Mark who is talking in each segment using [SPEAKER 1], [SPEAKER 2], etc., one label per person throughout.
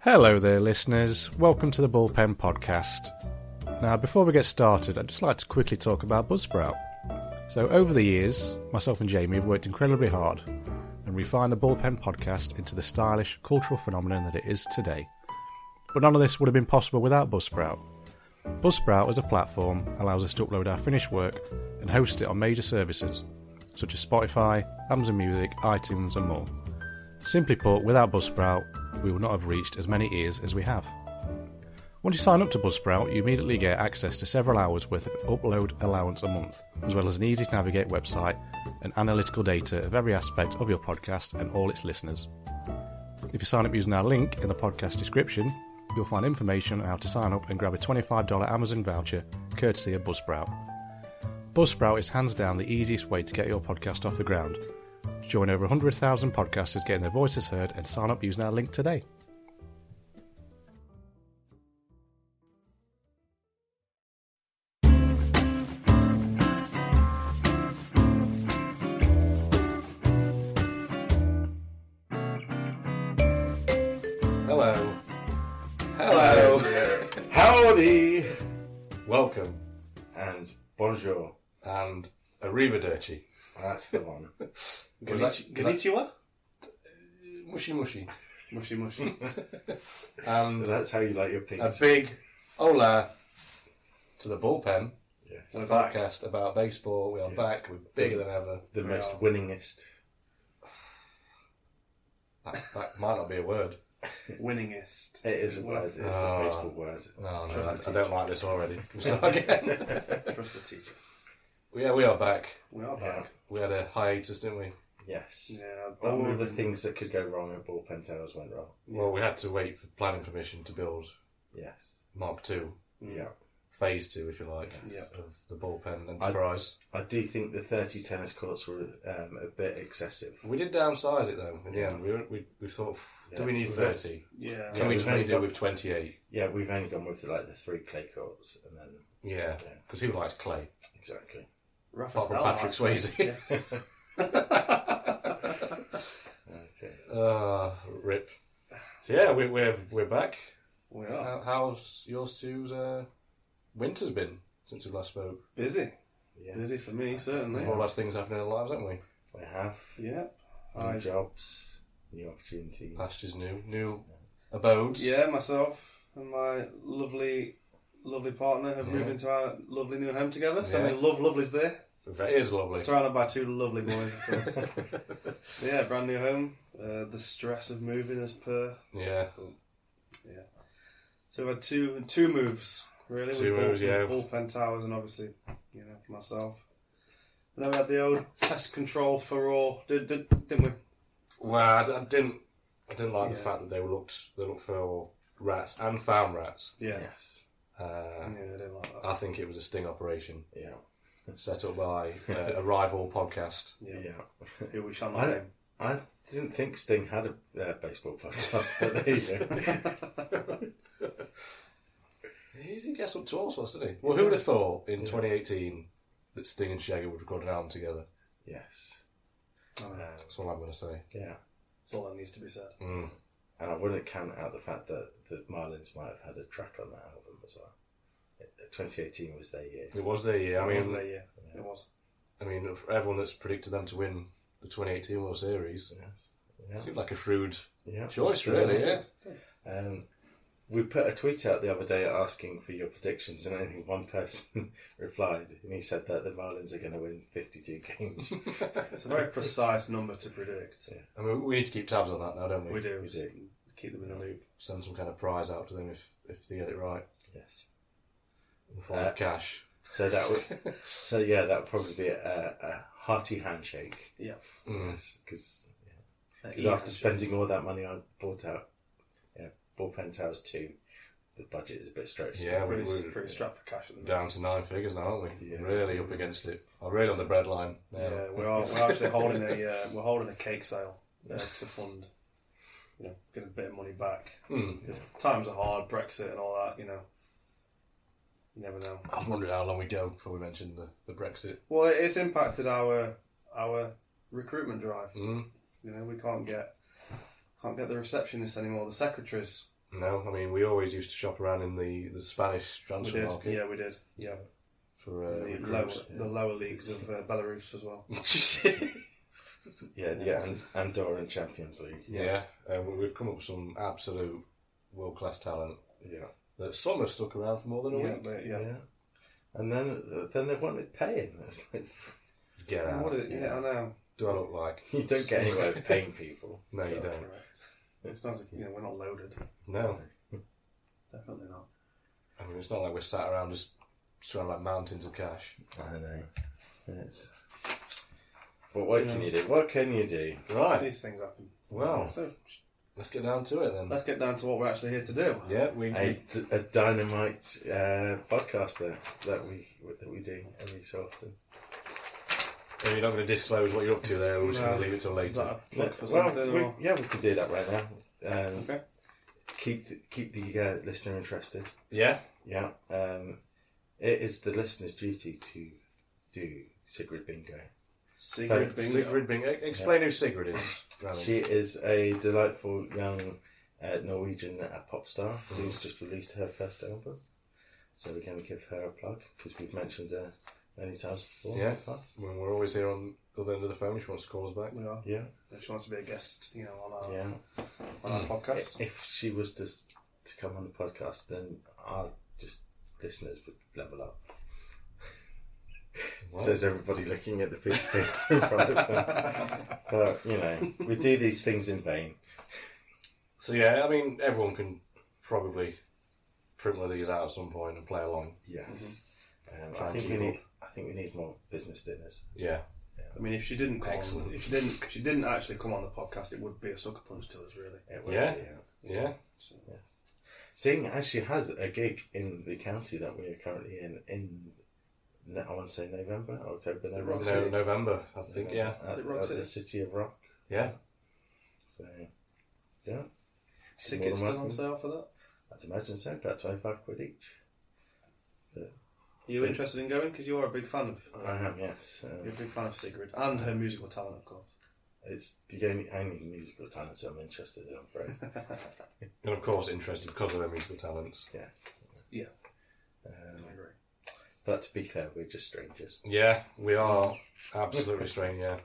[SPEAKER 1] Hello there, listeners. Welcome to the Bullpen Podcast. Now, before we get started, I'd just like to quickly talk about Buzzsprout. So, over the years, myself and Jamie have worked incredibly hard and refined the Bullpen Podcast into the stylish cultural phenomenon that it is today. But none of this would have been possible without Buzzsprout. Buzzsprout as a platform allows us to upload our finished work and host it on major services such as Spotify, Amazon Music, iTunes, and more. Simply put, without Buzzsprout, we would not have reached as many ears as we have. Once you sign up to Buzzsprout, you immediately get access to several hours worth of upload allowance a month, as well as an easy to navigate website and analytical data of every aspect of your podcast and all its listeners. If you sign up using our link in the podcast description, you'll find information on how to sign up and grab a $25 Amazon voucher courtesy of Buzzsprout. Buzzsprout is hands down the easiest way to get your podcast off the ground. Join over 100,000 podcasters getting their voices heard and sign up using our link today. Hello.
[SPEAKER 2] Hello.
[SPEAKER 3] Howdy
[SPEAKER 1] Welcome.
[SPEAKER 3] and bonjour.
[SPEAKER 1] And arrivederci.
[SPEAKER 3] That's the one.
[SPEAKER 1] Was that- was
[SPEAKER 2] Konnichiwa?
[SPEAKER 1] that- mushy mushy.
[SPEAKER 3] mushy mushy.
[SPEAKER 2] Um,
[SPEAKER 1] And
[SPEAKER 3] That's how you like your
[SPEAKER 1] a
[SPEAKER 3] pigs.
[SPEAKER 1] big hola to the bullpen.
[SPEAKER 3] Yes.
[SPEAKER 1] And a podcast about baseball. We are back. We're bigger than ever.
[SPEAKER 3] The
[SPEAKER 1] We
[SPEAKER 3] most
[SPEAKER 1] are-
[SPEAKER 3] winningest.
[SPEAKER 1] That, that might not be a word.
[SPEAKER 2] Winningest.
[SPEAKER 3] It is a word. It's
[SPEAKER 1] Ah.
[SPEAKER 3] a baseball word.
[SPEAKER 1] No, no,
[SPEAKER 2] Trust
[SPEAKER 1] that-
[SPEAKER 2] the
[SPEAKER 1] I don't like this already. We'll start again.
[SPEAKER 2] Trust the teacher.
[SPEAKER 1] yeah, we are back.
[SPEAKER 2] We are
[SPEAKER 3] Yeah.
[SPEAKER 2] back.
[SPEAKER 1] We had a hiatus, didn't we?
[SPEAKER 3] Um, Yes.
[SPEAKER 2] Yeah, that
[SPEAKER 3] All
[SPEAKER 2] move-
[SPEAKER 3] the things that could go wrong at bullpen towers went wrong.
[SPEAKER 1] Well, we had to wait for planning permission to build
[SPEAKER 3] Yes.
[SPEAKER 1] Mark Two,
[SPEAKER 2] Mm.
[SPEAKER 3] Yeah.
[SPEAKER 1] Phase Two, if you like,
[SPEAKER 2] Yeah.
[SPEAKER 1] of the bullpen enterprise.
[SPEAKER 3] I do think the 30 tennis courts were um, a bit excessive.
[SPEAKER 1] We did downsize it though. In the
[SPEAKER 3] Yeah.
[SPEAKER 1] end, we were- we we thought, do
[SPEAKER 3] Yeah.
[SPEAKER 1] we need thirty?
[SPEAKER 2] Yeah.
[SPEAKER 1] Can we
[SPEAKER 3] Yeah.
[SPEAKER 1] only do with twenty-eight?
[SPEAKER 3] Yeah, we've only gone with like the three clay courts and then
[SPEAKER 1] Yeah,
[SPEAKER 3] Yeah.
[SPEAKER 1] because who likes clay?
[SPEAKER 3] exactly.
[SPEAKER 2] Rafa
[SPEAKER 1] Apart from
[SPEAKER 2] Nadal,
[SPEAKER 1] Patrick
[SPEAKER 2] I
[SPEAKER 1] Swayze.
[SPEAKER 2] think. Yeah.
[SPEAKER 3] Okay.
[SPEAKER 1] Uh, rip. So yeah, we, we're we're back.
[SPEAKER 2] We are.
[SPEAKER 1] How, how's yours two's uh, winter's been since we last spoke?
[SPEAKER 2] Busy.
[SPEAKER 3] Yes.
[SPEAKER 2] Busy for me, certainly.
[SPEAKER 1] We've all had things happening in our lives, haven't we?
[SPEAKER 3] We have
[SPEAKER 2] Yeah.
[SPEAKER 3] new
[SPEAKER 2] I,
[SPEAKER 3] jobs, new opportunities.
[SPEAKER 1] Pastures new, new abodes.
[SPEAKER 2] yeah, myself and my lovely, lovely partner have moved
[SPEAKER 1] Yeah.
[SPEAKER 2] into our lovely new home together. So
[SPEAKER 1] Yeah.
[SPEAKER 2] many love lovelies there.
[SPEAKER 1] it is lovely.
[SPEAKER 2] Surrounded by two lovely boys, of course. So yeah, brand new home. Uh, the stress of moving as per.
[SPEAKER 1] yeah,
[SPEAKER 2] So we've had two two moves really.
[SPEAKER 1] Two
[SPEAKER 2] with
[SPEAKER 1] moves,
[SPEAKER 2] bull,
[SPEAKER 1] yeah.
[SPEAKER 2] Bullpen towers and obviously, you know, myself. And then we had the old pest control for all, did, did, didn't we?
[SPEAKER 1] Well, I, d- I didn't. I didn't like the
[SPEAKER 2] Yeah.
[SPEAKER 1] fact that they looked. They looked for rats and found rats.
[SPEAKER 2] Yeah.
[SPEAKER 3] Yes.
[SPEAKER 1] Uh,
[SPEAKER 2] Yeah, I didn't like
[SPEAKER 4] Uh,
[SPEAKER 2] that.
[SPEAKER 1] I think it was a sting operation
[SPEAKER 3] Yeah.
[SPEAKER 1] set up by uh, a rival podcast.
[SPEAKER 2] Yeah.
[SPEAKER 3] Yeah.
[SPEAKER 2] Who we shall
[SPEAKER 3] I-
[SPEAKER 2] not name.
[SPEAKER 3] I didn't think Sting had a uh, baseball podcast, but there you go.
[SPEAKER 1] He he gets up to all sorts, doesn't he? Well, who would have thought in 2018 that Sting and Shaggy would record an album together?
[SPEAKER 3] yes.
[SPEAKER 2] Oh,
[SPEAKER 3] Um,
[SPEAKER 2] yeah.
[SPEAKER 1] That's all I'm going to say.
[SPEAKER 3] yeah.
[SPEAKER 2] That's all that needs to be said.
[SPEAKER 1] Mm.
[SPEAKER 3] And I wouldn't count out the fact that the Marlins might have had a track on that album as well. It- 2018 was their year.
[SPEAKER 1] It was their year. I
[SPEAKER 2] It was
[SPEAKER 1] mean,
[SPEAKER 2] there, yeah. It was.
[SPEAKER 1] I mean, for everyone that's predicted them to win the 2018 World Series
[SPEAKER 3] Yes. Yeah.
[SPEAKER 1] seemed like a shrewd
[SPEAKER 3] yeah.
[SPEAKER 1] choice,
[SPEAKER 3] That's the
[SPEAKER 1] really.
[SPEAKER 3] one.
[SPEAKER 1] Yeah.
[SPEAKER 3] Um, we put a tweet out the other day asking for your predictions, and only one person replied, and he said that the Marlins are going to win 52 games.
[SPEAKER 2] It's a very precise number to predict.
[SPEAKER 1] I mean, we need to keep tabs on that now, don't we?
[SPEAKER 2] We do.
[SPEAKER 3] We do.
[SPEAKER 2] Keep them in the loop.
[SPEAKER 1] Send some kind of prize out to them if if they get it right.
[SPEAKER 3] yes.
[SPEAKER 1] in the form of
[SPEAKER 3] Uh,
[SPEAKER 1] cash.
[SPEAKER 3] So that would, so yeah, that would probably be a, a hearty handshake.
[SPEAKER 2] Yeah.
[SPEAKER 1] Mm.
[SPEAKER 3] because
[SPEAKER 2] Yeah.
[SPEAKER 3] after spending all that money, I bought out yeah, bullpen towers two. The budget is a bit stretched.
[SPEAKER 1] Yeah, we,
[SPEAKER 2] pretty,
[SPEAKER 1] we're
[SPEAKER 2] pretty strapped for cash at the minute.
[SPEAKER 1] down to nine figures now, aren't we?
[SPEAKER 3] Yeah.
[SPEAKER 1] Really up against it. I'm really on the breadline. now.
[SPEAKER 2] Yeah, we're, all, we're actually holding a uh, we're holding a cake sale uh, to fund, you know, get a bit of money back
[SPEAKER 1] Hmm.
[SPEAKER 2] because times are hard, Brexit and all that. You know, you never know.
[SPEAKER 1] I was wondering how long we go before we mentioned the, the Brexit.
[SPEAKER 2] Well, it- it's impacted our our recruitment drive.
[SPEAKER 1] Mm.
[SPEAKER 2] You know, we can't get can't get the receptionists anymore, the secretaries.
[SPEAKER 4] No, I mean we always used to shop around in the, the Spanish
[SPEAKER 2] We
[SPEAKER 4] transfer
[SPEAKER 2] did.
[SPEAKER 4] market
[SPEAKER 2] Yeah, we did. Yeah.
[SPEAKER 4] for uh,
[SPEAKER 2] The lower,
[SPEAKER 4] recruits.
[SPEAKER 2] the lower leagues of uh, Belarus as well.
[SPEAKER 4] yeah, yeah, and Andorran Champions League.
[SPEAKER 2] Yeah.
[SPEAKER 4] yeah.
[SPEAKER 1] uh,
[SPEAKER 4] Um, we've come up with some absolute world class talent
[SPEAKER 3] Yeah.
[SPEAKER 4] that some have stuck around for more than a
[SPEAKER 2] Yeah,
[SPEAKER 4] week.
[SPEAKER 2] but, yeah.
[SPEAKER 3] And then then they wanted paying. It's like
[SPEAKER 4] Get out.
[SPEAKER 2] What is it? Yeah, I know.
[SPEAKER 4] Do I look like?
[SPEAKER 3] you don't get anywhere with paying people.
[SPEAKER 4] No, you
[SPEAKER 2] Yeah,
[SPEAKER 4] don't.
[SPEAKER 2] correct. It's not as if, you know, we're not loaded.
[SPEAKER 4] No.
[SPEAKER 2] Definitely not.
[SPEAKER 4] I mean, it's not like we're sat around just throwing like mountains of cash.
[SPEAKER 3] I know. Yes. But what can you do? What can you do?
[SPEAKER 4] Right.
[SPEAKER 2] These things happen.
[SPEAKER 4] Well,
[SPEAKER 2] So
[SPEAKER 4] let's get down to it then.
[SPEAKER 2] let's get down to what we're actually here to do.
[SPEAKER 4] Yeah, we.
[SPEAKER 3] A, d- a dynamite uh, podcaster that we that we do every so often.
[SPEAKER 4] You're not going to disclose what you're up to there. We're just going
[SPEAKER 2] No.
[SPEAKER 4] to leave it till
[SPEAKER 2] Is that
[SPEAKER 4] later.
[SPEAKER 2] a plug for
[SPEAKER 3] well,
[SPEAKER 2] something?
[SPEAKER 3] we-
[SPEAKER 2] or...
[SPEAKER 3] yeah, we can do that right now. Um,
[SPEAKER 2] Okay.
[SPEAKER 3] Keep the, keep the uh, listener interested.
[SPEAKER 4] Yeah.
[SPEAKER 3] Yeah. Um, it is the listener's duty to do Sigrid Bingo.
[SPEAKER 2] Secret things.
[SPEAKER 4] Sigrid Bing. e- Explain who Sigrid is. Granny.
[SPEAKER 3] She is a delightful young uh, Norwegian uh, pop star who's just released her first album. So we're going to give her a plug because we've mentioned her many times before.
[SPEAKER 4] Yeah. I mean, we're always here on the other end of the phone if she wants to call us back.
[SPEAKER 2] We are.
[SPEAKER 3] Yeah.
[SPEAKER 2] If she wants to be a guest, you know, on our,
[SPEAKER 3] Yeah.
[SPEAKER 2] on our
[SPEAKER 3] I-
[SPEAKER 2] podcast.
[SPEAKER 3] If she was to, s- to come on the podcast, then our just listeners would level up.
[SPEAKER 4] What?
[SPEAKER 3] Says everybody looking at the piece of paper in front of them. but, you know, we do these things in vain.
[SPEAKER 4] So yeah, I mean, everyone can probably print one of these out at some point and play along.
[SPEAKER 3] Yes. Um,
[SPEAKER 4] Try
[SPEAKER 3] I,
[SPEAKER 4] and
[SPEAKER 3] think we
[SPEAKER 4] keep
[SPEAKER 3] need, I think we need more business dinners.
[SPEAKER 4] Yeah.
[SPEAKER 2] I mean, if she didn't come,
[SPEAKER 4] Excellent.
[SPEAKER 2] on, if she didn't, if she didn't actually come on the podcast, it would be a sucker punch to us, really.
[SPEAKER 3] It will
[SPEAKER 4] Yeah.
[SPEAKER 3] be, yeah.
[SPEAKER 4] Yeah.
[SPEAKER 3] Singh actually has a gig in the county that we are currently in. In no- I want to say November, October, November.
[SPEAKER 2] Roxy?
[SPEAKER 4] No, November, I think. Yeah.
[SPEAKER 3] At,
[SPEAKER 2] Is it Roxy?
[SPEAKER 3] at the city of Rock.
[SPEAKER 4] Yeah.
[SPEAKER 3] So yeah,
[SPEAKER 2] Tickets
[SPEAKER 3] More
[SPEAKER 2] still
[SPEAKER 3] than
[SPEAKER 2] on
[SPEAKER 3] welcome.
[SPEAKER 2] sale for that?
[SPEAKER 3] I'd imagine so. About twenty-five quid each.
[SPEAKER 2] Are you interested in going? Because you are a big fan of. uh,
[SPEAKER 3] I am, yes. Um,
[SPEAKER 2] You're a big fan of Sigrid and her musical talent, of course.
[SPEAKER 3] It's the only, only musical talent I'm interested in. I'm afraid.
[SPEAKER 4] And of course, interested because of their musical talents.
[SPEAKER 3] Um,
[SPEAKER 2] I agree.
[SPEAKER 3] but to be fair, we're just strangers.
[SPEAKER 4] Yeah, we are absolutely strange. Yeah.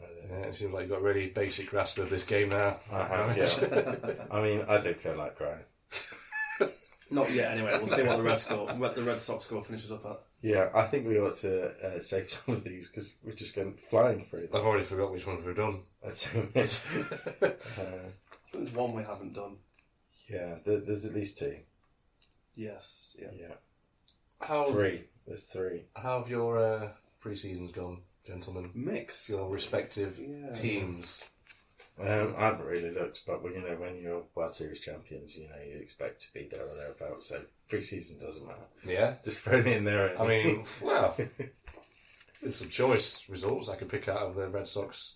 [SPEAKER 3] I
[SPEAKER 4] yeah. It seems like you've got a really basic grasp of this game now.
[SPEAKER 3] I have, yeah. I mean, I don't feel like crying.
[SPEAKER 2] Not yet, anyway. We'll see what the Red score, what the Red Sox score finishes up at.
[SPEAKER 3] Yeah, I think we ought to uh, save some of these because we're just going flying through them.
[SPEAKER 4] I've already forgot which ones we've done.
[SPEAKER 3] That's so much. uh,
[SPEAKER 2] There's one we haven't done.
[SPEAKER 3] yeah, there, there's at least two.
[SPEAKER 2] Yes, yeah.
[SPEAKER 3] Yeah,
[SPEAKER 4] How
[SPEAKER 3] three. There's three.
[SPEAKER 4] how have your uh, pre seasons gone, gentlemen?
[SPEAKER 2] Mixed.
[SPEAKER 4] Your respective
[SPEAKER 2] Yeah.
[SPEAKER 4] teams.
[SPEAKER 3] Um, I haven't really looked, but well, you know, when you're World Series champions, you know, you expect to be there or thereabouts. So pre-season doesn't matter.
[SPEAKER 4] Yeah.
[SPEAKER 3] Just thrown in there.
[SPEAKER 4] I mean, well, there's some choice results I could pick out of the Red Sox.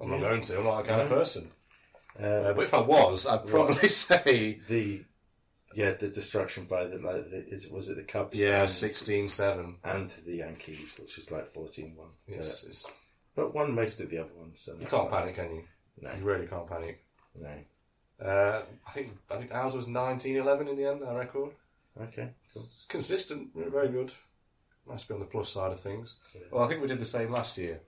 [SPEAKER 4] I'm not going to. I'm not that kind of person. Uh,
[SPEAKER 3] uh,
[SPEAKER 4] but if I was, I'd probably say
[SPEAKER 3] the yeah, the destruction by the like, the, is, was it the Cubs?
[SPEAKER 4] yeah,
[SPEAKER 3] and-
[SPEAKER 4] 16-7.
[SPEAKER 3] and to the Yankees, which was like 14-1.
[SPEAKER 4] It's, it's,
[SPEAKER 3] But won most of the other ones. So
[SPEAKER 4] you
[SPEAKER 3] that's
[SPEAKER 4] can't
[SPEAKER 3] fine.
[SPEAKER 4] panic, can you?
[SPEAKER 3] No.
[SPEAKER 4] You really can't panic.
[SPEAKER 3] No.
[SPEAKER 4] Uh, I think I think ours was 19-11 in the end. Our record.
[SPEAKER 3] Okay. Cool.
[SPEAKER 4] It's consistent. Very good. Must be on the plus side of things. Well, I think we did the same last year,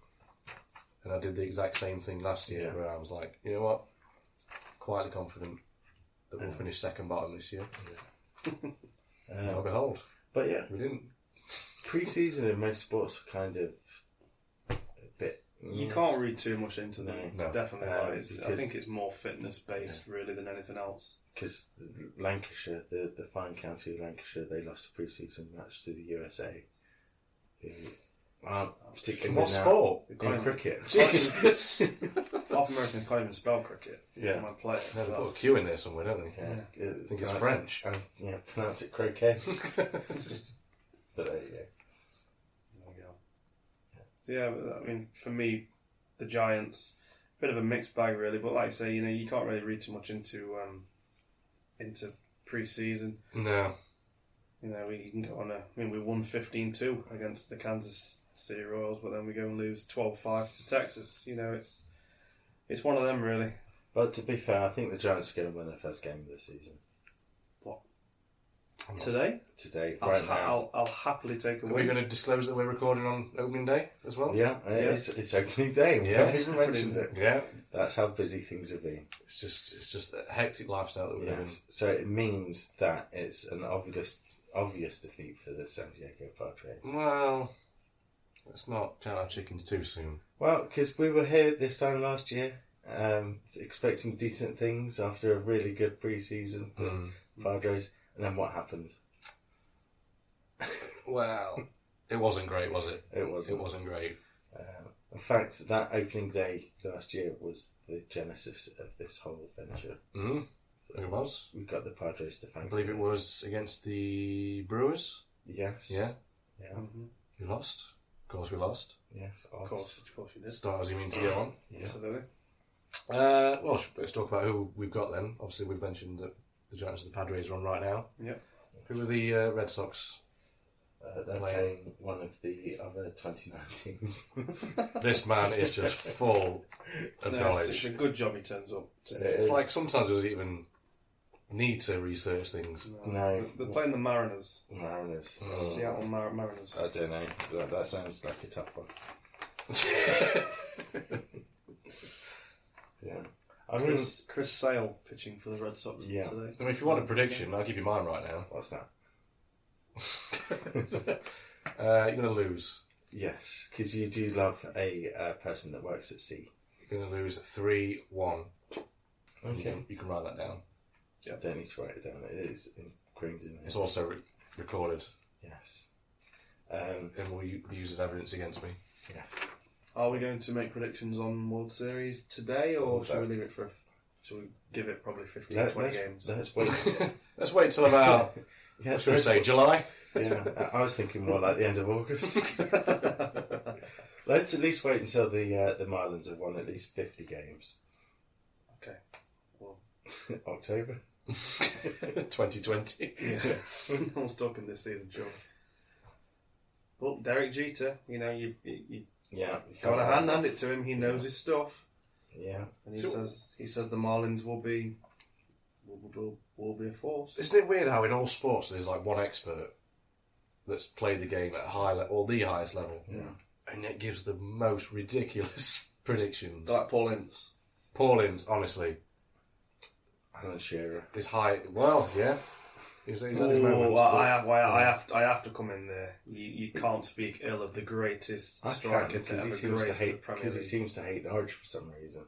[SPEAKER 4] and I did the exact same thing last year,
[SPEAKER 3] Yeah.
[SPEAKER 4] where I was like, you know what, quietly confident that we'll finish second bottom this year. Lo
[SPEAKER 3] Um,
[SPEAKER 4] and behold,
[SPEAKER 3] but yeah,
[SPEAKER 4] we didn't.
[SPEAKER 3] pre-season in most sports are kind of a bit. mm,
[SPEAKER 2] You can't read too much into them.
[SPEAKER 4] No.
[SPEAKER 2] Definitely
[SPEAKER 3] Um,
[SPEAKER 2] not. It's, I
[SPEAKER 3] because-
[SPEAKER 2] think it's more fitness based, really, than anything else.
[SPEAKER 3] because Lancashire, the, the fine county of Lancashire, they lost a preseason match to the USA. Who aren't particularly
[SPEAKER 4] In what
[SPEAKER 3] renowned-
[SPEAKER 4] sport?
[SPEAKER 2] They can't
[SPEAKER 3] In
[SPEAKER 2] even-
[SPEAKER 3] cricket.
[SPEAKER 4] Jesus!
[SPEAKER 2] Half Americans can't even spell cricket.
[SPEAKER 3] Yeah.
[SPEAKER 2] My player. so
[SPEAKER 4] They've got a
[SPEAKER 2] that's-
[SPEAKER 4] Q in there somewhere, don't they?
[SPEAKER 3] Yeah.
[SPEAKER 4] I think it's
[SPEAKER 3] Pronounce it-
[SPEAKER 4] French.
[SPEAKER 3] uh, yeah, pronounce it croquet. but there you go.
[SPEAKER 2] There we go. So yeah, but, I mean, for me, the Giants, bit of a mixed bag really. But like I say, you know, you can't really read too much into um, into pre-season.
[SPEAKER 4] No.
[SPEAKER 2] You know, we you can go on a. I mean, we won 15-2 against the Kansas City Royals, but then we go and lose 12-5 to Texas. You know, it's it's one of them really.
[SPEAKER 3] But to be fair, I think the Giants are going to win their first game of the season
[SPEAKER 2] What? Today?
[SPEAKER 3] today,
[SPEAKER 2] I'll,
[SPEAKER 3] right
[SPEAKER 2] ha-
[SPEAKER 3] now.
[SPEAKER 2] I'll, I'll happily take a
[SPEAKER 4] Are we
[SPEAKER 2] win.
[SPEAKER 4] going to disclose that we're recording on opening day as well?
[SPEAKER 3] Yeah, it's, it's opening day. We
[SPEAKER 4] Yeah.
[SPEAKER 3] haven't even mentioned it.
[SPEAKER 4] Yeah.
[SPEAKER 3] That's how busy things have been.
[SPEAKER 4] It's just it's just a hectic lifestyle that we're
[SPEAKER 3] Yeah.
[SPEAKER 4] living.
[SPEAKER 3] So it means that it's an obvious obvious defeat for the San Diego Padres.
[SPEAKER 4] Well, let's not count our chickens too soon.
[SPEAKER 3] Well, because we were here this time last year, um, expecting decent things after a really good preseason
[SPEAKER 4] Mm.
[SPEAKER 3] for
[SPEAKER 4] Hmm.
[SPEAKER 3] Padres, and then what happened?
[SPEAKER 4] Well, it wasn't great, was it?
[SPEAKER 3] It was
[SPEAKER 4] It wasn't great.
[SPEAKER 3] Uh, In fact, that opening day last year was the genesis of this whole venture.
[SPEAKER 4] Mm. It was.
[SPEAKER 3] We've got the Padres to thank.
[SPEAKER 4] I believe it
[SPEAKER 3] for this.
[SPEAKER 4] was against the Brewers.
[SPEAKER 3] Yes.
[SPEAKER 4] Yeah.
[SPEAKER 3] Yeah.
[SPEAKER 4] We lost. Of course, we lost.
[SPEAKER 3] Yes.
[SPEAKER 2] Of course, of course you did.
[SPEAKER 4] Start as you mean to go on.
[SPEAKER 3] Yeah.
[SPEAKER 2] Absolutely.
[SPEAKER 4] Uh, well, sh- let's talk about who we've got then. Obviously, we've mentioned that the Giants and the Padres are on right now.
[SPEAKER 2] Yep.
[SPEAKER 4] Who are the uh, Red Sox
[SPEAKER 3] Uh, they're
[SPEAKER 4] Player.
[SPEAKER 3] playing one of the other 29 teams.
[SPEAKER 4] Hmm. This man is just full of
[SPEAKER 2] No, it's, it's
[SPEAKER 4] knowledge.
[SPEAKER 2] a good job he turns up.
[SPEAKER 3] It
[SPEAKER 2] To,
[SPEAKER 4] It's
[SPEAKER 3] is-
[SPEAKER 4] like sometimes he doesn't even need to research things.
[SPEAKER 3] No. Uh,
[SPEAKER 2] They're playing the Mariners.
[SPEAKER 3] Mariners.
[SPEAKER 2] Seattle Mar- Mariners.
[SPEAKER 3] I don't know. That, that sounds like a tough one. Yeah. I mean,
[SPEAKER 2] Chris, Chris Sale pitching for the Red Sox
[SPEAKER 3] Yeah.
[SPEAKER 2] today.
[SPEAKER 4] I mean, if you want a prediction, I'll give you mine right now.
[SPEAKER 3] what's that?
[SPEAKER 4] uh, you're going to lose.
[SPEAKER 3] Yes, because you do love a uh, person that works at sea.
[SPEAKER 4] You're going to lose 3 1. You,
[SPEAKER 3] Okay.
[SPEAKER 4] can, you can write that down.
[SPEAKER 3] I don't need to write it down. It is ingrained in
[SPEAKER 4] It's
[SPEAKER 3] there.
[SPEAKER 4] also re- recorded
[SPEAKER 3] Yes. Um,
[SPEAKER 4] and will u- be used as evidence against me.
[SPEAKER 3] yes.
[SPEAKER 2] Are we going to make predictions on World Series today, or
[SPEAKER 3] Oh,
[SPEAKER 2] should we
[SPEAKER 3] that-
[SPEAKER 2] leave it for? a- Should we give it probably 15,
[SPEAKER 3] Let,
[SPEAKER 2] 20
[SPEAKER 3] let's,
[SPEAKER 2] games?
[SPEAKER 3] let's wait.
[SPEAKER 4] Let's wait till about,
[SPEAKER 3] Yeah,
[SPEAKER 4] should we
[SPEAKER 3] let's-
[SPEAKER 4] say, July?
[SPEAKER 3] Yeah, I- I was thinking more like the end of August. Let's at least wait until the uh, the Marlins have won at least fifty games.
[SPEAKER 2] Okay. Well.
[SPEAKER 3] October.
[SPEAKER 4] 2020.
[SPEAKER 2] Yeah. I was talking this season, sure. Well, Derek Jeter, you know, you you, you
[SPEAKER 3] Yeah,
[SPEAKER 2] gotta hand hand it to him. He knows his stuff,
[SPEAKER 3] Yeah,
[SPEAKER 2] and he
[SPEAKER 4] So-
[SPEAKER 2] says he says the Marlins will be will will, will be a force.
[SPEAKER 4] Isn't it weird how in all sports there's like one expert that's played the game at high le- or the highest level,
[SPEAKER 3] Yeah.
[SPEAKER 4] and it gives the most ridiculous predictions.
[SPEAKER 2] They're like Paul Ince.
[SPEAKER 4] Paulins, honestly,
[SPEAKER 3] Alan Shearer.
[SPEAKER 4] is high. Well, yeah, he's, he's at his
[SPEAKER 2] Ooh,
[SPEAKER 4] moment.
[SPEAKER 2] well, I have, well, I have, I have to come in there. You, you can't speak ill of the greatest
[SPEAKER 3] I
[SPEAKER 2] striker
[SPEAKER 3] can't
[SPEAKER 2] to
[SPEAKER 3] because he seems
[SPEAKER 2] ever
[SPEAKER 3] to
[SPEAKER 2] grace the
[SPEAKER 3] hate
[SPEAKER 2] Premier
[SPEAKER 3] because he
[SPEAKER 2] League.
[SPEAKER 3] seems to hate Norwich for some reason.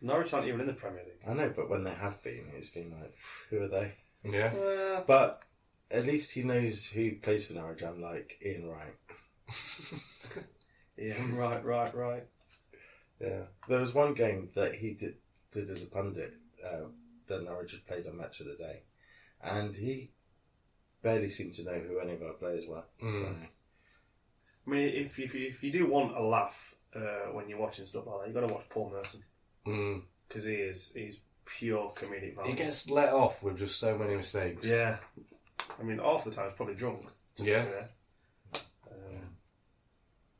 [SPEAKER 2] Norwich aren't even in the Premier League.
[SPEAKER 3] I know, but when they have been, it's been like, who are they?
[SPEAKER 4] yeah,
[SPEAKER 2] Well,
[SPEAKER 3] But at least he knows who plays for Norwich. I'm like Ian Wright.
[SPEAKER 2] yeah, right, right, right.
[SPEAKER 3] Yeah, there was one game that he did did as a pundit uh, that Norwich had played on Match of the Day, and he barely seemed to know who any of our players were.
[SPEAKER 4] Mm.
[SPEAKER 2] I mean, if if you, if you do want a laugh uh, when you're watching stuff like that, you got to watch Paul Merson.
[SPEAKER 4] mm.
[SPEAKER 2] because he is he's pure comedic value.
[SPEAKER 4] he gets let off with just so many mistakes.
[SPEAKER 2] yeah. I mean, half the time he's probably drunk. to be
[SPEAKER 4] Yeah.
[SPEAKER 2] fair. Um,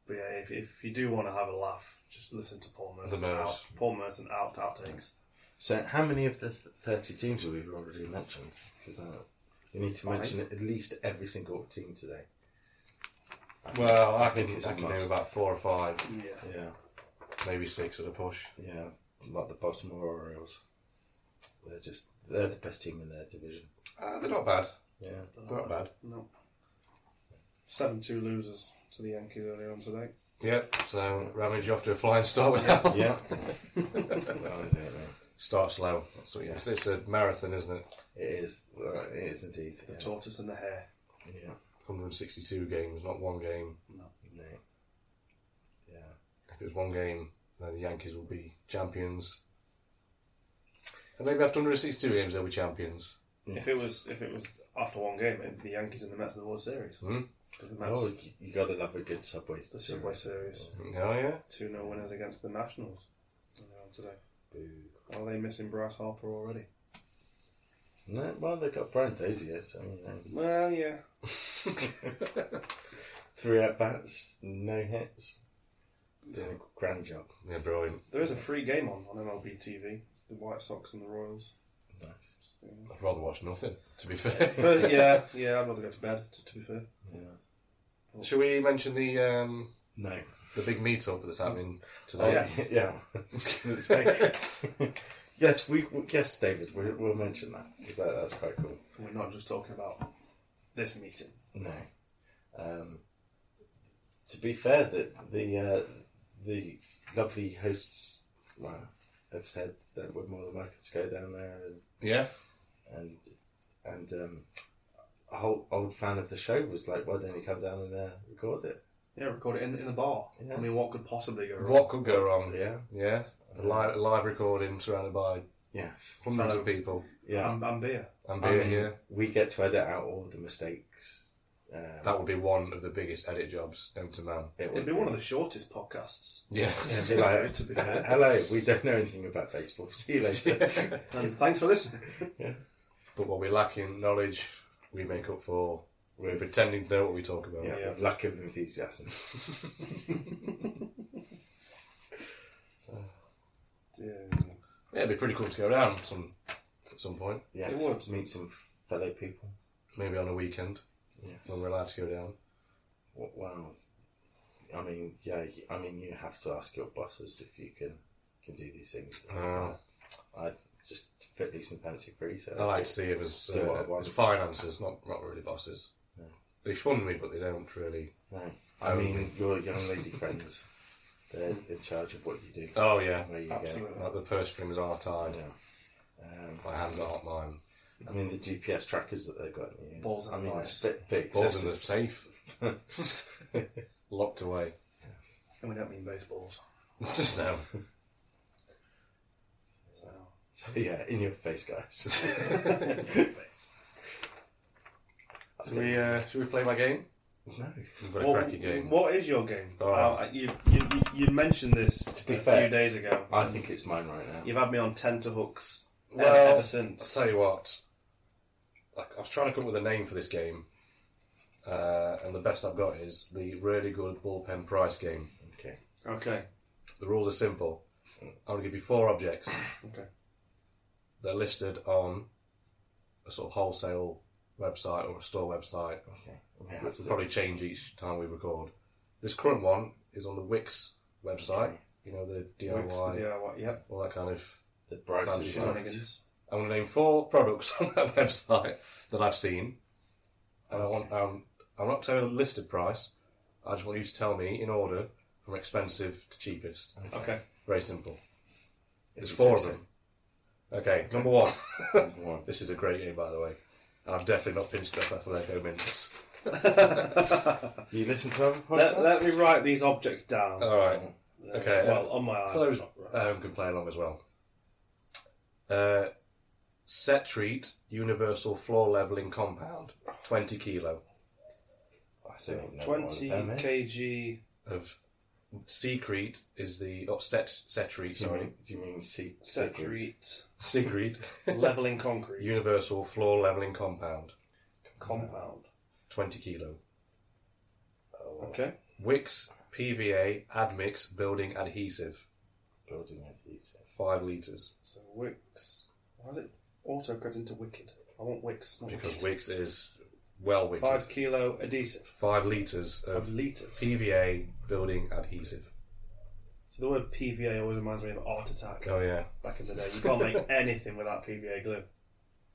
[SPEAKER 2] but yeah, if, if you do want to have a laugh, just listen to Paul Merson.
[SPEAKER 4] The Merce.
[SPEAKER 2] out, Paul Merson out outtakes.
[SPEAKER 3] So, how many of the th- thirty teams have we already mentioned? Because you need to
[SPEAKER 2] Five.
[SPEAKER 3] mention at least every single team today.
[SPEAKER 4] Well, I,
[SPEAKER 3] I think
[SPEAKER 4] can
[SPEAKER 3] it's
[SPEAKER 4] I
[SPEAKER 3] a
[SPEAKER 4] can name
[SPEAKER 3] must.
[SPEAKER 4] about four or five,
[SPEAKER 2] Yeah.
[SPEAKER 3] Yeah,
[SPEAKER 4] maybe six at a push.
[SPEAKER 3] yeah, like the Baltimore Orioles. They're just they're the best team in their division.
[SPEAKER 4] Uh, they're not bad.
[SPEAKER 3] Yeah,
[SPEAKER 4] They're not bad.
[SPEAKER 2] No. Seven two losers to the Yankees earlier on today.
[SPEAKER 4] Yep. So Ramage off to a flying start with that. one.
[SPEAKER 3] yeah. Oh, yeah, yeah.
[SPEAKER 4] Start slow. That's what it is. It's a marathon, isn't it?
[SPEAKER 3] It is. uh, It is indeed.
[SPEAKER 2] The
[SPEAKER 3] yeah.
[SPEAKER 2] tortoise and the hare.
[SPEAKER 3] yeah.
[SPEAKER 4] 162 games, not one game.
[SPEAKER 3] No. Yeah.
[SPEAKER 4] If it was one game, then the Yankees will be champions. And maybe after 162 games, they'll be champions.
[SPEAKER 2] If it was if it was after one game, it'd be the Yankees and the Mets in the World Series.
[SPEAKER 4] Hmm?
[SPEAKER 2] Because the Mets,
[SPEAKER 3] Oh, you, you gotta love a good subway.
[SPEAKER 2] the Subway Series,
[SPEAKER 4] Oh, yeah.
[SPEAKER 2] two no winners against the Nationals earlier on today.
[SPEAKER 3] Boo.
[SPEAKER 2] Are they missing Bryce Harper already?
[SPEAKER 3] No, well, they got Brian Daisy yet, so you know.
[SPEAKER 2] Well, yeah.
[SPEAKER 3] Three at bats, no hits. doing a grand job.
[SPEAKER 4] Yeah, brilliant.
[SPEAKER 2] There is a free game on, on MLB TV. It's the White Sox and the Royals.
[SPEAKER 3] Nice.
[SPEAKER 4] I'd rather watch nothing, to be fair.
[SPEAKER 2] But yeah, yeah, I'd rather go to bed, to, to be fair.
[SPEAKER 3] Yeah.
[SPEAKER 4] Shall we mention the um,
[SPEAKER 3] No.
[SPEAKER 4] the big meetup that's happening
[SPEAKER 3] Oh,
[SPEAKER 4] today?
[SPEAKER 3] yeah. yeah. yes, we we- yes, David. We, we'll mention that because that, that's quite cool.
[SPEAKER 2] And we're not just talking about this meeting.
[SPEAKER 3] No. Um, to be fair, the the uh, the lovely hosts well, have said that we're more than welcome to go down there and
[SPEAKER 4] Yeah.
[SPEAKER 3] and and um, a whole old fan of the show was like, "Why don't you come down and uh, record it?"
[SPEAKER 2] Yeah, record it in, in the bar.
[SPEAKER 3] Yeah.
[SPEAKER 2] I mean, what could possibly go wrong?
[SPEAKER 4] What could go wrong?
[SPEAKER 3] Yeah.
[SPEAKER 4] Yeah. A live, a live recording surrounded by
[SPEAKER 3] Yes.
[SPEAKER 4] hundreds of
[SPEAKER 2] Fellow-
[SPEAKER 4] people
[SPEAKER 3] Yeah.
[SPEAKER 2] And, and beer.
[SPEAKER 4] and
[SPEAKER 3] I
[SPEAKER 4] beer
[SPEAKER 3] mean,
[SPEAKER 4] here.
[SPEAKER 3] We get to edit out all the mistakes. Um,
[SPEAKER 4] That would be one of the biggest edit jobs known to man.
[SPEAKER 2] It'd be one of the shortest podcasts.
[SPEAKER 4] Yeah.
[SPEAKER 3] It'd be like,
[SPEAKER 2] to be fair.
[SPEAKER 3] Hello, we don't know anything about baseball. See you later.
[SPEAKER 2] And thanks for listening.
[SPEAKER 4] but what we lack in knowledge, we make up for
[SPEAKER 3] With-
[SPEAKER 4] pretending to know what we talk about.
[SPEAKER 3] Yeah,
[SPEAKER 2] Yeah.
[SPEAKER 3] with lack of enthusiasm.
[SPEAKER 2] Yeah.
[SPEAKER 4] Yeah, it'd be pretty cool to go down some at some point.
[SPEAKER 3] Yeah,
[SPEAKER 2] It would.
[SPEAKER 3] meet some fellow people.
[SPEAKER 4] Maybe on a weekend
[SPEAKER 3] Yes.
[SPEAKER 4] when we're allowed to go down.
[SPEAKER 3] W- Wow. I mean, yeah. y- I mean, you have to ask your bosses if you can can do these things.
[SPEAKER 4] Ah.
[SPEAKER 3] So, I just fit loose and fancy free. So
[SPEAKER 4] Oh, I like to see him as,
[SPEAKER 3] Do what I
[SPEAKER 4] uh,
[SPEAKER 3] want.
[SPEAKER 4] as finances, not not really bosses.
[SPEAKER 3] No.
[SPEAKER 4] They fund me, but they don't really.
[SPEAKER 3] No. I
[SPEAKER 4] I
[SPEAKER 3] mean,
[SPEAKER 4] would
[SPEAKER 3] your young lady friends. They're in charge of what you do.
[SPEAKER 4] Oh yeah,
[SPEAKER 3] Where you
[SPEAKER 2] Absolutely.
[SPEAKER 4] like the purse strings are
[SPEAKER 3] go.
[SPEAKER 4] tied.
[SPEAKER 3] Yeah. Um,
[SPEAKER 4] My hands aren't mine.
[SPEAKER 3] I mean, the GPS trackers that they've got. In the ears.
[SPEAKER 2] Balls in
[SPEAKER 3] I mean,
[SPEAKER 2] the
[SPEAKER 3] it's a bit big.
[SPEAKER 4] Balls in the safe, locked away.
[SPEAKER 2] And we don't mean baseballs.
[SPEAKER 4] Just now.
[SPEAKER 3] So yeah, in your face, guys.
[SPEAKER 4] Should we, uh, should we play my game?
[SPEAKER 3] no.
[SPEAKER 4] We've got a
[SPEAKER 2] Well,
[SPEAKER 4] cracky game.
[SPEAKER 2] What is your game?
[SPEAKER 4] Oh.
[SPEAKER 2] Uh, you, you, you you mentioned this to
[SPEAKER 3] be
[SPEAKER 2] a
[SPEAKER 3] fair.
[SPEAKER 2] few days ago.
[SPEAKER 3] I think it's mine right now.
[SPEAKER 2] You've had me on tenterhooks ever,
[SPEAKER 4] Well-
[SPEAKER 2] ever
[SPEAKER 4] I'll
[SPEAKER 2] since.
[SPEAKER 4] tell you what. I, I was trying to come up with a name for this game, uh, and the best I've got is the really good ballpen price game.
[SPEAKER 3] Okay.
[SPEAKER 2] Okay.
[SPEAKER 4] The rules are simple. I'm going to give you four objects.
[SPEAKER 2] Okay.
[SPEAKER 4] They're listed on a sort of wholesale website or a store website,
[SPEAKER 3] Okay. We
[SPEAKER 4] which
[SPEAKER 3] have
[SPEAKER 4] will
[SPEAKER 3] to-
[SPEAKER 4] probably change each time we record. This current one is on the Wix website.
[SPEAKER 3] Okay.
[SPEAKER 4] You know the DIY,
[SPEAKER 2] Wix, the uh, DIY. Yep.
[SPEAKER 4] all that kind of.
[SPEAKER 3] the price
[SPEAKER 4] Fancy
[SPEAKER 3] is
[SPEAKER 4] stuff.
[SPEAKER 3] right.
[SPEAKER 2] Shenanigans.
[SPEAKER 4] I'm going to name four products on that website that I've seen, and I want um, I'm not telling the listed price. I just want you to tell me in order from expensive to cheapest.
[SPEAKER 2] Okay.
[SPEAKER 4] Very simple.
[SPEAKER 3] It's
[SPEAKER 4] There's four of
[SPEAKER 3] sexy.
[SPEAKER 4] them. Okay, number one.
[SPEAKER 3] Number one.
[SPEAKER 4] this is a great game, by the way. I've definitely not pinched up after Lego mints.
[SPEAKER 3] You listen to other podcasts?
[SPEAKER 2] Let, let me write these objects down.
[SPEAKER 4] All right. Oh, okay,
[SPEAKER 2] Well, on my
[SPEAKER 4] For those
[SPEAKER 2] iPad.
[SPEAKER 4] at home can play along as well. Uh, set treat universal floor leveling compound, twenty kilo
[SPEAKER 3] I don't even know
[SPEAKER 2] Twenty
[SPEAKER 3] what one of them is.
[SPEAKER 2] kg.
[SPEAKER 4] of secrete is the oh, set setreat
[SPEAKER 3] Do you
[SPEAKER 4] sorry
[SPEAKER 3] mean- Do you mean se- secret?
[SPEAKER 2] Setreat.
[SPEAKER 4] secrete
[SPEAKER 2] Leveling concrete.
[SPEAKER 4] universal floor leveling compound,
[SPEAKER 2] Compound.
[SPEAKER 4] twenty kilo.
[SPEAKER 3] Oh,
[SPEAKER 2] Okay.
[SPEAKER 4] Wix PVA admix building adhesive,
[SPEAKER 3] building adhesive.
[SPEAKER 4] five liters
[SPEAKER 2] So Wix. Why is it auto cut into Wicked? I want Wix. Not
[SPEAKER 4] because
[SPEAKER 2] Wicked.
[SPEAKER 4] Wix is well wicked.
[SPEAKER 2] Five
[SPEAKER 4] Five,
[SPEAKER 2] kilo adhesive
[SPEAKER 4] liters
[SPEAKER 2] of
[SPEAKER 4] of
[SPEAKER 2] litres.
[SPEAKER 4] PVA building adhesive.
[SPEAKER 2] so the word PVA always reminds me of Art Attack
[SPEAKER 4] Oh yeah.
[SPEAKER 2] back in the day. You can't make anything without PVA glue.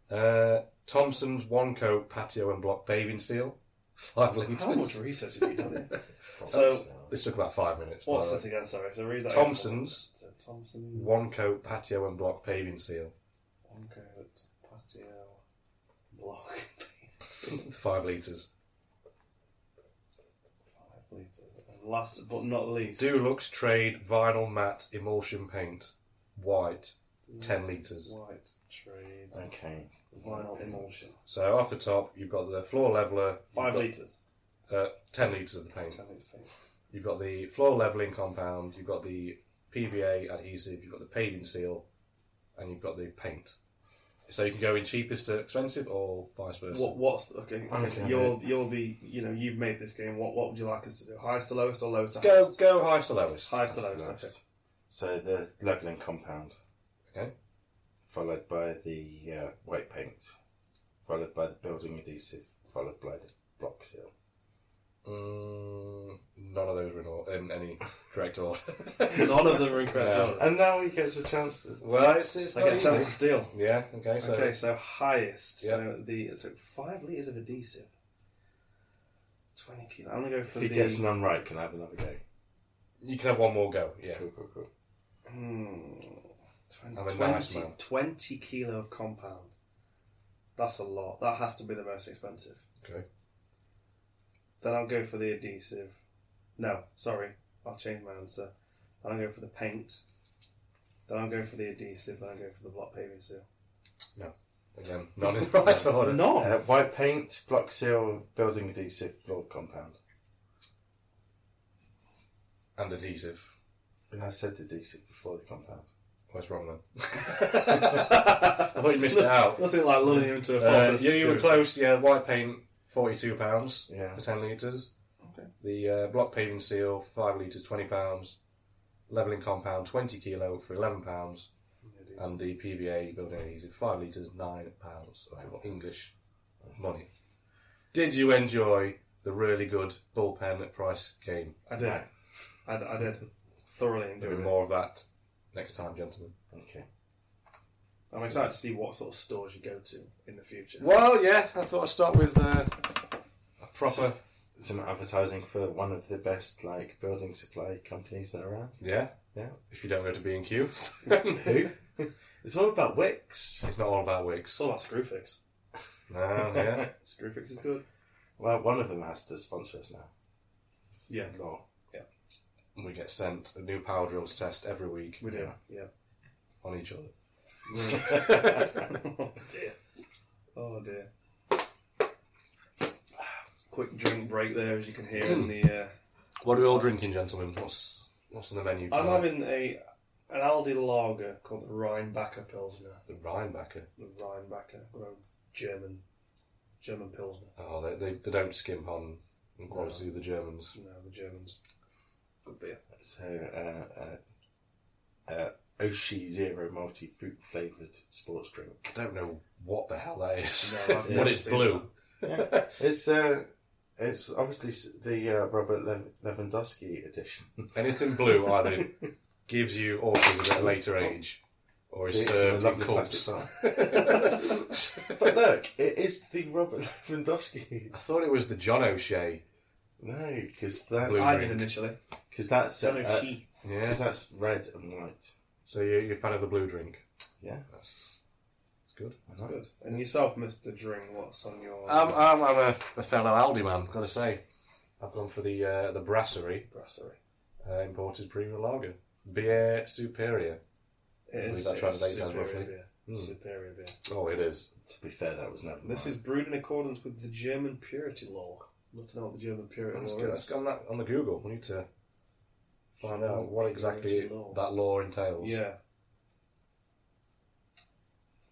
[SPEAKER 4] Uh, Thompson's one coat patio and block paving seal, five liters.
[SPEAKER 2] How much research have you done here? So,
[SPEAKER 4] This took about five minutes. by
[SPEAKER 2] What's
[SPEAKER 4] the way.
[SPEAKER 2] this again? Sorry, so read that.
[SPEAKER 4] Uh, Thompson's
[SPEAKER 2] again. So Thompson's
[SPEAKER 4] one coat patio and block paving seal,
[SPEAKER 2] one coat patio block
[SPEAKER 4] five liters.
[SPEAKER 2] five litres. And last but not least,
[SPEAKER 4] Dulux trade vinyl matte emulsion paint, white, ten liters.
[SPEAKER 2] white trade
[SPEAKER 3] Oh. Okay.
[SPEAKER 2] vinyl emulsion
[SPEAKER 4] So off the top, you've got the floor leveler. you've
[SPEAKER 2] five
[SPEAKER 4] got,
[SPEAKER 2] litres.
[SPEAKER 4] Uh, ten liters of the paint.
[SPEAKER 2] Ten litres paint.
[SPEAKER 4] You've got the floor leveling compound. You've got the PVA adhesive. You've got the paving seal, and you've got the paint. So you can go in cheapest to expensive, or vice versa.
[SPEAKER 2] What, what's the, okay? okay so
[SPEAKER 3] Okay.
[SPEAKER 2] you're you're the you know you've made this game. What what would you like us to do? Highest to lowest or lowest to
[SPEAKER 4] Go
[SPEAKER 2] highest?
[SPEAKER 4] go highest to lowest.
[SPEAKER 2] Highest to
[SPEAKER 3] That's
[SPEAKER 2] lowest.
[SPEAKER 3] nice.
[SPEAKER 2] Okay.
[SPEAKER 3] So the leveling compound.
[SPEAKER 4] Okay.
[SPEAKER 3] Followed by the uh, white paint. Followed by the building adhesive. Followed by the block seal.
[SPEAKER 4] Mm, none of those were in, or- in any correct order.
[SPEAKER 2] None of them are incorrect.
[SPEAKER 4] Yeah.
[SPEAKER 2] are they?
[SPEAKER 3] And now he gets a chance to.
[SPEAKER 4] well, it's it's
[SPEAKER 2] I get
[SPEAKER 4] not
[SPEAKER 2] a
[SPEAKER 4] easy.
[SPEAKER 2] chance to steal.
[SPEAKER 4] Yeah. Okay. So
[SPEAKER 2] okay, so highest.
[SPEAKER 4] Yeah.
[SPEAKER 2] So the so five liters of adhesive. Twenty kilo. I'm gonna go for
[SPEAKER 3] If he
[SPEAKER 2] the.
[SPEAKER 3] gets none right, can I have another go?
[SPEAKER 4] you can have one more go. Yeah.
[SPEAKER 3] Cool, cool, cool.
[SPEAKER 2] Hmm, 20,
[SPEAKER 4] Have a
[SPEAKER 2] 20
[SPEAKER 4] nice man.
[SPEAKER 2] 20 kilo of compound. That's a lot. That has to be the most expensive.
[SPEAKER 4] Okay.
[SPEAKER 2] Then I'll go for the adhesive. No, sorry. I'll change my answer. Then I'll go for the paint. Then I'll go for the adhesive. Then I'll go for the block paving seal.
[SPEAKER 4] Again, none in right order.
[SPEAKER 2] No!
[SPEAKER 3] Uh, white paint, block seal, building adhesive, floor compound.
[SPEAKER 4] And adhesive.
[SPEAKER 3] And I said adhesive before the compound.
[SPEAKER 4] What's wrong then? I thought you missed it out.
[SPEAKER 2] Nothing like lulling you into a
[SPEAKER 4] Uh,
[SPEAKER 2] false
[SPEAKER 4] you, you were close. Yeah. White paint, forty-two pounds
[SPEAKER 3] Yeah.
[SPEAKER 4] for ten liters.
[SPEAKER 2] Okay.
[SPEAKER 4] The uh, block paving seal, five liters, twenty pounds. Leveling compound, twenty kilo for eleven pounds. and the PVA building adhesive, five litres, nine pounds of English money. Did you enjoy the really good bullpen price game?
[SPEAKER 2] I did. I, I did. Thoroughly enjoyed
[SPEAKER 4] There'll be
[SPEAKER 2] it.
[SPEAKER 4] more of that next time, gentlemen.
[SPEAKER 3] Okay.
[SPEAKER 2] I'm excited to see what sort of stores you go to in the future.
[SPEAKER 4] Well, yeah, I thought I'd start with uh, a proper.
[SPEAKER 3] Some advertising for one of the best like building supply companies that are around.
[SPEAKER 4] Yeah,
[SPEAKER 3] Yeah.
[SPEAKER 4] if you don't go to B and Q,
[SPEAKER 3] Who? it's all about wicks.
[SPEAKER 4] it's not all about wigs.
[SPEAKER 2] It's all about Screwfix.
[SPEAKER 4] No, yeah.
[SPEAKER 2] Screwfix is good.
[SPEAKER 3] Well, one of them has to sponsor us now.
[SPEAKER 2] Yeah,
[SPEAKER 3] Law.
[SPEAKER 4] We get sent a new power drill to test every week
[SPEAKER 2] we do. Yeah.
[SPEAKER 4] on each other.
[SPEAKER 2] oh dear. Oh dear. Quick drink break there, as you can hear in the. Uh,
[SPEAKER 4] What are we all drinking, gentlemen? What's what's in the menu?
[SPEAKER 2] I'm
[SPEAKER 4] tonight?
[SPEAKER 2] having a an Aldi lager called the Rheinbacher Pilsner.
[SPEAKER 4] the Rhinebacker.
[SPEAKER 2] The Rheinbacher, well, German, German Pilsner.
[SPEAKER 4] Oh, they, they, they don't skimp on the quality of the Germans.
[SPEAKER 2] No, the Germans. Good beer.
[SPEAKER 3] So, uh, uh, uh, Oshi Zero Multi Fruit Flavoured Sports Drink.
[SPEAKER 4] I don't know what the hell that is.
[SPEAKER 2] No, I've
[SPEAKER 4] but
[SPEAKER 2] never
[SPEAKER 4] it's
[SPEAKER 2] seen
[SPEAKER 4] blue.
[SPEAKER 3] It's uh, it's obviously s- the uh, Robert Lev- Lewandowski edition.
[SPEAKER 4] Anything blue either gives you autism at a later
[SPEAKER 2] Oh.
[SPEAKER 4] age or uh,
[SPEAKER 3] See, it's
[SPEAKER 4] is
[SPEAKER 3] in
[SPEAKER 4] served
[SPEAKER 3] a
[SPEAKER 4] in
[SPEAKER 3] lovely
[SPEAKER 4] cups.
[SPEAKER 3] plastic bag. but look, it is the Robert Lewandowski.
[SPEAKER 4] I thought it was the John O'Shea.
[SPEAKER 3] No, because
[SPEAKER 4] Blue
[SPEAKER 2] I
[SPEAKER 3] that's
[SPEAKER 2] did
[SPEAKER 4] drink.
[SPEAKER 2] initially.
[SPEAKER 3] because that's
[SPEAKER 2] Don't know if
[SPEAKER 3] uh,
[SPEAKER 2] she.
[SPEAKER 4] Yeah.
[SPEAKER 3] 'cause that's red and white.
[SPEAKER 4] So you're, you're a fan of the blue drink?
[SPEAKER 3] Yeah.
[SPEAKER 4] That's, that's good.
[SPEAKER 3] I know.
[SPEAKER 2] Good. And yourself, Mister Dring. What's on your
[SPEAKER 4] I'm, I'm, I'm a, a fellow Aldi man, gotta say. I've gone for the uh, the Brasserie
[SPEAKER 2] brasserie?
[SPEAKER 4] uh, imported premium lager. Beer Superior.
[SPEAKER 2] It
[SPEAKER 4] Believe that translates as
[SPEAKER 2] superior
[SPEAKER 4] roughly.
[SPEAKER 2] beer. Superior beer.
[SPEAKER 4] Oh, it is.
[SPEAKER 3] To be fair, that was never.
[SPEAKER 2] This
[SPEAKER 3] mine.
[SPEAKER 2] is brewed in accordance with the German purity law. Not to know what the German purity
[SPEAKER 4] Let's
[SPEAKER 2] law
[SPEAKER 4] get,
[SPEAKER 2] is.
[SPEAKER 4] let's get on that on the Google. We need to find out what exactly
[SPEAKER 2] Law.
[SPEAKER 4] that law entails.
[SPEAKER 2] Yeah.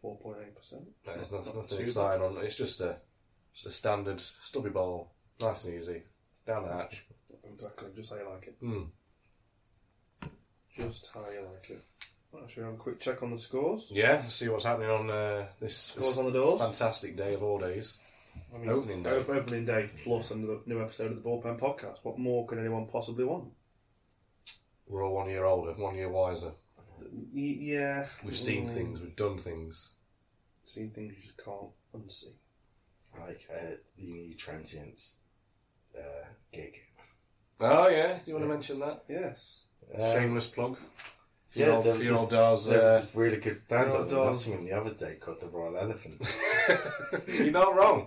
[SPEAKER 2] 4.8%?
[SPEAKER 4] No, it's not, nothing
[SPEAKER 2] too
[SPEAKER 4] exciting on. It's just a, just a standard stubby bowl, nice and easy, down the hatch.
[SPEAKER 2] Exactly, just how you like it.
[SPEAKER 4] Mm.
[SPEAKER 2] Just how you like it. Well, should we have a quick check on the scores?
[SPEAKER 4] Yeah, see what's happening on uh, this,
[SPEAKER 2] Scores
[SPEAKER 4] this
[SPEAKER 2] on the doors?
[SPEAKER 4] fantastic day of all days.
[SPEAKER 2] I mean,
[SPEAKER 4] opening day.
[SPEAKER 2] o- Opening day plus another new episode of the Ballpen Podcast. What more could anyone possibly want?
[SPEAKER 4] We're all one year older, one year wiser.
[SPEAKER 2] Y- yeah.
[SPEAKER 4] We've seen
[SPEAKER 2] Mm.
[SPEAKER 4] things, we've done things.
[SPEAKER 2] Seen things you just can't unsee.
[SPEAKER 3] like uh, the new transients uh, gig.
[SPEAKER 4] Oh yeah, do you want
[SPEAKER 3] Yes.
[SPEAKER 4] to mention that?
[SPEAKER 2] Yes.
[SPEAKER 3] Um,
[SPEAKER 4] Shameless plug. For your
[SPEAKER 3] yeah,
[SPEAKER 4] old,
[SPEAKER 3] there
[SPEAKER 4] for
[SPEAKER 3] was
[SPEAKER 4] your
[SPEAKER 3] this-
[SPEAKER 4] old Dars,
[SPEAKER 3] there
[SPEAKER 4] uh,
[SPEAKER 3] was a really good band
[SPEAKER 2] Royal
[SPEAKER 3] on in
[SPEAKER 2] Dars.
[SPEAKER 3] Nottingham the other day called the Royal Elephant.
[SPEAKER 4] You're not wrong.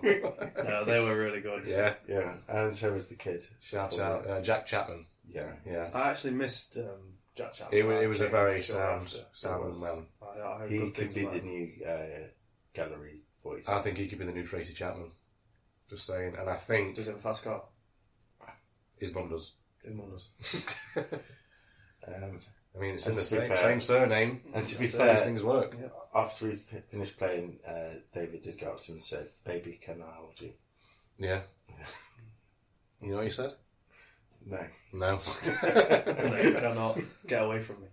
[SPEAKER 2] No, they were really good.
[SPEAKER 4] yeah,
[SPEAKER 3] yeah, and so was the kid.
[SPEAKER 4] shout out uh, Jack Chapman.
[SPEAKER 3] Yeah,
[SPEAKER 4] Yeah,
[SPEAKER 2] I actually missed um, Jack Chapman.
[SPEAKER 4] He was, he was a
[SPEAKER 2] I
[SPEAKER 4] very
[SPEAKER 2] came sure
[SPEAKER 4] sound,
[SPEAKER 2] after.
[SPEAKER 4] sound
[SPEAKER 3] It was.
[SPEAKER 4] man.
[SPEAKER 2] I, I heard
[SPEAKER 3] he
[SPEAKER 2] good
[SPEAKER 3] could
[SPEAKER 2] things
[SPEAKER 3] be
[SPEAKER 2] about
[SPEAKER 3] the
[SPEAKER 2] him.
[SPEAKER 3] new uh, gallery voice.
[SPEAKER 4] I think he could be the new Tracy Chapman. Just saying, and I think
[SPEAKER 2] Does he have a fast car?
[SPEAKER 4] his mum does.
[SPEAKER 2] In Mondays.
[SPEAKER 3] Um,
[SPEAKER 4] I mean, it's in
[SPEAKER 3] And
[SPEAKER 4] the
[SPEAKER 3] to be
[SPEAKER 4] same,
[SPEAKER 3] fair-
[SPEAKER 4] same surname.
[SPEAKER 3] And to be
[SPEAKER 4] That's how these
[SPEAKER 3] fair,
[SPEAKER 4] things work.
[SPEAKER 3] after he fi- finished playing, uh, David did go up to him and said, "Baby, can I hold you?"
[SPEAKER 4] Yeah. You know what you said?
[SPEAKER 3] No.
[SPEAKER 4] No.
[SPEAKER 2] They cannot get away from me.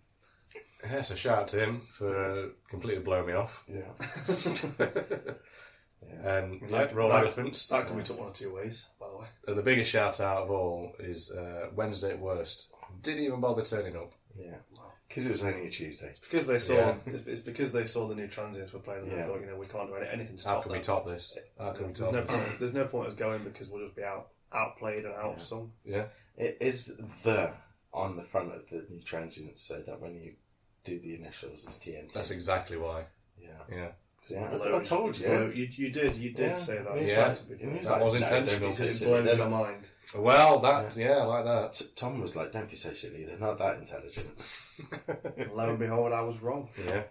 [SPEAKER 4] Yeah, so shout out to him for uh, completely blowing me off.
[SPEAKER 3] Yeah.
[SPEAKER 4] And yeah,
[SPEAKER 2] Like-
[SPEAKER 4] Roll
[SPEAKER 2] like-
[SPEAKER 4] Elephants.
[SPEAKER 2] That could be took one or two ways, by the way.
[SPEAKER 4] And uh, the biggest shout out of all is uh, Wednesday at Worst. Didn't even bother turning up.
[SPEAKER 3] Yeah. Because it was only a Tuesday.
[SPEAKER 2] Because they saw,
[SPEAKER 4] Yeah.
[SPEAKER 2] it's, it's because they saw the new transients were playing, and they
[SPEAKER 3] Yeah.
[SPEAKER 2] thought, you know, we can't do any- anything to
[SPEAKER 4] How
[SPEAKER 2] top
[SPEAKER 4] can
[SPEAKER 2] that.
[SPEAKER 4] we top this? How can we
[SPEAKER 2] there's
[SPEAKER 4] top
[SPEAKER 2] no
[SPEAKER 4] this?
[SPEAKER 2] point. There's no point us going because we'll just be out outplayed and outsung.
[SPEAKER 4] Yeah.
[SPEAKER 3] It is the on the front of the new transient, so that when you do the initials, it's TNT.
[SPEAKER 4] That's exactly why.
[SPEAKER 3] Yeah.
[SPEAKER 4] Yeah.
[SPEAKER 3] Yeah, I, I told you.
[SPEAKER 2] Well, you, you did, you did
[SPEAKER 3] Yeah.
[SPEAKER 2] say that.
[SPEAKER 3] Yeah.
[SPEAKER 4] Yeah.
[SPEAKER 2] You
[SPEAKER 3] He's
[SPEAKER 4] That was
[SPEAKER 3] "No,
[SPEAKER 4] intentional."
[SPEAKER 3] don't be so
[SPEAKER 2] It
[SPEAKER 3] silly.
[SPEAKER 2] blows
[SPEAKER 3] They're
[SPEAKER 2] your
[SPEAKER 3] not-
[SPEAKER 2] mind.
[SPEAKER 4] Well, that, yeah, like that.
[SPEAKER 3] T- Tom was like, "Don't be so silly. They're not that intelligent."
[SPEAKER 2] Lo and behold, I was wrong.
[SPEAKER 4] Yeah.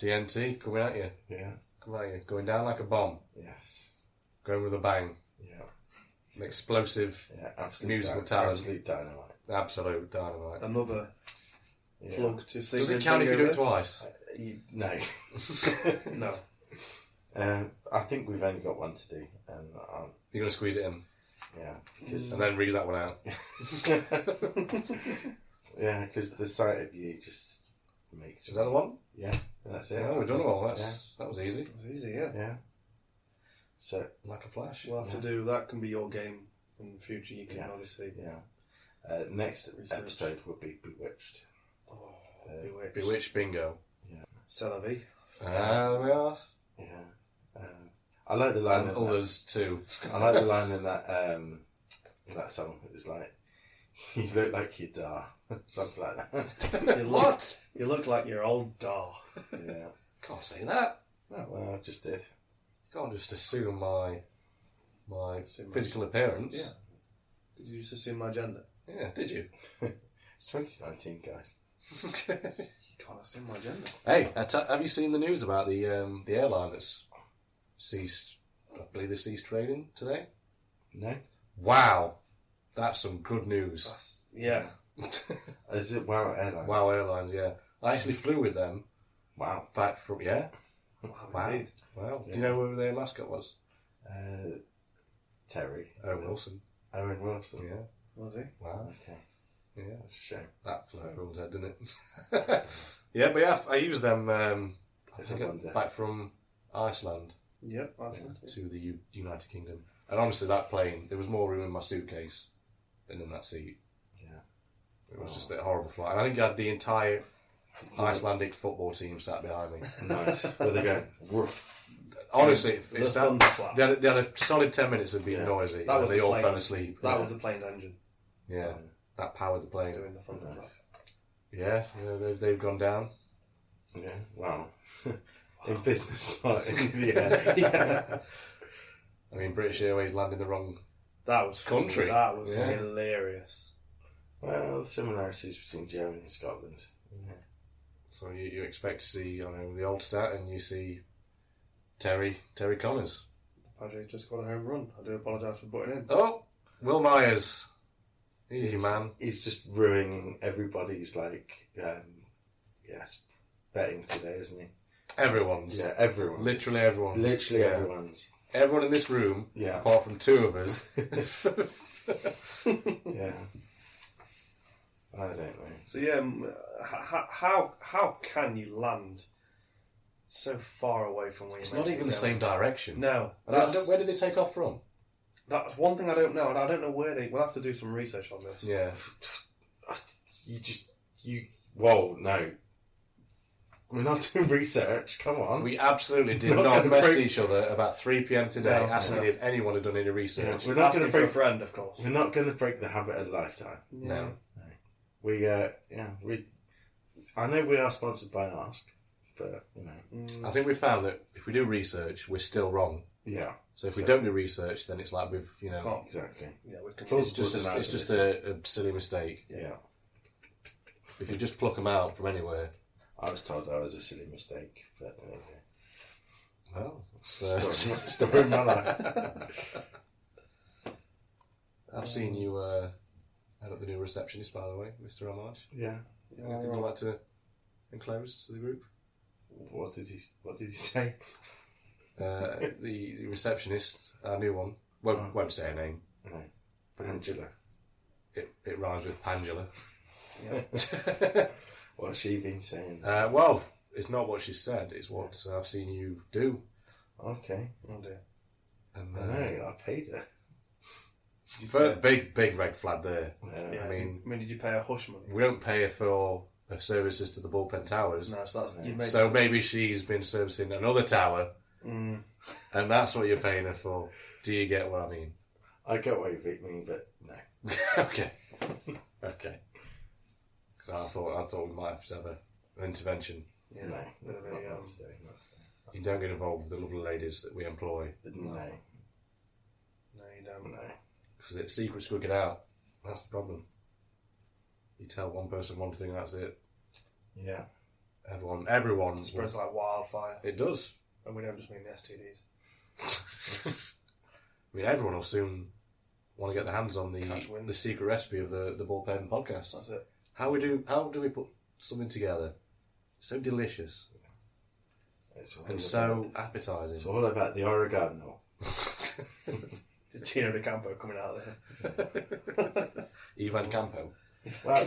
[SPEAKER 4] TNT coming at you.
[SPEAKER 3] Yeah.
[SPEAKER 4] Coming at you. Going down like a bomb.
[SPEAKER 3] Yes.
[SPEAKER 4] Going with a bang.
[SPEAKER 3] Yeah.
[SPEAKER 4] An explosive,
[SPEAKER 3] Yeah. Absolute
[SPEAKER 4] Musical
[SPEAKER 3] dy-
[SPEAKER 4] talent.
[SPEAKER 3] Absolute dynamite.
[SPEAKER 4] absolute dynamite.
[SPEAKER 2] Another
[SPEAKER 3] Yeah. Uh,
[SPEAKER 2] plug to see.
[SPEAKER 4] Does it count if you do it twice?
[SPEAKER 3] You- no.
[SPEAKER 2] No.
[SPEAKER 3] Um, I think we've only got one to do, and um,
[SPEAKER 4] You're going to squeeze it in
[SPEAKER 3] yeah, because
[SPEAKER 4] and then read that one out. Mm.
[SPEAKER 3] yeah, because the sight of you just makes.
[SPEAKER 4] Is that the one?
[SPEAKER 3] Yeah. That's it.
[SPEAKER 4] Yeah, we've done it all. That's, That was easy.
[SPEAKER 2] It's easy, yeah.
[SPEAKER 3] Yeah. So
[SPEAKER 4] Like a flash.
[SPEAKER 2] We'll have to do that. Can be your game in the future. You can
[SPEAKER 3] Yeah.
[SPEAKER 2] obviously
[SPEAKER 3] yeah. Uh, next
[SPEAKER 2] Research.
[SPEAKER 3] episode will be Bewitched.
[SPEAKER 2] oh,
[SPEAKER 3] Uh,
[SPEAKER 2] bewitched.
[SPEAKER 4] Bewitched Bingo.
[SPEAKER 2] Celavi.
[SPEAKER 4] Ah, we are.
[SPEAKER 3] Yeah. Um, I like the line.
[SPEAKER 4] And
[SPEAKER 3] in
[SPEAKER 4] others too.
[SPEAKER 3] that- I like the line in that um, in that song. It was like, "You look like you are," something like that.
[SPEAKER 2] You look,
[SPEAKER 4] What?
[SPEAKER 2] you look like your old doll.
[SPEAKER 3] yeah.
[SPEAKER 4] Can't say that.
[SPEAKER 3] No, well, I just did.
[SPEAKER 4] You can't just assume my my
[SPEAKER 2] Assume
[SPEAKER 4] physical appearance.
[SPEAKER 2] Yeah. Did you just assume my gender?
[SPEAKER 4] Yeah, did you?
[SPEAKER 3] It's 2019, guys.
[SPEAKER 2] You can't assume my gender.
[SPEAKER 4] hey, I ta- have you seen the news about the um, the airline that's ceased? I believe they ceased trading today.
[SPEAKER 3] No.
[SPEAKER 4] Wow, that's some good news.
[SPEAKER 2] That's, yeah.
[SPEAKER 3] Is it Wow Airlines?
[SPEAKER 4] wow Airlines, yeah. I actually flew with them
[SPEAKER 3] Wow.
[SPEAKER 4] back from yeah.
[SPEAKER 2] Wow.
[SPEAKER 4] Wow.
[SPEAKER 2] Indeed.
[SPEAKER 4] Wow. Do you know where their mascot was?
[SPEAKER 3] Uh, Terry.
[SPEAKER 4] Owen Wilson.
[SPEAKER 3] Owen Wilson.
[SPEAKER 4] Yeah.
[SPEAKER 2] Was he?
[SPEAKER 4] Wow.
[SPEAKER 3] Okay.
[SPEAKER 4] Yeah.
[SPEAKER 3] That's a shame.
[SPEAKER 4] That flew everyone's head, didn't it? yeah, but yeah, I used them. Um, I
[SPEAKER 3] It's
[SPEAKER 4] think
[SPEAKER 3] a
[SPEAKER 4] it-
[SPEAKER 3] wonder.
[SPEAKER 4] back from Iceland
[SPEAKER 2] Yep. That's it.
[SPEAKER 4] to the U- United Kingdom, and honestly, that plane there was more room in my suitcase than in that seat.
[SPEAKER 3] Yeah.
[SPEAKER 4] It was just a horrible flight. And I think I had the entire Icelandic football team sat behind me.
[SPEAKER 3] Nice. Where they going? Woof.
[SPEAKER 4] Honestly, it, it
[SPEAKER 2] The
[SPEAKER 4] sounded.
[SPEAKER 2] thunderclap.
[SPEAKER 4] They had, a- they had a solid ten minutes of being
[SPEAKER 3] Yeah.
[SPEAKER 4] noisy,
[SPEAKER 2] That
[SPEAKER 4] and
[SPEAKER 2] was
[SPEAKER 4] they
[SPEAKER 2] the
[SPEAKER 4] all
[SPEAKER 2] plane.
[SPEAKER 4] fell asleep.
[SPEAKER 2] That
[SPEAKER 4] yeah.
[SPEAKER 2] was the plane's engine
[SPEAKER 4] yeah,
[SPEAKER 3] Um,
[SPEAKER 4] that powered the plane.
[SPEAKER 2] doing the thunderclap.
[SPEAKER 3] Nice.
[SPEAKER 4] Yeah, yeah they've, they've gone down.
[SPEAKER 3] Yeah. Wow. in business, not in the air. yeah.
[SPEAKER 4] I mean, British Airways landed the wrong
[SPEAKER 2] That was
[SPEAKER 4] Country.
[SPEAKER 2] That was
[SPEAKER 4] Yeah.
[SPEAKER 2] hilarious.
[SPEAKER 3] Well, similarities between Germany and Scotland.
[SPEAKER 4] So you, you expect to see, you know, the old stat, and you see Terry Terry Connors.
[SPEAKER 2] Padre just got a home run. I do apologise for butting in.
[SPEAKER 4] Oh, Will Myers, easy
[SPEAKER 3] He's-
[SPEAKER 4] man.
[SPEAKER 3] He's just ruining everybody's like, um, yes, betting today, isn't
[SPEAKER 4] Everyone's
[SPEAKER 3] he? Yeah, everyone.
[SPEAKER 4] literally everyone,
[SPEAKER 3] Literally
[SPEAKER 4] Yeah.
[SPEAKER 3] everyone's.
[SPEAKER 4] everyone in this room,
[SPEAKER 3] Yeah.
[SPEAKER 4] apart from two of us.
[SPEAKER 3] Yeah. I don't know.
[SPEAKER 2] So yeah, um, h- h- how how can you land so far away from where
[SPEAKER 4] it's
[SPEAKER 2] you're meant
[SPEAKER 4] not
[SPEAKER 2] to
[SPEAKER 4] even
[SPEAKER 2] be
[SPEAKER 4] the
[SPEAKER 2] going?
[SPEAKER 4] same direction.
[SPEAKER 2] No,
[SPEAKER 4] I don't- I
[SPEAKER 2] that's,
[SPEAKER 4] don't- where did they take off from?
[SPEAKER 2] that's one thing I don't know, and I don't know where they. We'll have to do some research on this.
[SPEAKER 4] Yeah,
[SPEAKER 3] You just you. Whoa, no. We're not doing research. Come on.
[SPEAKER 4] we absolutely did
[SPEAKER 3] Not
[SPEAKER 4] not
[SPEAKER 3] gonna
[SPEAKER 4] mess
[SPEAKER 3] break-
[SPEAKER 4] each other about three p.m. today,
[SPEAKER 2] No,
[SPEAKER 4] asking
[SPEAKER 2] no.
[SPEAKER 4] if anyone had done any research.
[SPEAKER 3] we're not
[SPEAKER 2] Asking
[SPEAKER 3] going to
[SPEAKER 2] for a
[SPEAKER 3] break.
[SPEAKER 2] friend, of course.
[SPEAKER 3] We're not going to break the habit of a lifetime.
[SPEAKER 4] No,
[SPEAKER 3] We uh, yeah. We. I know we are sponsored by Ask, but you know.
[SPEAKER 4] I think we found that if we do research, we're still wrong.
[SPEAKER 3] Yeah.
[SPEAKER 4] So if we don't do research, then it's like we've you know
[SPEAKER 2] Can't.
[SPEAKER 3] Exactly.
[SPEAKER 2] Yeah, we can.
[SPEAKER 4] It's just, a, it's just a, a silly mistake.
[SPEAKER 3] Yeah.
[SPEAKER 4] If you just pluck them out from anywhere,
[SPEAKER 3] I was told I was a silly mistake, but uh, there you
[SPEAKER 4] well, it's,
[SPEAKER 3] go.
[SPEAKER 4] uh,
[SPEAKER 3] Story- story of my life.
[SPEAKER 4] I've seen you uh, head up the new receptionist, by the way, Mr. Armage.
[SPEAKER 3] Yeah.
[SPEAKER 4] Anything you'd like to enclose to the group?
[SPEAKER 3] What did he? What did he say?
[SPEAKER 4] Uh, the, the receptionist, our new one, won't,
[SPEAKER 3] Oh.
[SPEAKER 4] won't say her name.
[SPEAKER 3] No.
[SPEAKER 4] But
[SPEAKER 3] Angela.
[SPEAKER 4] It, it rhymes with Pangela.
[SPEAKER 2] Yeah.
[SPEAKER 3] What's she been saying?
[SPEAKER 4] uh, well, it's not what she said, it's what uh, I've seen you do.
[SPEAKER 3] Okay.
[SPEAKER 2] Oh dear.
[SPEAKER 4] And,
[SPEAKER 3] I
[SPEAKER 4] uh,
[SPEAKER 3] know. I paid her.
[SPEAKER 4] fir- Big, big red flag there.
[SPEAKER 3] Uh,
[SPEAKER 4] I mean,
[SPEAKER 2] I mean, did you pay a hush money?
[SPEAKER 4] we don't pay her for her services to the bullpen towers.
[SPEAKER 2] No, so that's you made.
[SPEAKER 4] So maybe she's been servicing another tower,
[SPEAKER 2] Mm,
[SPEAKER 4] and that's what you're paying her for. Do you get what I mean?
[SPEAKER 3] I get what you mean, but no.
[SPEAKER 4] okay, okay. Because I thought I thought we might have to have a, an intervention.
[SPEAKER 2] yeah.
[SPEAKER 3] No.
[SPEAKER 2] Bit of a,
[SPEAKER 3] not
[SPEAKER 2] um,
[SPEAKER 3] today. Not today.
[SPEAKER 4] You don't get involved with the lovely ladies that we employ
[SPEAKER 3] No.
[SPEAKER 2] No, you don't.
[SPEAKER 3] No.
[SPEAKER 4] because it's secrets will get out. That's the problem. You tell one person one thing, that's it.
[SPEAKER 3] Yeah.
[SPEAKER 4] Everyone, everyone.
[SPEAKER 2] It
[SPEAKER 4] will-
[SPEAKER 2] spreads like wildfire,
[SPEAKER 4] It does.
[SPEAKER 2] and we don't just mean the STDs.
[SPEAKER 4] I mean, everyone will soon want to get their hands on the
[SPEAKER 2] Catch wind.
[SPEAKER 4] the secret recipe of the the bullpen podcast.
[SPEAKER 2] That's it.
[SPEAKER 4] How we do? How do we put something together so delicious
[SPEAKER 3] It's all
[SPEAKER 4] and
[SPEAKER 3] about-
[SPEAKER 4] so
[SPEAKER 3] It's
[SPEAKER 4] appetising?
[SPEAKER 3] all about the oregano.
[SPEAKER 2] The Gino De Campo coming out of there.
[SPEAKER 4] Ivan Campo.
[SPEAKER 3] Well,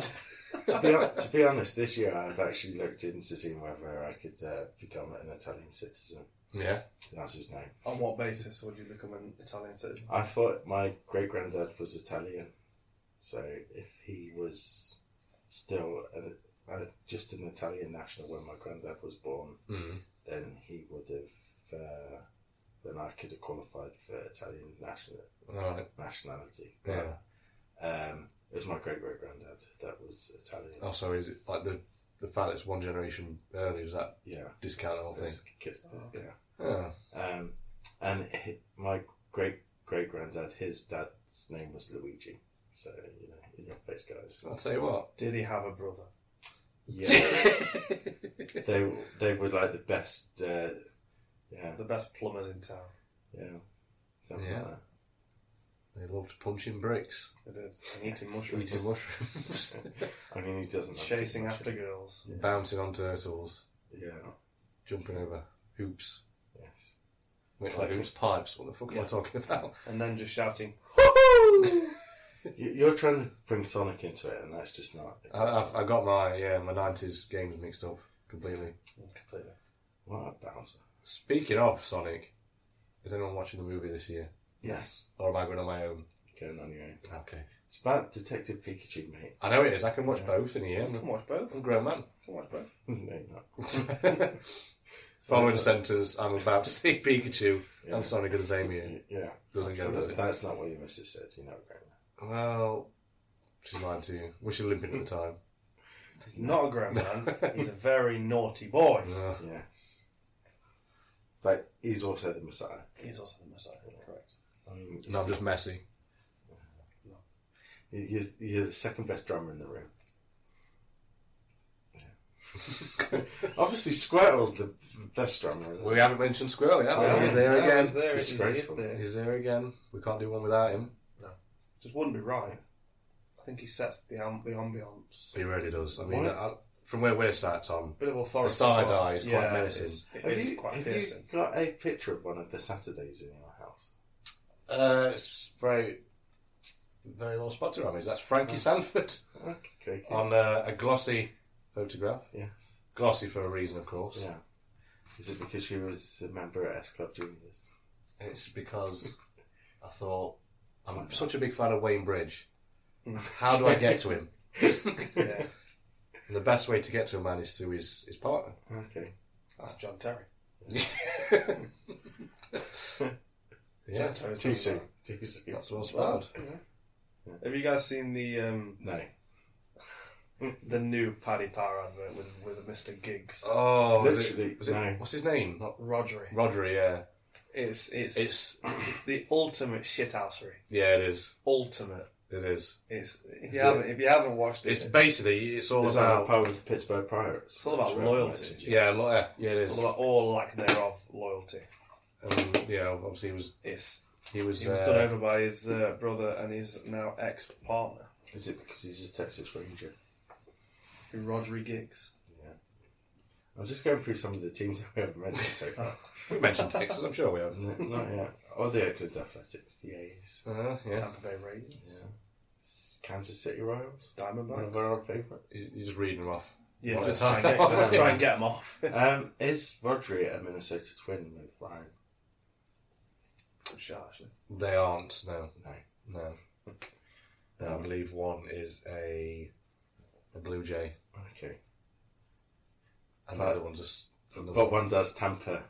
[SPEAKER 3] to be, hon- to be honest, this year I've actually looked into seeing whether I could uh, become an Italian citizen.
[SPEAKER 4] Yeah.
[SPEAKER 3] That's his name.
[SPEAKER 2] On what basis would you become an Italian citizen?
[SPEAKER 3] I thought my great granddad was Italian, so if he was still an, uh, just an Italian national when my granddad was born,
[SPEAKER 4] Mm.
[SPEAKER 3] then he would have. Uh, then I could have qualified for Italian national
[SPEAKER 4] All right.
[SPEAKER 3] nationality.
[SPEAKER 4] Yeah.
[SPEAKER 3] Um, it was my great great granddad that was Italian.
[SPEAKER 4] Oh, so is it like the the fact that it's one generation earlier? Does that
[SPEAKER 3] Yeah,
[SPEAKER 4] discount the whole
[SPEAKER 3] it
[SPEAKER 4] thing?
[SPEAKER 3] was kid- yeah.
[SPEAKER 4] Yeah.
[SPEAKER 3] Um, and hi my great great granddad, his dad's name was Luigi. So you know, in your face, guys.
[SPEAKER 4] I'll tell you what.
[SPEAKER 2] Did he have a brother?
[SPEAKER 3] Yeah, they they were like the best. Uh, yeah,
[SPEAKER 2] The best plumbers in town.
[SPEAKER 3] yeah, something
[SPEAKER 4] Yeah.
[SPEAKER 3] like that.
[SPEAKER 4] they love to punch in bricks,
[SPEAKER 2] They did. And eating mushrooms.
[SPEAKER 4] eating mushrooms,
[SPEAKER 3] I mean, he doesn't have
[SPEAKER 2] Chasing
[SPEAKER 3] much-
[SPEAKER 2] after girls.
[SPEAKER 4] bouncing on turtles,
[SPEAKER 3] Yeah,
[SPEAKER 4] jumping over hoops.
[SPEAKER 3] yes.
[SPEAKER 4] Wait, like hoops pipes. What the fuck am I talking about?
[SPEAKER 2] And then just shouting,
[SPEAKER 3] You, you're trying to bring Sonic into it, and that's just not.
[SPEAKER 4] I, I've, I got my yeah my nineties games mixed up completely.
[SPEAKER 2] completely.
[SPEAKER 3] What a bouncer!
[SPEAKER 4] Speaking of Sonic, is anyone watching the movie this year,
[SPEAKER 2] Yes.
[SPEAKER 4] or am I going on my own?
[SPEAKER 3] Going on your own.
[SPEAKER 4] Okay,
[SPEAKER 3] It's about Detective Pikachu, mate.
[SPEAKER 4] I know it is. I can watch both in a year.
[SPEAKER 2] You
[SPEAKER 4] I'm
[SPEAKER 2] can watch both.
[SPEAKER 4] a grown man.
[SPEAKER 2] You can watch both.
[SPEAKER 3] no, not.
[SPEAKER 4] Following sentence, I'm about to see Pikachu
[SPEAKER 3] Yeah.
[SPEAKER 4] and Sonic and Xavier.
[SPEAKER 3] Yeah,
[SPEAKER 4] Doesn't go, does it?
[SPEAKER 3] that's not what your missus said. You're not going there.
[SPEAKER 4] Well, she's lying to you. Was she limping at the time?
[SPEAKER 2] He's not a grown man. He's a very naughty boy.
[SPEAKER 4] No.
[SPEAKER 3] Yeah. But he's also the Messiah. Um,
[SPEAKER 2] He's also the Messiah. Correct.
[SPEAKER 3] I mean,
[SPEAKER 4] No, I'm just messy.
[SPEAKER 3] you- you're, you're the second best drummer in the room. Yeah. Obviously, Squirtle's the best drummer. Isn't
[SPEAKER 4] We haven't mentioned Squirrel yet.
[SPEAKER 3] Oh,
[SPEAKER 4] He's
[SPEAKER 3] yeah.
[SPEAKER 4] there
[SPEAKER 2] No,
[SPEAKER 4] again.
[SPEAKER 2] He's there. He's, he's
[SPEAKER 3] Disgraceful.
[SPEAKER 2] there.
[SPEAKER 4] He's there again. We can't do one without him.
[SPEAKER 2] Just wouldn't be right. I think he sets the am- the ambiance.
[SPEAKER 4] He really does. I mean,
[SPEAKER 3] What?
[SPEAKER 4] I, from where we're sat, Tom,
[SPEAKER 2] Bit of authority.
[SPEAKER 4] The side
[SPEAKER 2] as well.
[SPEAKER 4] eye is quite menacing.
[SPEAKER 2] It's, it
[SPEAKER 3] have
[SPEAKER 2] is
[SPEAKER 3] you,
[SPEAKER 2] quite
[SPEAKER 3] have
[SPEAKER 2] piercing.
[SPEAKER 3] you got a picture of one of the Saturdays in your house?
[SPEAKER 4] uh, it's very, very well spotted on me. That's Frankie Sanford
[SPEAKER 3] Okay, okay, okay.
[SPEAKER 4] Oh. on uh, a glossy photograph.
[SPEAKER 3] Yeah.
[SPEAKER 4] glossy for a reason, of course.
[SPEAKER 3] Yeah. Is it because she was a member at S Club Juniors?
[SPEAKER 4] It's because I thought I'm such a big fan of Wayne Bridge.
[SPEAKER 2] Mm.
[SPEAKER 4] How do I get to him?
[SPEAKER 2] yeah,
[SPEAKER 4] And the best way to get to a man is through his, his partner.
[SPEAKER 3] Okay.
[SPEAKER 2] that's John Terry.
[SPEAKER 4] yeah,
[SPEAKER 2] John Terry's
[SPEAKER 3] Too
[SPEAKER 2] John
[SPEAKER 3] soon.
[SPEAKER 2] Terry.
[SPEAKER 3] Too soon.
[SPEAKER 4] that's well spotted.
[SPEAKER 2] Have you guys seen the um,
[SPEAKER 3] No.
[SPEAKER 2] the new Paddy Power advert with with Mr. Giggs?
[SPEAKER 4] Oh, was
[SPEAKER 3] Literally,
[SPEAKER 4] it, was it,
[SPEAKER 3] no.
[SPEAKER 4] what's his name? Not
[SPEAKER 2] Rodri.
[SPEAKER 4] Rodri, yeah.
[SPEAKER 2] It's it's it's,
[SPEAKER 4] It's
[SPEAKER 2] the ultimate shithousery.
[SPEAKER 4] yeah, it is.
[SPEAKER 2] Ultimate.
[SPEAKER 4] It is.
[SPEAKER 2] It's if you
[SPEAKER 3] it-
[SPEAKER 2] haven't if you haven't watched it,
[SPEAKER 4] It's
[SPEAKER 2] it's,
[SPEAKER 4] basically it's all
[SPEAKER 3] Is that
[SPEAKER 4] about
[SPEAKER 3] a part of the Pittsburgh Pirates?
[SPEAKER 2] all about
[SPEAKER 3] That's where I
[SPEAKER 2] loyalty.
[SPEAKER 3] imagine.
[SPEAKER 4] yeah, lo- yeah, yeah, it
[SPEAKER 2] all
[SPEAKER 4] is.
[SPEAKER 2] about all lack thereof loyalty.
[SPEAKER 4] Um, yeah, obviously he was
[SPEAKER 2] It's
[SPEAKER 4] he was,
[SPEAKER 2] He was
[SPEAKER 4] uh,
[SPEAKER 2] done over by his uh, brother and his now ex partner.
[SPEAKER 3] Is it because he's a Texas Ranger?
[SPEAKER 2] Rodri Giggs.
[SPEAKER 3] I'm just going through some of the teams that we haven't mentioned so far.
[SPEAKER 4] We mentioned Texas, I'm sure we have.
[SPEAKER 3] No, Not yet. Oh, the Oakland Athletics, the A's,
[SPEAKER 4] Uh, yeah.
[SPEAKER 2] Tampa Bay Rays.
[SPEAKER 3] Kansas City Royals, one of
[SPEAKER 2] Diamondbacks.
[SPEAKER 3] our favourites.
[SPEAKER 4] He's- You're just reading them off.
[SPEAKER 2] Yeah,
[SPEAKER 4] One
[SPEAKER 2] just
[SPEAKER 4] at a
[SPEAKER 2] try and,
[SPEAKER 4] time.
[SPEAKER 2] get, just try and get them off.
[SPEAKER 3] Um, is Rodri a Minnesota Twin with Ryan?
[SPEAKER 2] Shut, actually.
[SPEAKER 4] They aren't, no.
[SPEAKER 3] No.
[SPEAKER 4] No. No, I believe one is a, a Blue Jay,
[SPEAKER 3] Okay,
[SPEAKER 4] and the other one's just another
[SPEAKER 3] but one does Tampa.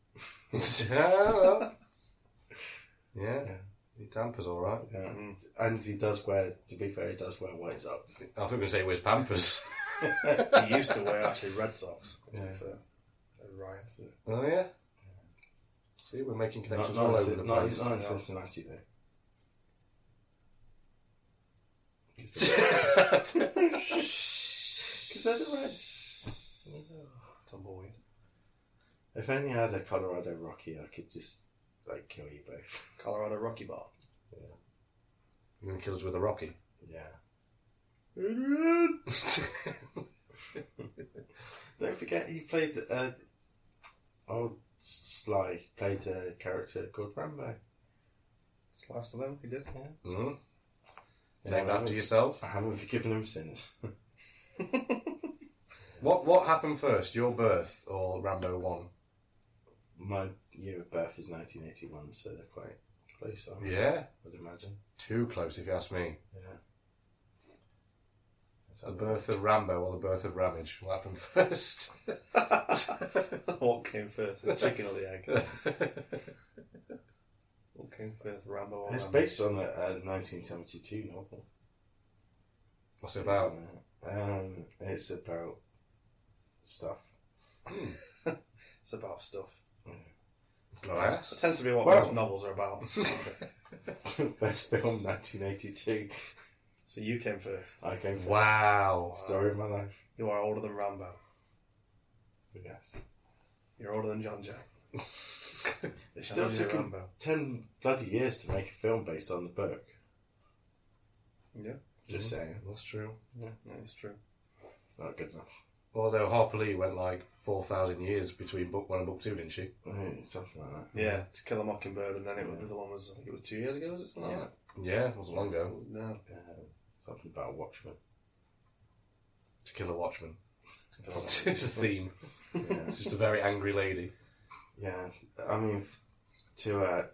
[SPEAKER 4] yeah, well. yeah. He tampers all right.
[SPEAKER 3] Yeah. And he does wear, to be fair, he does wear white socks.
[SPEAKER 4] I thought we were going to say he wears Pampers.
[SPEAKER 2] He used to wear actually Red Sox.
[SPEAKER 3] Yeah.
[SPEAKER 2] For, for Ryan.
[SPEAKER 4] oh yeah. See, we're making
[SPEAKER 3] Not,
[SPEAKER 4] connections
[SPEAKER 3] not,
[SPEAKER 4] all
[SPEAKER 3] in
[SPEAKER 4] over
[SPEAKER 3] Cin-
[SPEAKER 4] the
[SPEAKER 3] not-
[SPEAKER 4] place.
[SPEAKER 3] not in Cincinnati, though. 'Cause they're the Reds.
[SPEAKER 2] Tumbleweed.
[SPEAKER 3] If only I had a Colorado Rocky, I could just like kill you both.
[SPEAKER 2] Colorado Rocky Bar.
[SPEAKER 4] You're going to kill us with a Rocky.
[SPEAKER 3] Yeah.
[SPEAKER 2] Adrian!
[SPEAKER 3] Don't forget, he played. Uh, old Sly played a character called Rambo.
[SPEAKER 2] It's last of them, he did.
[SPEAKER 4] mm
[SPEAKER 3] Yeah,
[SPEAKER 4] Named
[SPEAKER 3] I
[SPEAKER 4] after
[SPEAKER 3] haven't-
[SPEAKER 4] yourself.
[SPEAKER 3] I haven't forgiven him since.
[SPEAKER 4] What What happened first, your birth or Rambo One?
[SPEAKER 3] My year of birth is 1981, so they're quite close. I
[SPEAKER 4] Yeah,
[SPEAKER 3] would imagine.
[SPEAKER 4] too close if you ask me.
[SPEAKER 3] Yeah. Let's
[SPEAKER 4] The
[SPEAKER 3] have a
[SPEAKER 4] birth of Rambo or the birth of Ramage? What happened first?
[SPEAKER 2] what came first, the chicken or the egg?
[SPEAKER 4] yeah,
[SPEAKER 2] What came first, Rambo
[SPEAKER 3] look.
[SPEAKER 2] or
[SPEAKER 3] It's
[SPEAKER 2] Rambo?
[SPEAKER 3] based on a, a 1972 novel.
[SPEAKER 4] What's it about?
[SPEAKER 3] Um, it's about stuff.
[SPEAKER 2] It's about stuff.
[SPEAKER 4] Can I ask?
[SPEAKER 2] It tends to be what
[SPEAKER 3] Oh, Well-
[SPEAKER 2] most novels are about.
[SPEAKER 3] First film, 1982.
[SPEAKER 2] so you came first.
[SPEAKER 3] I came first.
[SPEAKER 4] Wow.
[SPEAKER 3] Story of my life.
[SPEAKER 2] You are older than Rambo.
[SPEAKER 3] Yes.
[SPEAKER 2] You're older than John Jack.
[SPEAKER 3] It still
[SPEAKER 2] John
[SPEAKER 3] took him
[SPEAKER 2] Rambo.
[SPEAKER 3] ten bloody years to make a film based on the book.
[SPEAKER 2] Yeah,
[SPEAKER 3] Just saying,
[SPEAKER 4] That's true.
[SPEAKER 2] that's true.
[SPEAKER 3] not good enough.
[SPEAKER 4] Although Harper Lee went like 4,000 years between book one and book two, didn't she?
[SPEAKER 3] Mm, Something like that.
[SPEAKER 2] Yeah, To Kill a Mockingbird, and then it was the other one was I think it was two years ago, was it something like
[SPEAKER 4] Yeah, it wasn't long ago.
[SPEAKER 2] that? No,
[SPEAKER 3] Um, something about Watchmen.
[SPEAKER 4] To kill a watchman. it's a theme.
[SPEAKER 3] Yeah.
[SPEAKER 4] Just a very angry lady.
[SPEAKER 3] yeah. I mean, f- to uh,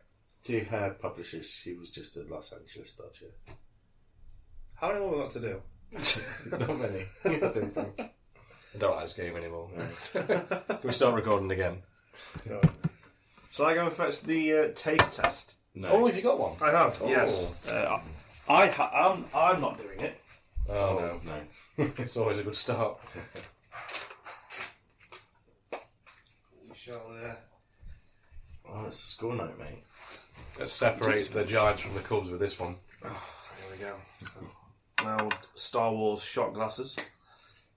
[SPEAKER 3] to her publishers, she was just a Los Angeles dodger.
[SPEAKER 2] how many more we got to do?
[SPEAKER 3] not many. I don't think.
[SPEAKER 4] I don't like this game anymore. Can we start recording again?
[SPEAKER 2] Shall I go and fetch the uh, taste test?
[SPEAKER 4] Oh,
[SPEAKER 3] No.
[SPEAKER 4] have you got one?
[SPEAKER 2] I have.
[SPEAKER 4] Oh.
[SPEAKER 2] Yes. Uh, I ha- I'm, I'm not doing it.
[SPEAKER 4] Oh,
[SPEAKER 3] no. No.
[SPEAKER 4] It's always a good start.
[SPEAKER 2] We shall. Uh,
[SPEAKER 3] Oh, it's a school night, mate.
[SPEAKER 4] Let's separate the Giants from the Cubs with this one.
[SPEAKER 2] There we go. Now, Star Wars shot glasses.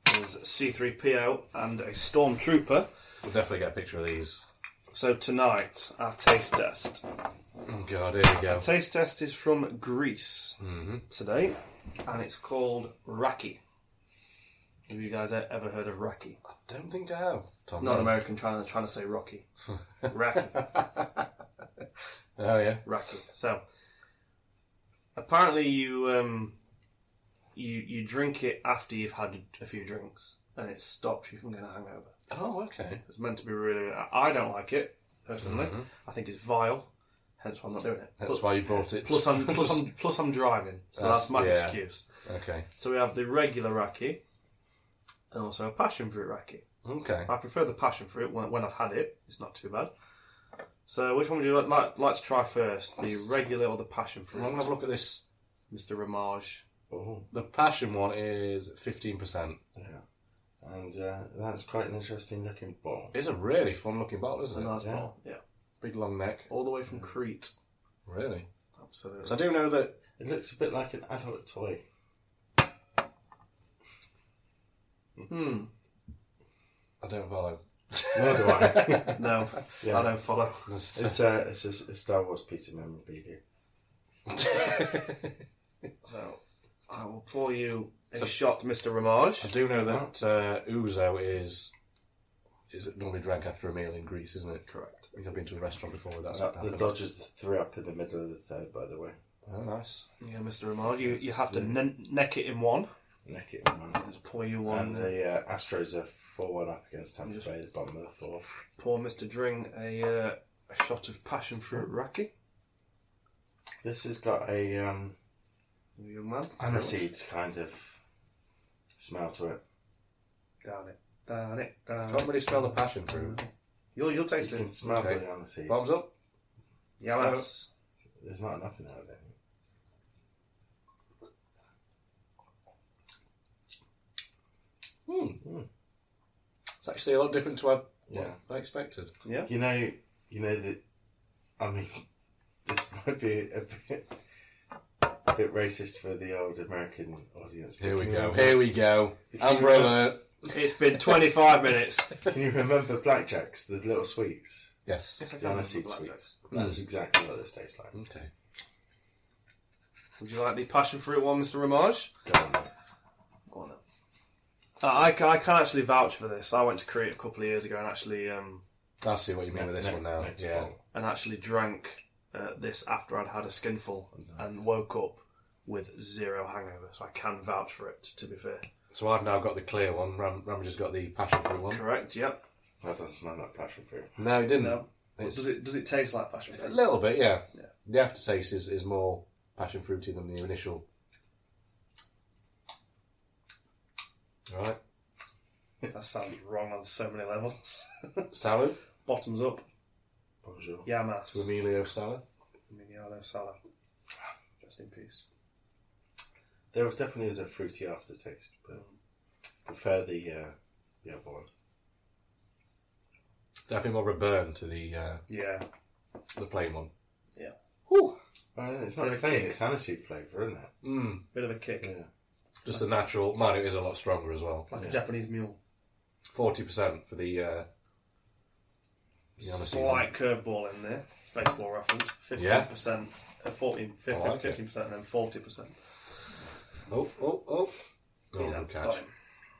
[SPEAKER 2] There's C3PO and a Stormtrooper.
[SPEAKER 4] We'll definitely get a picture of these.
[SPEAKER 2] So, tonight, our taste test.
[SPEAKER 4] Oh, God, here we go.
[SPEAKER 2] Taste test is from Greece
[SPEAKER 4] Mm-hmm.
[SPEAKER 2] today, and it's called Raki. Have you guys e- ever heard of Raki?
[SPEAKER 4] I don't think I have. Tom,
[SPEAKER 2] Not
[SPEAKER 4] no.
[SPEAKER 2] American trying to, trying to say Rocky. Raki.
[SPEAKER 4] Oh, yeah.
[SPEAKER 2] Raki. So, apparently, you um, you you drink it after you've had a few drinks, and it stops you from getting a hangover.
[SPEAKER 4] Oh, okay.
[SPEAKER 2] It's meant to be really. I I don't like it personally. I think it's vile. Hence why I'm not doing it.
[SPEAKER 4] That's
[SPEAKER 2] Plus-
[SPEAKER 4] Mm-hmm. why you brought it.
[SPEAKER 2] plus I'm plus I'm plus I'm driving, so
[SPEAKER 4] That's-
[SPEAKER 2] that's, my
[SPEAKER 4] yeah.
[SPEAKER 2] excuse.
[SPEAKER 4] Okay.
[SPEAKER 2] So we have the regular raki, and also a passion fruit raki.
[SPEAKER 4] Okay.
[SPEAKER 2] I prefer the passion fruit when, when I've had it. It's not too bad. So which one would you like like, like to try first, the regular or the passion
[SPEAKER 4] I'm
[SPEAKER 2] fruit?
[SPEAKER 4] going to have a look at this.
[SPEAKER 2] Mr. Ramage.
[SPEAKER 3] Oh,
[SPEAKER 4] The passion one is 15%.
[SPEAKER 3] yeah. And uh, that's quite an interesting looking ball.
[SPEAKER 4] It's a really fun looking bottle,
[SPEAKER 2] It's a
[SPEAKER 4] isn't it?
[SPEAKER 2] nice bottle. Yeah,
[SPEAKER 4] Big long neck.
[SPEAKER 2] all the way from Crete.
[SPEAKER 4] Really?
[SPEAKER 2] Absolutely.
[SPEAKER 4] So I do know that
[SPEAKER 3] It looks a bit like an adult toy.
[SPEAKER 2] Hmm.
[SPEAKER 4] I don't follow.
[SPEAKER 3] Nor do I.
[SPEAKER 2] No,
[SPEAKER 3] Yeah.
[SPEAKER 2] I don't follow.
[SPEAKER 3] it's a, it's a, a Star Wars piece of memorabilia.
[SPEAKER 2] So I will pour you They
[SPEAKER 4] So-
[SPEAKER 2] shot Mr.
[SPEAKER 4] I
[SPEAKER 2] Ramage.
[SPEAKER 4] do know that uh, ouzo is is normally drank after a meal in Greece, isn't it? Correct. I think I've been to a restaurant before where that's
[SPEAKER 3] That- the
[SPEAKER 4] happened.
[SPEAKER 3] Dodgers threw up in the middle of the third, by the way.
[SPEAKER 4] Oh, nice.
[SPEAKER 2] Yeah, Mr. Ramage. You, you have to ne- neck it in one.
[SPEAKER 3] Neck it in one.
[SPEAKER 2] Just pour you
[SPEAKER 3] And
[SPEAKER 2] one.
[SPEAKER 3] the uh, Astros are 4 1 up against Tampa
[SPEAKER 2] Just-
[SPEAKER 3] Bay, the bottom of the fourth.
[SPEAKER 2] pour Mr. Dring a, uh, a shot of passion fruit raki.
[SPEAKER 3] This has got a um,
[SPEAKER 2] You Young man.
[SPEAKER 3] aniseed kind of smell to it.
[SPEAKER 2] Down it. Down it. Down
[SPEAKER 4] Can't
[SPEAKER 2] it.
[SPEAKER 4] really smell the passion fruit.
[SPEAKER 2] You'll, you'll
[SPEAKER 3] You
[SPEAKER 2] taste
[SPEAKER 3] can
[SPEAKER 2] it.
[SPEAKER 3] smell
[SPEAKER 4] Okay.
[SPEAKER 3] the aniseed.
[SPEAKER 4] Bombs up.
[SPEAKER 2] Yeah, lass.
[SPEAKER 3] There's not enough in there, I don't think.
[SPEAKER 4] Hmm.
[SPEAKER 3] Hmm.
[SPEAKER 4] It's actually a lot different to what,
[SPEAKER 3] Yeah.
[SPEAKER 4] what I expected.
[SPEAKER 2] Yeah.
[SPEAKER 3] You know, you know that. I mean, this might be a bit, a bit racist for the old American audience. but
[SPEAKER 4] Here we
[SPEAKER 3] can
[SPEAKER 4] go. uh,
[SPEAKER 3] you-
[SPEAKER 4] Here we go. Amber alert.
[SPEAKER 2] It's been 25 minutes.
[SPEAKER 3] Can you remember blackjacks, the little sweets,
[SPEAKER 4] Yes.
[SPEAKER 3] the aniseed sweets? That's exactly what this tastes like.
[SPEAKER 4] Okay.
[SPEAKER 2] Would you like the passion fruit one, Mr. Ramage?
[SPEAKER 3] Go on, mate.
[SPEAKER 2] Uh, I, ca- I can actually vouch for this. I went to Crete a couple of years ago and actually um,
[SPEAKER 4] I see what you mean with this
[SPEAKER 3] Next-
[SPEAKER 4] one now.
[SPEAKER 3] next
[SPEAKER 4] yeah.
[SPEAKER 3] one.
[SPEAKER 2] and actually drank uh, this after I'd had a skinful and woke up with zero hangover. So I can vouch for it. To be fair,
[SPEAKER 4] So I've now got the clear one. Ram, Ramage has got the passion fruit one.
[SPEAKER 2] correct. Yep.
[SPEAKER 3] That doesn't smell like passion fruit.
[SPEAKER 4] No, it didn't.
[SPEAKER 2] No.
[SPEAKER 4] It's
[SPEAKER 2] Does it does it taste like passion
[SPEAKER 4] a
[SPEAKER 2] fruit?
[SPEAKER 4] little bit, yeah.
[SPEAKER 2] Yeah.
[SPEAKER 4] The aftertaste is, is more passion fruity than the initial. All right.
[SPEAKER 2] That sounds wrong on so many levels.
[SPEAKER 4] Salad.
[SPEAKER 2] Bottoms up.
[SPEAKER 3] Bonjour.
[SPEAKER 4] To
[SPEAKER 2] Yamas.
[SPEAKER 4] Emilio salad.
[SPEAKER 2] Mignolo Salah. Just in peace.
[SPEAKER 3] There was definitely is a fruity aftertaste, but prefer the uh, the other one.
[SPEAKER 4] Definitely more of a burn to the uh,
[SPEAKER 2] Yeah.
[SPEAKER 4] the plain one.
[SPEAKER 2] Oh,
[SPEAKER 3] I don't know, it's not
[SPEAKER 2] Bit of
[SPEAKER 3] plain.
[SPEAKER 2] kick.
[SPEAKER 3] It's aniseed flavour, isn't it?
[SPEAKER 4] Mm.
[SPEAKER 2] Bit of a kick.
[SPEAKER 3] Yeah.
[SPEAKER 4] Just the natural. Mine it is a lot stronger as well.
[SPEAKER 2] Like a Japanese mule.
[SPEAKER 4] Forty percent for the. Uh, the Yamasee one.
[SPEAKER 2] Slight curveball in there. Baseball reference. Fifteen
[SPEAKER 4] Yeah.
[SPEAKER 2] percent. uh, 14,
[SPEAKER 4] I like it.
[SPEAKER 2] 15 percent, and then forty percent.
[SPEAKER 4] Oh oh oh. Oh, good
[SPEAKER 2] Got
[SPEAKER 4] catch.
[SPEAKER 2] him.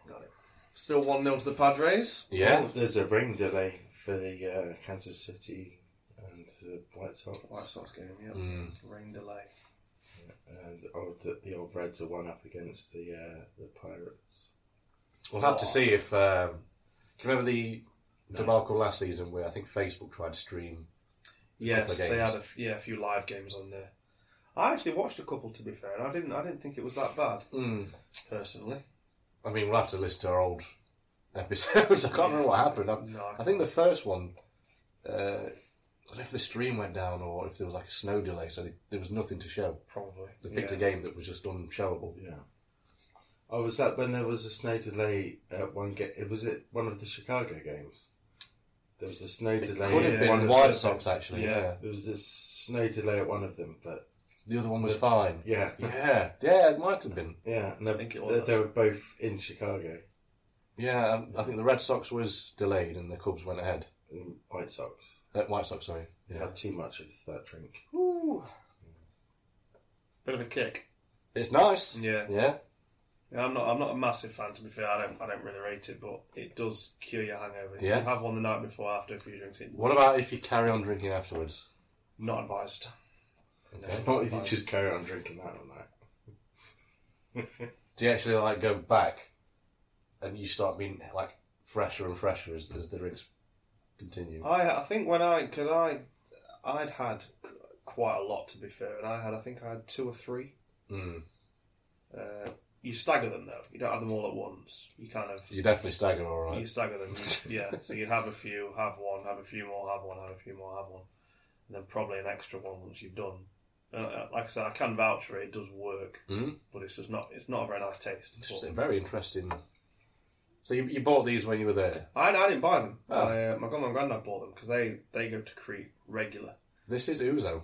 [SPEAKER 2] Got him. Still one 0 to the Padres.
[SPEAKER 4] Yeah.
[SPEAKER 3] There's a ring delay for the uh, Kansas City and the White Sox.
[SPEAKER 2] White Sox game. Yeah.
[SPEAKER 4] Mm.
[SPEAKER 2] Rain delay.
[SPEAKER 3] And old, the old Reds are one up against the uh, the Pirates.
[SPEAKER 4] We'll have to see if. Um, do you remember the debacle last season where I think Facebook tried to stream?
[SPEAKER 2] Yes,
[SPEAKER 4] Couple of
[SPEAKER 2] they had
[SPEAKER 4] games.
[SPEAKER 2] a, f- yeah a few live games on there. I actually watched a couple to be fair, and I didn't I didn't think it was that bad
[SPEAKER 4] Mm.
[SPEAKER 2] personally.
[SPEAKER 4] I mean, we'll have to listen to our old episodes. I can't remember what happened. I,
[SPEAKER 2] No, I
[SPEAKER 4] I think the first one. Uh, I don't know if the stream went down or if there was like a snow delay, so they, there was nothing to show.
[SPEAKER 2] Probably.
[SPEAKER 4] They picked
[SPEAKER 2] yeah.
[SPEAKER 4] a game that was just unshowable.
[SPEAKER 3] Yeah. Oh, was that when there was a snow delay at one game? Was it one of the Chicago games? There was a snow delay.
[SPEAKER 4] Could
[SPEAKER 3] at
[SPEAKER 4] have
[SPEAKER 3] one
[SPEAKER 4] been
[SPEAKER 3] of
[SPEAKER 4] White
[SPEAKER 3] them.
[SPEAKER 4] Sox actually.
[SPEAKER 2] Yeah.
[SPEAKER 4] yeah.
[SPEAKER 3] There was a snow delay at one of them, but
[SPEAKER 4] The other one was fine.
[SPEAKER 3] yeah,
[SPEAKER 4] Yeah, yeah, it might have been.
[SPEAKER 3] yeah. And they,
[SPEAKER 2] think it
[SPEAKER 3] they,
[SPEAKER 2] was.
[SPEAKER 3] they were both in Chicago.
[SPEAKER 4] Yeah, um, I think the Red Sox was delayed and the Cubs went ahead.
[SPEAKER 3] in White Sox.
[SPEAKER 4] Uh, White Sox, sorry.
[SPEAKER 3] They
[SPEAKER 4] Yeah,
[SPEAKER 3] had too much of that drink.
[SPEAKER 2] Bit of a kick.
[SPEAKER 4] it's nice.
[SPEAKER 2] Yeah.
[SPEAKER 4] Yeah,
[SPEAKER 2] Yeah, I'm not. I'm not a massive fan, to be fair. I don't. I don't really rate it, but it does cure your hangover.
[SPEAKER 4] Yeah.
[SPEAKER 2] If you have one the night before after a few drinks, it's
[SPEAKER 4] What about if you carry on drinking afterwards?
[SPEAKER 2] not advised.
[SPEAKER 4] Okay.
[SPEAKER 3] Not if you just carry on drinking that all night.
[SPEAKER 4] Do you actually like go back and you start being like fresher and fresher as, as the drinks continue?
[SPEAKER 2] I. I think when I because I, I'd had c- quite a lot to be fair, and I had. I think I had two or three.
[SPEAKER 4] Mm.
[SPEAKER 2] Uh, you stagger them though. You don't have them all at once. You kind of
[SPEAKER 4] You definitely stagger, all
[SPEAKER 2] You
[SPEAKER 4] right.
[SPEAKER 2] stagger them, yeah. So you'd have a few, have one, have a few more, have one, have a few more, have one, and then probably an extra one once you've done. Uh, like I said, I can vouch for it; it does work,
[SPEAKER 4] Mm.
[SPEAKER 2] but it's just not. It's not a very nice taste.
[SPEAKER 4] It's
[SPEAKER 2] But-
[SPEAKER 4] just a very interesting. So you, you bought these when you were there.
[SPEAKER 2] I, I didn't buy them.
[SPEAKER 4] Oh.
[SPEAKER 2] I, uh, my grandma and granddad bought them because they, they go to Crete regular.
[SPEAKER 4] This is ouzo.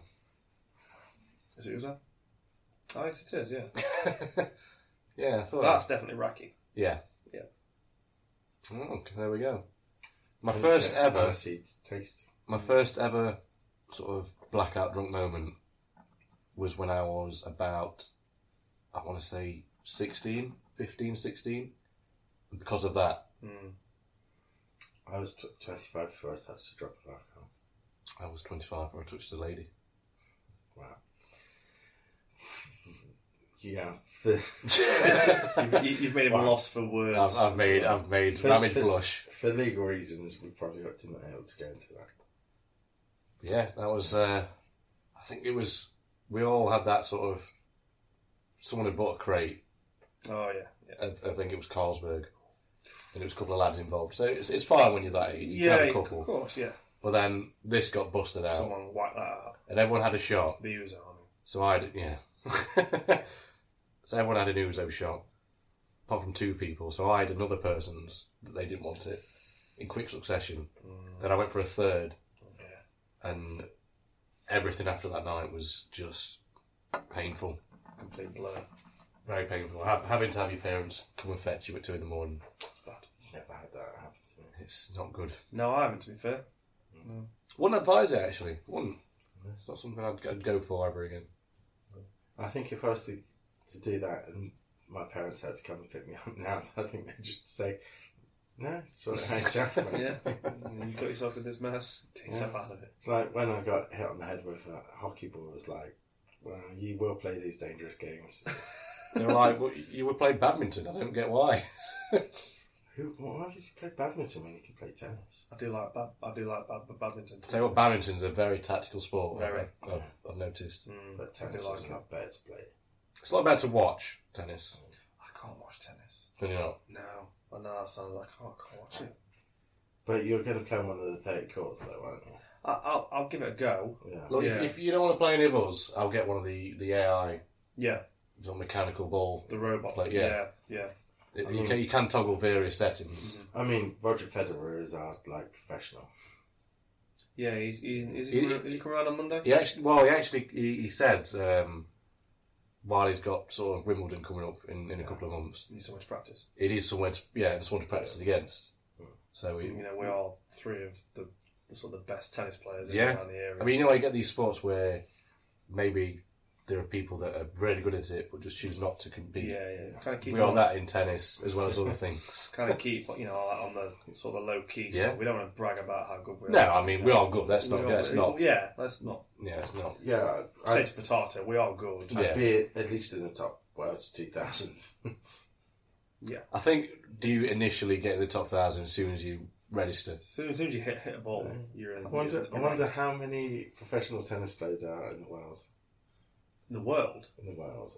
[SPEAKER 2] Is it Uzo? Oh yes, it is. Yeah,
[SPEAKER 4] yeah, I thought.
[SPEAKER 2] that's definitely Raki.
[SPEAKER 4] Yeah.
[SPEAKER 2] Yeah.
[SPEAKER 4] Oh, there we go. My
[SPEAKER 3] And
[SPEAKER 4] first
[SPEAKER 3] it's a-
[SPEAKER 4] ever.
[SPEAKER 3] and it's a taste.
[SPEAKER 4] My first ever sort of blackout drunk moment was when I was about, I want to say 16, 15, 16. Because of that,
[SPEAKER 2] Mm.
[SPEAKER 3] I was tw 25 before I touched a drop of alcohol.
[SPEAKER 4] I was 25 when I touched a lady.
[SPEAKER 3] Wow. Yeah, for,
[SPEAKER 2] You've, you- you've made him lost for words.
[SPEAKER 4] I've, I've made, I've made
[SPEAKER 3] Fit-
[SPEAKER 4] Ramage
[SPEAKER 3] fit-
[SPEAKER 4] blush.
[SPEAKER 3] for legal reasons, we probably ought to not able to go into that.
[SPEAKER 4] Yeah, that was. Uh, I think it was. We all had that sort of. Someone had bought a crate.
[SPEAKER 2] oh yeah, yeah.
[SPEAKER 4] I, I think it was Carlsberg, and it was a couple of lads involved. So it's, it's fine when you're that age. You can
[SPEAKER 2] Yeah,
[SPEAKER 4] have a
[SPEAKER 2] of
[SPEAKER 4] couple. Um,
[SPEAKER 2] course, yeah.
[SPEAKER 4] But then this got busted out,
[SPEAKER 2] Someone whacked that out.
[SPEAKER 4] and everyone had a shot.
[SPEAKER 2] The user on him.
[SPEAKER 4] So I, had- yeah. so everyone had an Uzo shot, apart from two people. So I had another person's that they didn't want it in quick succession. Then I went for a third, and everything after that night was just painful.
[SPEAKER 2] Complete blur.
[SPEAKER 4] Very painful. Ha- Having to have your parents come and fetch you at two in the morning,
[SPEAKER 3] Never had that happen to me.
[SPEAKER 4] it's not good.
[SPEAKER 2] No, I haven't. To be fair,
[SPEAKER 4] Wouldn't advise it actually. Wouldn't. It's not something I'd, I'd go for ever again.
[SPEAKER 3] I think if I was to, to do that and my parents had to come and pick me up now, I think they'd just say, no, sort it out yourself, mate."
[SPEAKER 2] yeah. you got yourself in this mess. Take yourself out of it.
[SPEAKER 3] It's like when I got hit on the head with a hockey ball, it was like, well, you will play these dangerous games.
[SPEAKER 4] They were like, well, you were playing badminton. I don't get why.
[SPEAKER 3] Who, why did you play badminton when you could play tennis?
[SPEAKER 2] I do like bad. I do like bad, bad badminton.
[SPEAKER 4] Tell you what, badminton's a very tactical sport.
[SPEAKER 2] Very.
[SPEAKER 4] I've, I've, I've noticed.
[SPEAKER 2] Mm,
[SPEAKER 3] But
[SPEAKER 2] I do
[SPEAKER 3] tennis
[SPEAKER 2] like
[SPEAKER 3] is
[SPEAKER 2] it.
[SPEAKER 3] not better to play.
[SPEAKER 4] It's a lot better to watch tennis.
[SPEAKER 2] I can't watch tennis.
[SPEAKER 4] No, you're not.
[SPEAKER 2] No, I know that sounds like oh, I can't watch it.
[SPEAKER 3] But you're going to play on one of the 30 courts, though, aren't you?
[SPEAKER 2] I, I'll, I'll give it a go.
[SPEAKER 3] Yeah.
[SPEAKER 4] Look,
[SPEAKER 2] Yeah.
[SPEAKER 4] if, if you don't want to play any of us, I'll get one of the the AI
[SPEAKER 2] Yeah,
[SPEAKER 4] sort of mechanical ball.
[SPEAKER 2] the robot.
[SPEAKER 4] Like,
[SPEAKER 2] yeah,
[SPEAKER 4] yeah.
[SPEAKER 2] yeah. Mm-hmm.
[SPEAKER 4] It- you, can, you can toggle various settings.
[SPEAKER 3] I mean, Roger Federer is our, like, professional.
[SPEAKER 2] Yeah, he's, he, is, he,
[SPEAKER 4] He-
[SPEAKER 2] coming- is he coming around on Monday?
[SPEAKER 4] He actually, well, he actually, he, he said um, while he's got sort of Wimbledon coming up in, in a couple of months,
[SPEAKER 2] Need so much practice.
[SPEAKER 4] it is somewhere to, yeah, it's someone to practice against. So we,
[SPEAKER 2] You know, we're all three of the, the sort of the best tennis players in
[SPEAKER 4] Yeah.
[SPEAKER 2] around the area.
[SPEAKER 4] I mean, you know, I get these sports where maybe there are people that are really good at it but just choose not to compete.
[SPEAKER 2] yeah, yeah. Kind of keep
[SPEAKER 4] We are
[SPEAKER 2] on-
[SPEAKER 4] that in tennis as well as other things.
[SPEAKER 2] kind of keep you know like on the sort of low key.
[SPEAKER 4] Yeah.
[SPEAKER 2] So we don't want to brag about how good we are.
[SPEAKER 4] No, I mean we are good. That's
[SPEAKER 2] We
[SPEAKER 4] not.
[SPEAKER 2] are-
[SPEAKER 4] That's not.
[SPEAKER 2] Yeah, that's not
[SPEAKER 4] Yeah, it's not.
[SPEAKER 3] Yeah, I'd,
[SPEAKER 2] potato potato. We are good.
[SPEAKER 4] Yeah.
[SPEAKER 3] I'd be at least in the top, well, it's 2000.
[SPEAKER 4] I think do you initially get in the top thousand as soon as you register?
[SPEAKER 2] As soon, as soon as you hit hit a ball, you're in.
[SPEAKER 3] I wonder,
[SPEAKER 2] you're
[SPEAKER 3] I wonder
[SPEAKER 2] ranked.
[SPEAKER 3] how many professional tennis players there are in the world.
[SPEAKER 2] in the world.
[SPEAKER 3] In the world.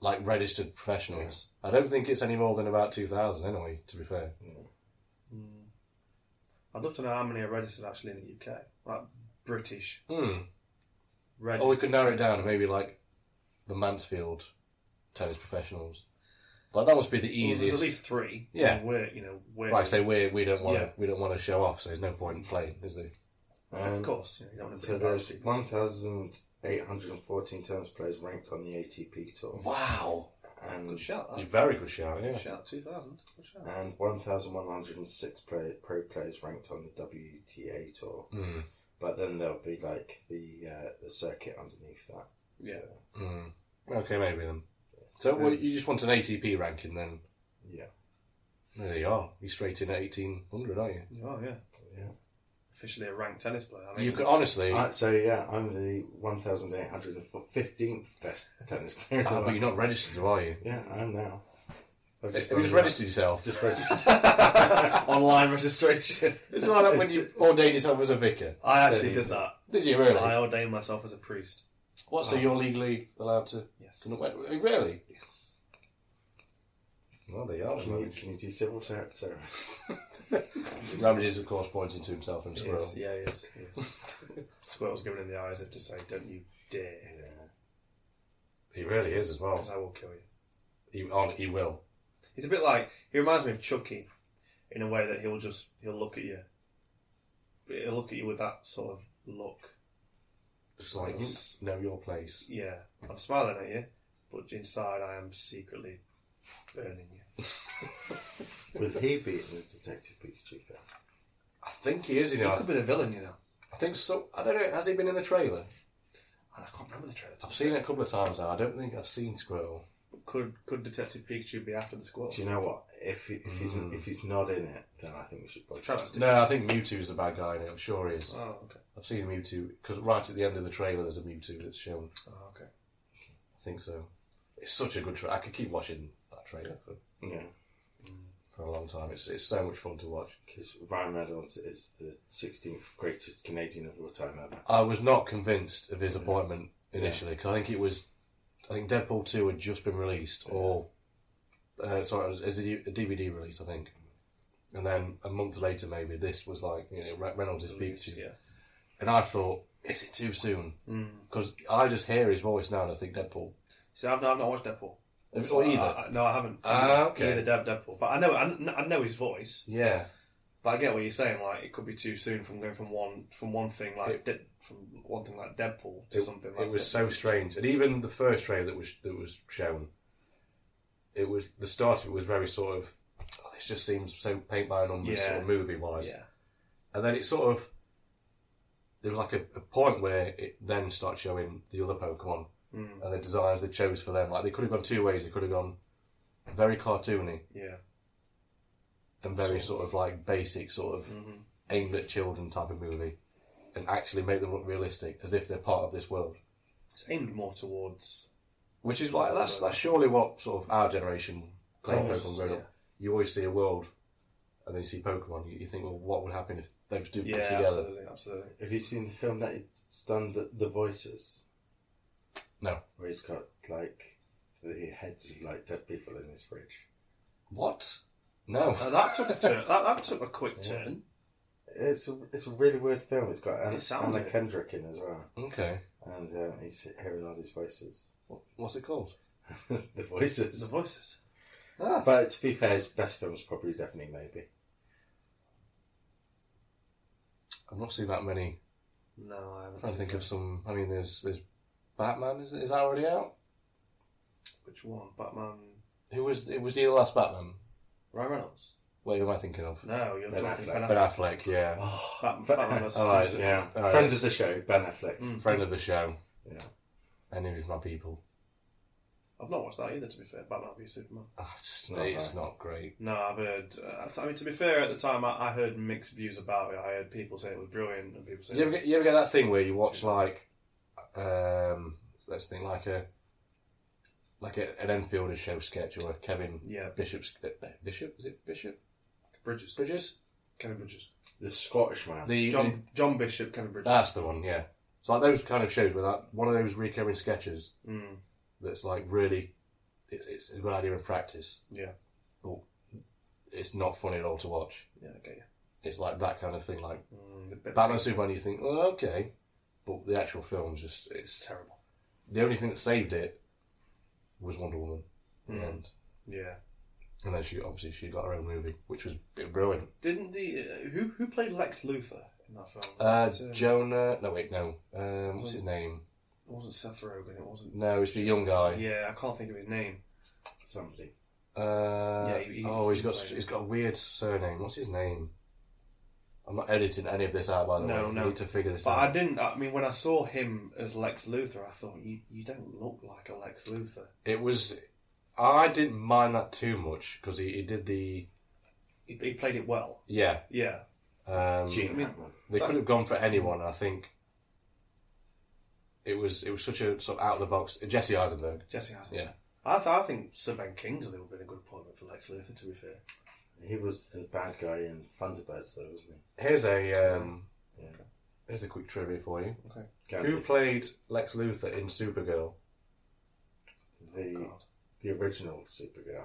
[SPEAKER 4] Like registered professionals. I don't think it's any more than about two thousand anyway. To be fair,
[SPEAKER 2] Hmm. I'd love to know how many are registered actually in the UK, like British
[SPEAKER 4] hmm.
[SPEAKER 2] registered.
[SPEAKER 4] or we could narrow it down to maybe like the Mansfield tennis professionals. Like that must be the
[SPEAKER 2] Well,
[SPEAKER 4] easiest.
[SPEAKER 2] There's at least three.
[SPEAKER 4] Yeah.
[SPEAKER 2] And we're you know we're
[SPEAKER 4] Like I say, we we don't want to
[SPEAKER 2] Yeah.
[SPEAKER 4] we don't want to show off, so there's no point in playing, is there?
[SPEAKER 2] of
[SPEAKER 3] Um,
[SPEAKER 2] course you, know, you don't want to
[SPEAKER 3] So there's 1,814 tennis players ranked on the ATP tour.
[SPEAKER 4] Wow,
[SPEAKER 3] And,
[SPEAKER 2] shout that.
[SPEAKER 4] you're very good shout, yeah.
[SPEAKER 2] Shout two thousand. Good shout.
[SPEAKER 3] and 1,106 play, pro players ranked on the WTA tour.
[SPEAKER 4] Mm.
[SPEAKER 3] But then there'll be like the uh, the circuit underneath that.
[SPEAKER 2] Yeah.
[SPEAKER 3] So,
[SPEAKER 4] Mm. Okay, maybe then. So well, you just want an ATP ranking then?
[SPEAKER 3] yeah.
[SPEAKER 4] There you are. You're straight in at 1800, aren't you?
[SPEAKER 2] Oh yeah.
[SPEAKER 3] Yeah.
[SPEAKER 2] Officially a ranked tennis player. I mean,
[SPEAKER 4] You could honestly.
[SPEAKER 3] Uh, so yeah, I'm the 1,815th best tennis player. in the
[SPEAKER 4] Ah, but
[SPEAKER 3] world.
[SPEAKER 4] you're not registered, are you?
[SPEAKER 3] Yeah, I am now. I've
[SPEAKER 4] Have
[SPEAKER 3] done
[SPEAKER 4] you just
[SPEAKER 3] that.
[SPEAKER 4] registered yourself?
[SPEAKER 3] Just registered.
[SPEAKER 2] online registration.
[SPEAKER 4] It's like that when you ordained yourself as a vicar.
[SPEAKER 2] I actually
[SPEAKER 3] Yeah,
[SPEAKER 2] did
[SPEAKER 3] yeah.
[SPEAKER 2] that.
[SPEAKER 4] Did you really?
[SPEAKER 2] I ordained myself as a priest.
[SPEAKER 4] What? So you're legally allowed to?
[SPEAKER 2] Yes.
[SPEAKER 4] Can wed- really? Yes. Well, they are.
[SPEAKER 3] Can you,
[SPEAKER 4] Ramage.
[SPEAKER 3] can you do civil ser- service?
[SPEAKER 4] Ramage is, of course, pointing to himself and Squirrel.
[SPEAKER 2] Yes, yeah, yes, yes. Squirtle's given him the eyes of to say, "Don't you dare,
[SPEAKER 4] He really is as well.
[SPEAKER 2] because I will kill you."
[SPEAKER 4] He, on, he will.
[SPEAKER 2] He's a bit like he reminds me of Chucky, in a way that he'll just he'll look at you. He'll look at you with that sort of look.
[SPEAKER 4] Just like,
[SPEAKER 2] Yes.
[SPEAKER 4] know your place.
[SPEAKER 2] Yeah, I'm smiling at you, but inside I am secretly burning you.
[SPEAKER 3] Would he be in the Detective Pikachu film?
[SPEAKER 4] I think he is, you know.
[SPEAKER 2] He
[SPEAKER 4] I
[SPEAKER 2] could be the villain, you know.
[SPEAKER 4] I think so. I don't know. Has he been in the trailer?
[SPEAKER 2] And I can't remember the trailer.
[SPEAKER 4] I've seen it a couple of times now. I don't think I've seen Squirrel.
[SPEAKER 2] Of could could Detective Pikachu be after the squad?
[SPEAKER 5] Do you know what? If he, if he's
[SPEAKER 4] Mm.
[SPEAKER 5] if he's not in it, then I think we should boycott.
[SPEAKER 2] Travesty.
[SPEAKER 4] No, I think Mewtwo's the bad guy in it. I'm sure he is.
[SPEAKER 2] Oh, okay.
[SPEAKER 4] I've seen Mewtwo because right at the end of the trailer, there's a Mewtwo that's shown.
[SPEAKER 2] Oh, okay.
[SPEAKER 4] I think so. It's such a good trailer. I could keep watching that trailer for,
[SPEAKER 5] Yeah,
[SPEAKER 4] for a long time. It's it's so much fun to watch.
[SPEAKER 5] because Ryan Reynolds is the 16th greatest Canadian of all time ever.
[SPEAKER 4] I was not convinced of his appointment initially because I think it was, I think Deadpool two had just been released or, uh, sorry, it was as a D- a DVD release I think, and then a month later maybe this was like you know Re- Reynolds is Pikachu,
[SPEAKER 2] Yeah. Mm.
[SPEAKER 4] and I thought is it too soon because I just hear his voice now and I think Deadpool
[SPEAKER 2] See, I've not, I've not watched Deadpool.
[SPEAKER 4] or either
[SPEAKER 2] I, I- Uh, no, I haven't.
[SPEAKER 4] Ah, okay.
[SPEAKER 2] Either Dev Deadpool, but I know I, kn- I know his voice.
[SPEAKER 4] yeah
[SPEAKER 2] But I get what you're saying. Like it could be too soon from going from one from one thing like
[SPEAKER 4] It-
[SPEAKER 2] De- from one thing like Deadpool to
[SPEAKER 4] it,
[SPEAKER 2] something
[SPEAKER 4] it
[SPEAKER 2] like
[SPEAKER 4] was so strange and even the first trailer that was that was shown, it was the start of it was very sort of. oh, This just seems so paint by numbers sort
[SPEAKER 2] Yeah.
[SPEAKER 4] of movie wise.
[SPEAKER 2] yeah.
[SPEAKER 4] and then it sort of there was like a, a point where it then starts showing the other Pokemon
[SPEAKER 2] Mm.
[SPEAKER 4] and the designs they chose for them. Like they could have gone two ways. They could have gone very cartoony
[SPEAKER 2] Yeah.
[SPEAKER 4] and very sort of like basic, sort of
[SPEAKER 2] Mm-hmm.
[SPEAKER 4] aimed at children type of movie, and actually make them look realistic as if they're part of this world.
[SPEAKER 2] It's aimed more towards
[SPEAKER 4] Which is like that's that's surely what sort of our generation playing
[SPEAKER 2] Always,
[SPEAKER 4] Pokemon growing
[SPEAKER 2] yeah.
[SPEAKER 4] up. You always see a world, and then you see Pokemon. You, you think, well, what would happen if those two
[SPEAKER 2] yeah,
[SPEAKER 4] put together?
[SPEAKER 2] absolutely, absolutely.
[SPEAKER 5] Have you seen the film that it's done the, the voices?
[SPEAKER 4] No.
[SPEAKER 5] Where he's got like the heads of like dead people in his fridge.
[SPEAKER 4] What? No.
[SPEAKER 2] Now, that took a turn. That, that took a quick turn.
[SPEAKER 5] It's a, it's a really weird film. It's got Anna,
[SPEAKER 2] It sounds
[SPEAKER 5] Anna
[SPEAKER 2] it.
[SPEAKER 5] Kendrick in as well,
[SPEAKER 4] Okay.
[SPEAKER 5] and um, he's hearing all these voices.
[SPEAKER 4] What, what's it called?
[SPEAKER 5] the
[SPEAKER 2] The
[SPEAKER 5] voices.
[SPEAKER 2] voices.
[SPEAKER 4] Ah,
[SPEAKER 5] But to be fair, his best film's probably definitely maybe.
[SPEAKER 4] I've not seen that many.
[SPEAKER 2] No, I
[SPEAKER 4] I'm
[SPEAKER 2] haven't.
[SPEAKER 4] trying to think of some. I mean, there's there's Batman. Is is that already out?
[SPEAKER 2] Which one? Batman.
[SPEAKER 4] Who was it? Was he the last Batman?
[SPEAKER 2] Ryan Reynolds.
[SPEAKER 4] Wait, who am I thinking of?
[SPEAKER 2] No, you're
[SPEAKER 5] Ben Affleck.
[SPEAKER 2] talking Ben
[SPEAKER 4] Ben
[SPEAKER 2] Affleck.
[SPEAKER 4] Affleck. Yeah,
[SPEAKER 2] Batman,
[SPEAKER 5] Ben-
[SPEAKER 2] Batman versus
[SPEAKER 4] All right,
[SPEAKER 2] Superman.
[SPEAKER 5] Yeah,
[SPEAKER 4] Alright.
[SPEAKER 5] friend of the show, Ben Affleck.
[SPEAKER 2] Mm.
[SPEAKER 4] friend of the show.
[SPEAKER 5] Yeah.
[SPEAKER 4] Any of my people.
[SPEAKER 2] I've not watched that either. To be fair, Batman v Superman.
[SPEAKER 4] Ah, just,
[SPEAKER 5] Not
[SPEAKER 4] it's
[SPEAKER 5] bad.
[SPEAKER 4] not great.
[SPEAKER 2] No, I've heard. Uh, I mean, to be fair, at the time I, I heard mixed views about it. I heard people say it was brilliant, and people say
[SPEAKER 4] You
[SPEAKER 2] it
[SPEAKER 4] ever,
[SPEAKER 2] was,
[SPEAKER 4] get, you ever get that thing where you watch like, um, let's think like a, like a, an Enfielder show sketch or a Kevin
[SPEAKER 2] yeah,
[SPEAKER 4] Bishop's uh, Bishop is it Bishop
[SPEAKER 2] Bridges,
[SPEAKER 4] Bridges
[SPEAKER 2] Kevin Bridges,
[SPEAKER 5] The Scottish man.
[SPEAKER 4] the
[SPEAKER 2] John John Bishop, Kevin Bridges.
[SPEAKER 4] That's the one, yeah. It's like those kind of shows where that one of those recurring sketches
[SPEAKER 2] Mm,
[SPEAKER 4] that's like really, it's, it's a good idea in practice.
[SPEAKER 2] Yeah.
[SPEAKER 4] But it's not funny at all to watch.
[SPEAKER 2] yeah, I get
[SPEAKER 4] It's like that kind of thing, like
[SPEAKER 2] you. Mm, the bit-
[SPEAKER 4] Batman Superman. You think, oh, okay, but the actual film's just
[SPEAKER 2] It's
[SPEAKER 4] it's
[SPEAKER 2] terrible.
[SPEAKER 4] the only thing that saved it was Wonder Woman, in the
[SPEAKER 2] Mm.
[SPEAKER 4] end.
[SPEAKER 2] Yeah.
[SPEAKER 4] and then she obviously she got her own movie, which was brilliant.
[SPEAKER 2] Didn't the uh, who who played Lex Luthor in that film?
[SPEAKER 4] Uh,
[SPEAKER 2] It, uh,
[SPEAKER 4] Jonah, no wait, no, um, what's his name?
[SPEAKER 2] it wasn't Seth Rogen. It wasn't.
[SPEAKER 4] No, it's the young guy.
[SPEAKER 2] Yeah, I can't think of his name.
[SPEAKER 5] Somebody.
[SPEAKER 4] Uh,
[SPEAKER 2] Yeah, he- he-
[SPEAKER 4] oh, he's
[SPEAKER 2] he
[SPEAKER 4] got
[SPEAKER 2] played it.
[SPEAKER 4] he's got a weird surname. What's his name? I'm not editing any of this out by the
[SPEAKER 2] No,
[SPEAKER 4] way.
[SPEAKER 2] no.
[SPEAKER 4] I need to figure this
[SPEAKER 2] But
[SPEAKER 4] out.
[SPEAKER 2] I didn't. I mean, when I saw him as Lex Luthor, I thought you you don't look like a Lex Luthor.
[SPEAKER 4] It was I didn't mind that too much because he, he did the
[SPEAKER 2] He, he played it well.
[SPEAKER 4] yeah.
[SPEAKER 2] Yeah.
[SPEAKER 4] Um,
[SPEAKER 5] Gene
[SPEAKER 2] I mean-
[SPEAKER 5] Hackman.
[SPEAKER 4] they could have gone for anyone. I think it was it was such a sort of out of the box. Jesse Eisenberg.
[SPEAKER 2] Jesse Eisenberg.
[SPEAKER 4] Yeah.
[SPEAKER 2] I, th- I think Sir Ben Kingsley would have been a good appointment for Lex Luthor. To be fair,
[SPEAKER 5] He was the bad guy in Thunderbirds, though, wasn't he?
[SPEAKER 4] Here's a um,
[SPEAKER 5] Yeah.
[SPEAKER 4] here's a quick trivia for you. Who
[SPEAKER 5] Gandhi.
[SPEAKER 4] played Lex Luthor in Supergirl?
[SPEAKER 5] The,
[SPEAKER 2] Oh, God,
[SPEAKER 5] the original Supergirl.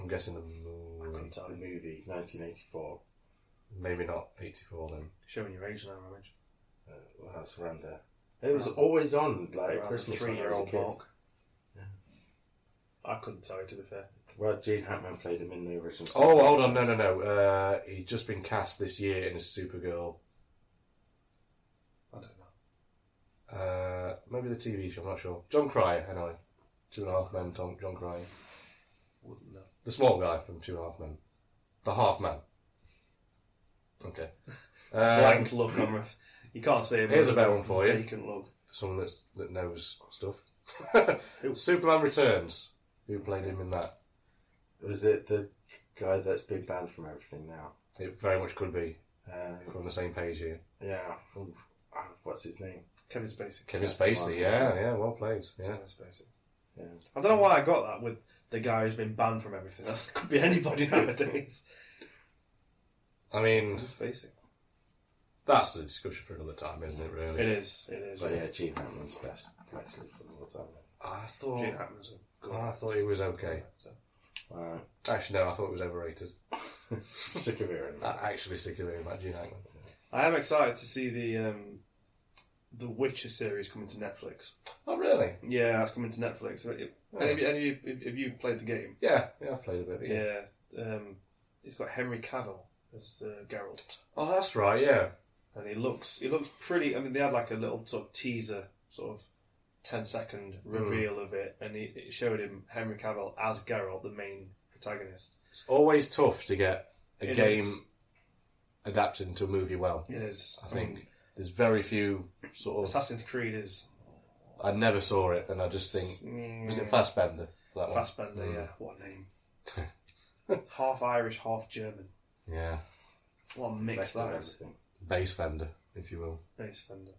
[SPEAKER 4] I'm guessing the
[SPEAKER 2] couldn't
[SPEAKER 4] movie,
[SPEAKER 2] tell
[SPEAKER 5] The
[SPEAKER 2] you.
[SPEAKER 5] movie, 1984.
[SPEAKER 4] maybe not 84 then.
[SPEAKER 2] Showing your age now, Ramage.
[SPEAKER 5] Uh, well, that was around there. It was
[SPEAKER 2] Around-
[SPEAKER 5] always on, like,
[SPEAKER 2] Around the
[SPEAKER 5] Christmas when I was a
[SPEAKER 2] three-year-old
[SPEAKER 5] kid.
[SPEAKER 2] mark. I couldn't tell you. To be fair,
[SPEAKER 5] Well, Gene Hackman played him in the original.
[SPEAKER 4] Oh, hold on, no, no, no. Uh, he'd just been cast this year in a Supergirl.
[SPEAKER 2] I don't know.
[SPEAKER 4] Uh, maybe the TV show, I'm not sure. John Cryer, and I. Two and a Half Men, Tom, John Cryer.
[SPEAKER 2] Wouldn't know.
[SPEAKER 4] The small guy from Two and a Half Men. The Half Man. Okay. Um,
[SPEAKER 2] Blank look on. Ref- you can't see him.
[SPEAKER 4] here's a
[SPEAKER 2] There's
[SPEAKER 4] better one for you.
[SPEAKER 2] Vacant look.
[SPEAKER 4] someone that's, that knows stuff. Superman Returns. Who played him in that?
[SPEAKER 3] Was it the guy that's been banned from everything now?
[SPEAKER 4] It very much could be
[SPEAKER 3] Um,
[SPEAKER 4] from the same page here.
[SPEAKER 3] yeah, ooh, ah, what's his name?
[SPEAKER 2] Kevin Spacey.
[SPEAKER 4] Kevin
[SPEAKER 3] That's the one.
[SPEAKER 4] Spacey. Yeah, yeah, well played. Yeah.
[SPEAKER 2] Kevin Spacey.
[SPEAKER 3] Yeah.
[SPEAKER 2] I don't know why I got that with the guy who's been banned from everything. That could be anybody nowadays.
[SPEAKER 4] I mean,
[SPEAKER 2] Kevin Spacey.
[SPEAKER 4] that's the discussion for another time, isn't it? Really.
[SPEAKER 2] It is. It is.
[SPEAKER 3] But yeah, Gene Hackman's best actually from all time.
[SPEAKER 4] I
[SPEAKER 2] Gene
[SPEAKER 4] thought.
[SPEAKER 2] Hackman's a good
[SPEAKER 4] Ah, I thought he was okay.
[SPEAKER 2] actor.
[SPEAKER 3] Wow,
[SPEAKER 4] Actually, no, I thought it was overrated.
[SPEAKER 3] sick of hearing
[SPEAKER 4] I'm
[SPEAKER 3] that.
[SPEAKER 4] actually sick of hearing about Gene Hackman.
[SPEAKER 2] I am excited to see the um, the Witcher series coming to Netflix. Oh.
[SPEAKER 4] Oh, really?
[SPEAKER 2] Yeah, it's coming to Netflix. Have you, any of you, any of you, have you played the game?
[SPEAKER 4] Yeah, yeah, I've played a bit. Yeah.
[SPEAKER 2] Yeah. Um, it's got Henry Cavill as uh, Geralt,
[SPEAKER 4] Oh, that's right. Yeah.
[SPEAKER 2] and he looks he looks pretty. I mean, they had like a little sort of teaser, sort of 10 second reveal of it, and he, it showed him Henry Cavill as Geralt, the main protagonist.
[SPEAKER 4] It's always tough to get a
[SPEAKER 2] It
[SPEAKER 4] game
[SPEAKER 2] is.
[SPEAKER 4] adapted into a movie well.
[SPEAKER 2] It is.
[SPEAKER 4] I think there's very few sort of.
[SPEAKER 2] Assassin's Creed is Mm.
[SPEAKER 4] I never saw it, and I just think was it Fassbender? That one.
[SPEAKER 2] Fassbender. Yeah, what a name. half Irish, half German.
[SPEAKER 4] Yeah,
[SPEAKER 2] What a mix
[SPEAKER 3] Best of
[SPEAKER 2] that is.
[SPEAKER 3] everything.
[SPEAKER 4] Bassbender, if you will.
[SPEAKER 2] Fassbender.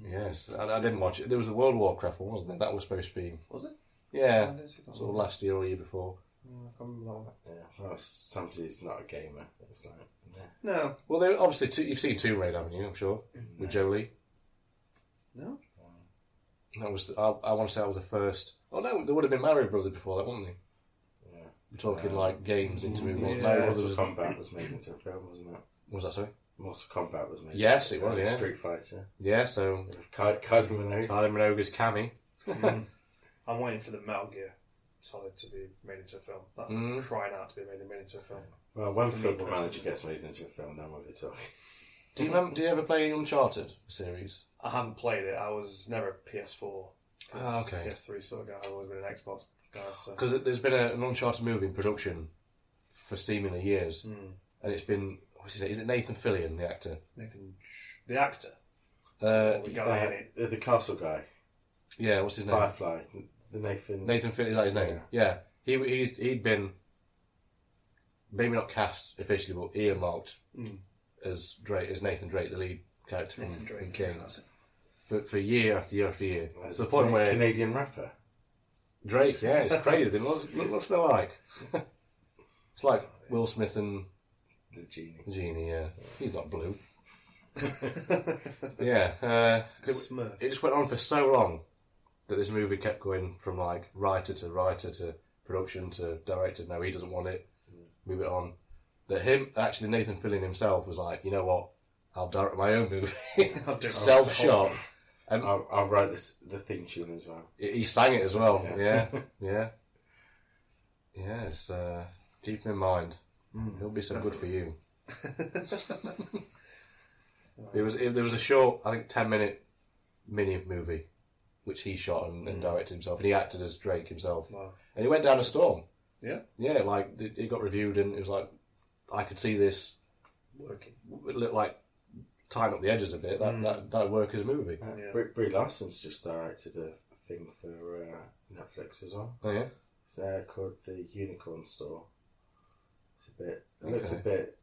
[SPEAKER 2] Mm.
[SPEAKER 4] Yes, I, I didn't watch it. There was a World of Warcraft one, wasn't there? That was supposed to be.
[SPEAKER 2] Was it? I
[SPEAKER 4] Yeah,
[SPEAKER 2] didn't see that
[SPEAKER 4] sort of
[SPEAKER 2] one.
[SPEAKER 4] last year or year before.
[SPEAKER 2] No, I can't remember that one.
[SPEAKER 3] Yeah, well, it's somebody's not a gamer. It's like yeah.
[SPEAKER 2] No.
[SPEAKER 4] Well, there obviously two, you've seen Tomb Raider, haven't you? I'm sure with Jolie.
[SPEAKER 2] No?
[SPEAKER 4] That was I, I want to say that was the first. Oh no, there would have been Mario Brothers before that, wouldn't they?
[SPEAKER 3] Yeah.
[SPEAKER 4] We're talking like games into movies.
[SPEAKER 2] Uh, Yeah.
[SPEAKER 4] Mario
[SPEAKER 3] Mortal
[SPEAKER 4] Brothers was,
[SPEAKER 3] Kombat was made into a film, wasn't it?
[SPEAKER 4] was that sorry?
[SPEAKER 3] Mortal Kombat was made.
[SPEAKER 4] Yes, it
[SPEAKER 3] into a
[SPEAKER 4] was,
[SPEAKER 3] film.
[SPEAKER 4] yeah.
[SPEAKER 3] Street Fighter.
[SPEAKER 4] Yeah, so
[SPEAKER 3] Car- Cardi Minogue.
[SPEAKER 4] Kylie Minogue's Cammy.
[SPEAKER 2] Mm. I'm waiting for the Metal Gear Solid to be made into a film. That's
[SPEAKER 4] Mm.
[SPEAKER 2] crying out to be made, made into a film.
[SPEAKER 3] Well, when
[SPEAKER 2] For me
[SPEAKER 3] Football
[SPEAKER 2] personally.
[SPEAKER 3] Manager gets made into a film, then we'll be talking.
[SPEAKER 4] Do you remember, do you ever play Uncharted series?
[SPEAKER 2] I haven't played it. I was never a PS4,
[SPEAKER 4] Ah, okay.
[SPEAKER 2] PS3 sort of guy. I've always been an Xbox guy. So.
[SPEAKER 4] Because there's been a, an Uncharted movie in production for seemingly years,
[SPEAKER 2] Mm.
[SPEAKER 4] and it's been what's his name? Is it Nathan Fillion, the actor?
[SPEAKER 2] Nathan, Sh- the actor,
[SPEAKER 4] Uh,
[SPEAKER 2] the
[SPEAKER 3] Uh,
[SPEAKER 2] guy in it.
[SPEAKER 3] the, the castle guy,
[SPEAKER 4] yeah, what's his name?
[SPEAKER 3] Firefly, the Nathan.
[SPEAKER 4] Nathan Fillion is that his name? Yeah, he he's, he'd been maybe not cast officially, but earmarked
[SPEAKER 2] Mm.
[SPEAKER 4] as Drake as Nathan Drake, the lead character from
[SPEAKER 2] Nathan
[SPEAKER 4] from
[SPEAKER 2] Drake.
[SPEAKER 4] King,
[SPEAKER 2] that's it.
[SPEAKER 4] for, for year after year after year.
[SPEAKER 3] That's
[SPEAKER 4] to the point
[SPEAKER 3] a
[SPEAKER 4] where
[SPEAKER 3] Canadian rapper.
[SPEAKER 4] Drake, yeah, it's crazy. They look, look, looks they're like. it's like Will Smith and
[SPEAKER 3] The genie.
[SPEAKER 4] Genie, yeah. He's not blue. yeah, uh, it,
[SPEAKER 2] Smurf.
[SPEAKER 4] it just went on for so long that this movie kept going from like writer to writer to production to director. No, he doesn't want it. Move it on. That him actually Nathan Fillion himself was like, you know what? I'll direct my own movie.
[SPEAKER 2] I'll do it.
[SPEAKER 4] Self shot.
[SPEAKER 3] I'll, I'll write this, the theme tune as well.
[SPEAKER 4] He sang it as well. Yeah,
[SPEAKER 3] Yeah.
[SPEAKER 4] yeah, yeah. It's uh, keep him in mind. It'll be so good for you. it was. It, there was a short, I think, ten minute mini movie, which he shot and, and directed himself, and he acted as Drake himself.
[SPEAKER 2] Wow.
[SPEAKER 4] And he went down a storm.
[SPEAKER 2] Yeah.
[SPEAKER 4] Yeah, like it, it got reviewed, and it was like I could see this.
[SPEAKER 2] Working.
[SPEAKER 4] It looked like tying up the edges a bit. That that that would work as a movie.
[SPEAKER 3] Uh,
[SPEAKER 2] Yeah.
[SPEAKER 3] Brie, Brie Larson's just directed a thing for uh, Netflix as well.
[SPEAKER 4] Oh yeah.
[SPEAKER 3] It's uh, called the Unicorn Store. It's a bit. It looks a
[SPEAKER 4] Okay.
[SPEAKER 3] bit.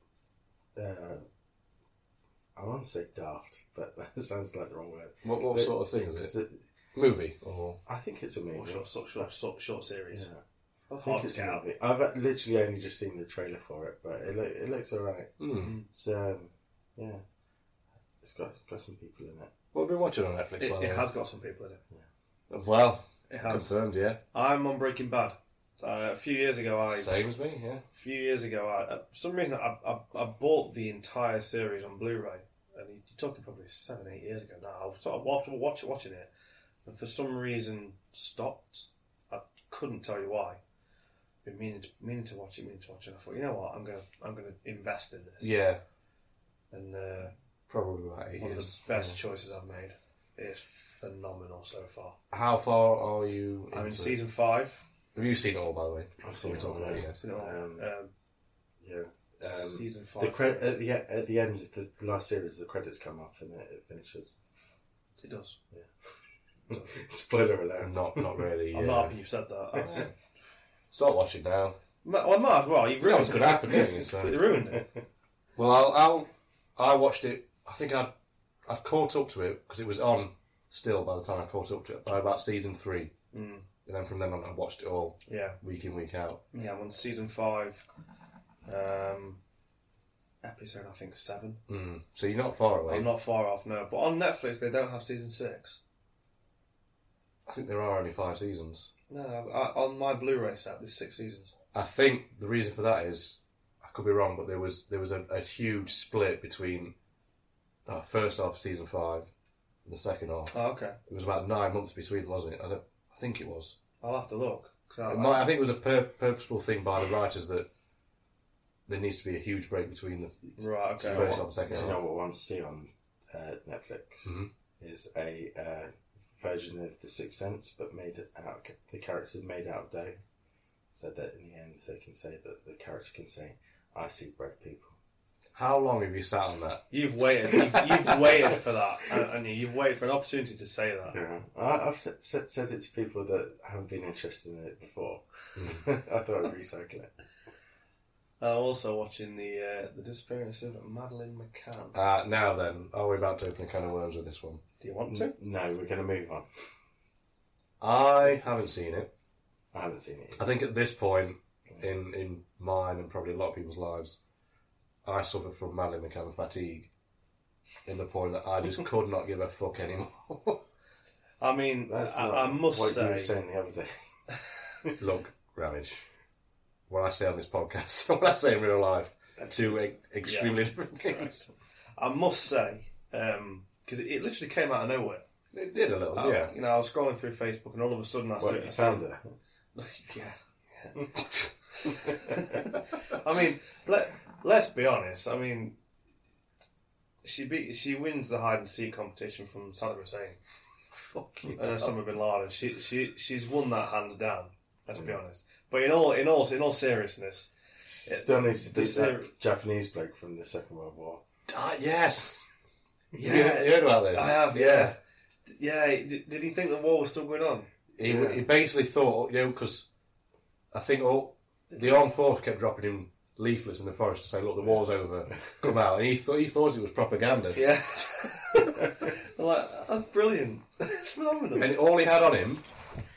[SPEAKER 3] Uh, I want to say daft, but that sounds like the wrong word.
[SPEAKER 4] What what
[SPEAKER 3] But-
[SPEAKER 4] sort of thing is
[SPEAKER 3] It's
[SPEAKER 4] it?
[SPEAKER 3] a-
[SPEAKER 4] Movie or
[SPEAKER 3] I think it's a
[SPEAKER 2] Or
[SPEAKER 3] movie.
[SPEAKER 2] short, short, short, short, short series.
[SPEAKER 3] Yeah.
[SPEAKER 2] Hard
[SPEAKER 3] I think
[SPEAKER 2] to
[SPEAKER 3] it's
[SPEAKER 2] get
[SPEAKER 3] a
[SPEAKER 2] out.
[SPEAKER 3] movie. I've uh, literally only just seen the trailer for it, but it, loo- it looks alright.
[SPEAKER 4] Hmm.
[SPEAKER 2] Mm.
[SPEAKER 3] It's um, yeah, it's got, it's got some people in it.
[SPEAKER 4] What have we been watching on Netflix?
[SPEAKER 2] It,
[SPEAKER 4] by the
[SPEAKER 2] it
[SPEAKER 4] way?
[SPEAKER 2] has got some people in it.
[SPEAKER 4] Well,
[SPEAKER 2] It has.
[SPEAKER 4] confirmed, yeah.
[SPEAKER 2] I'm on Breaking Bad. Uh, a few years ago, I
[SPEAKER 4] Same as me, yeah.
[SPEAKER 2] a few years ago, I, uh, for some reason, I, I, I bought the entire series on Blu-ray, and you're talking probably seven, eight years ago now. I was sort of watch, watch, watching it, and for some reason stopped. I couldn't tell you why. Been meaning to, meaning to watch it, meaning to watch it. I thought, you know what, I'm gonna, I'm gonna invest in this.
[SPEAKER 4] Yeah,
[SPEAKER 2] And uh,
[SPEAKER 4] probably about eight
[SPEAKER 2] one of the
[SPEAKER 4] years.
[SPEAKER 2] best choices I've made. It's phenomenal so far.
[SPEAKER 4] How far are you?
[SPEAKER 2] I'm in
[SPEAKER 4] into it?
[SPEAKER 2] season five.
[SPEAKER 4] Have you seen it all, by the way?
[SPEAKER 3] I've
[SPEAKER 4] Before we talk about it,
[SPEAKER 3] yeah.
[SPEAKER 4] yeah.
[SPEAKER 2] Seen it all.
[SPEAKER 3] Um,
[SPEAKER 2] Um,
[SPEAKER 3] yeah. Um,
[SPEAKER 2] season five.
[SPEAKER 3] the cre- at the e- at the end of the last series, the credits come up and it, it finishes.
[SPEAKER 2] It does.
[SPEAKER 3] Spoiler alert.
[SPEAKER 4] Uh, Not, not really.
[SPEAKER 2] I'm
[SPEAKER 4] yeah.
[SPEAKER 2] not happy you've said that. That's-
[SPEAKER 4] Start watching now.
[SPEAKER 2] Ma- well, Mark, well, you've
[SPEAKER 4] That
[SPEAKER 2] ruined
[SPEAKER 4] was going
[SPEAKER 2] it.
[SPEAKER 4] to happen, didn't you? So.
[SPEAKER 2] Completely ruined it.
[SPEAKER 4] Well, I'll, I'll I watched it. I think I'd I'd caught up to it because it was on still by the time I caught up to it by about season three.
[SPEAKER 2] Mm.
[SPEAKER 4] And then from then on, I watched it all
[SPEAKER 2] Yeah,
[SPEAKER 4] week in week out.
[SPEAKER 2] yeah. I'm on season five, um, episode I think seven.
[SPEAKER 4] Mm. So you're not far away.
[SPEAKER 2] I'm not far off now. But on Netflix, they don't have season six.
[SPEAKER 4] I think there are only five seasons.
[SPEAKER 2] No, no. I, on my Blu-ray set, there's six seasons.
[SPEAKER 4] I think the reason for that is I could be wrong, but there was there was a, a huge split between uh, first half of season five and the second half.
[SPEAKER 2] Oh, okay.
[SPEAKER 4] It was about nine months between, wasn't it? I don't. I think it was.
[SPEAKER 2] I'll have to look. 'cause I,
[SPEAKER 4] It might, I think it was a pur- purposeful thing by the writers that there needs to be a huge break between the
[SPEAKER 2] right. Okay.
[SPEAKER 4] first half and second
[SPEAKER 3] Do you
[SPEAKER 4] half.
[SPEAKER 3] know what I want to see on uh, Netflix?
[SPEAKER 4] Mhm.
[SPEAKER 3] Is a uh, version of The Sixth Sense, but made out of, the characters made out of dough, so that in the end they can say that the character can say, "I see bread people."
[SPEAKER 4] How long have you sat on that?
[SPEAKER 2] You've waited. You've, you've waited for that, and, and you've waited for an opportunity to say that.
[SPEAKER 3] Yeah, I, I've said, said, said it to people that haven't been interested in it before. I thought I'd recycle it.
[SPEAKER 2] I'm also watching the uh, the disappearance of Madeline McCann.
[SPEAKER 4] Uh, now then, are we about to open a can of worms with this one?
[SPEAKER 2] Do you want to?
[SPEAKER 3] No, we're going to move on.
[SPEAKER 4] I haven't seen it.
[SPEAKER 3] I haven't seen it.
[SPEAKER 4] I think at this point in in mine and probably a lot of people's lives, I suffer from Madeline McCann fatigue. In the point that I just could not give a fuck anymore.
[SPEAKER 2] I mean, I, I must
[SPEAKER 3] what you
[SPEAKER 2] say,
[SPEAKER 3] were saying the other day.
[SPEAKER 4] Look, Ramage, what I say on this podcast, what I say in real life, are two e- extremely different things.
[SPEAKER 2] I must say, because it, it literally came out of nowhere.
[SPEAKER 4] It did a little,
[SPEAKER 2] I-
[SPEAKER 4] yeah.
[SPEAKER 2] You know, I was scrolling through Facebook, and all of a sudden, I
[SPEAKER 3] Well,
[SPEAKER 2] saw
[SPEAKER 3] you
[SPEAKER 2] I
[SPEAKER 3] found it.
[SPEAKER 2] Yeah. yeah. I mean, let let's be honest. I mean, she beat she wins the hide and seek competition from Saddam Hussein
[SPEAKER 4] Fuck you.
[SPEAKER 2] and Osama bin Laden. She she she's won that hands down. Let's be honest. But in all in all in all seriousness,
[SPEAKER 3] Still needs to
[SPEAKER 2] The
[SPEAKER 3] be
[SPEAKER 2] ser-
[SPEAKER 3] that Japanese bloke from the Second World War.
[SPEAKER 4] Ah, yes. Yeah. You, you heard about this?
[SPEAKER 2] I have, yeah. Yeah, did, did he think the war was still going on?
[SPEAKER 4] He,
[SPEAKER 3] Yeah.
[SPEAKER 4] he basically thought, you know, because I think all the armed force kept dropping him leaflets in the forest to say, "Look, the war's over, come out." And he thought he thought it was propaganda.
[SPEAKER 2] Yeah. like, that's brilliant. It's phenomenal.
[SPEAKER 4] And all he had on him,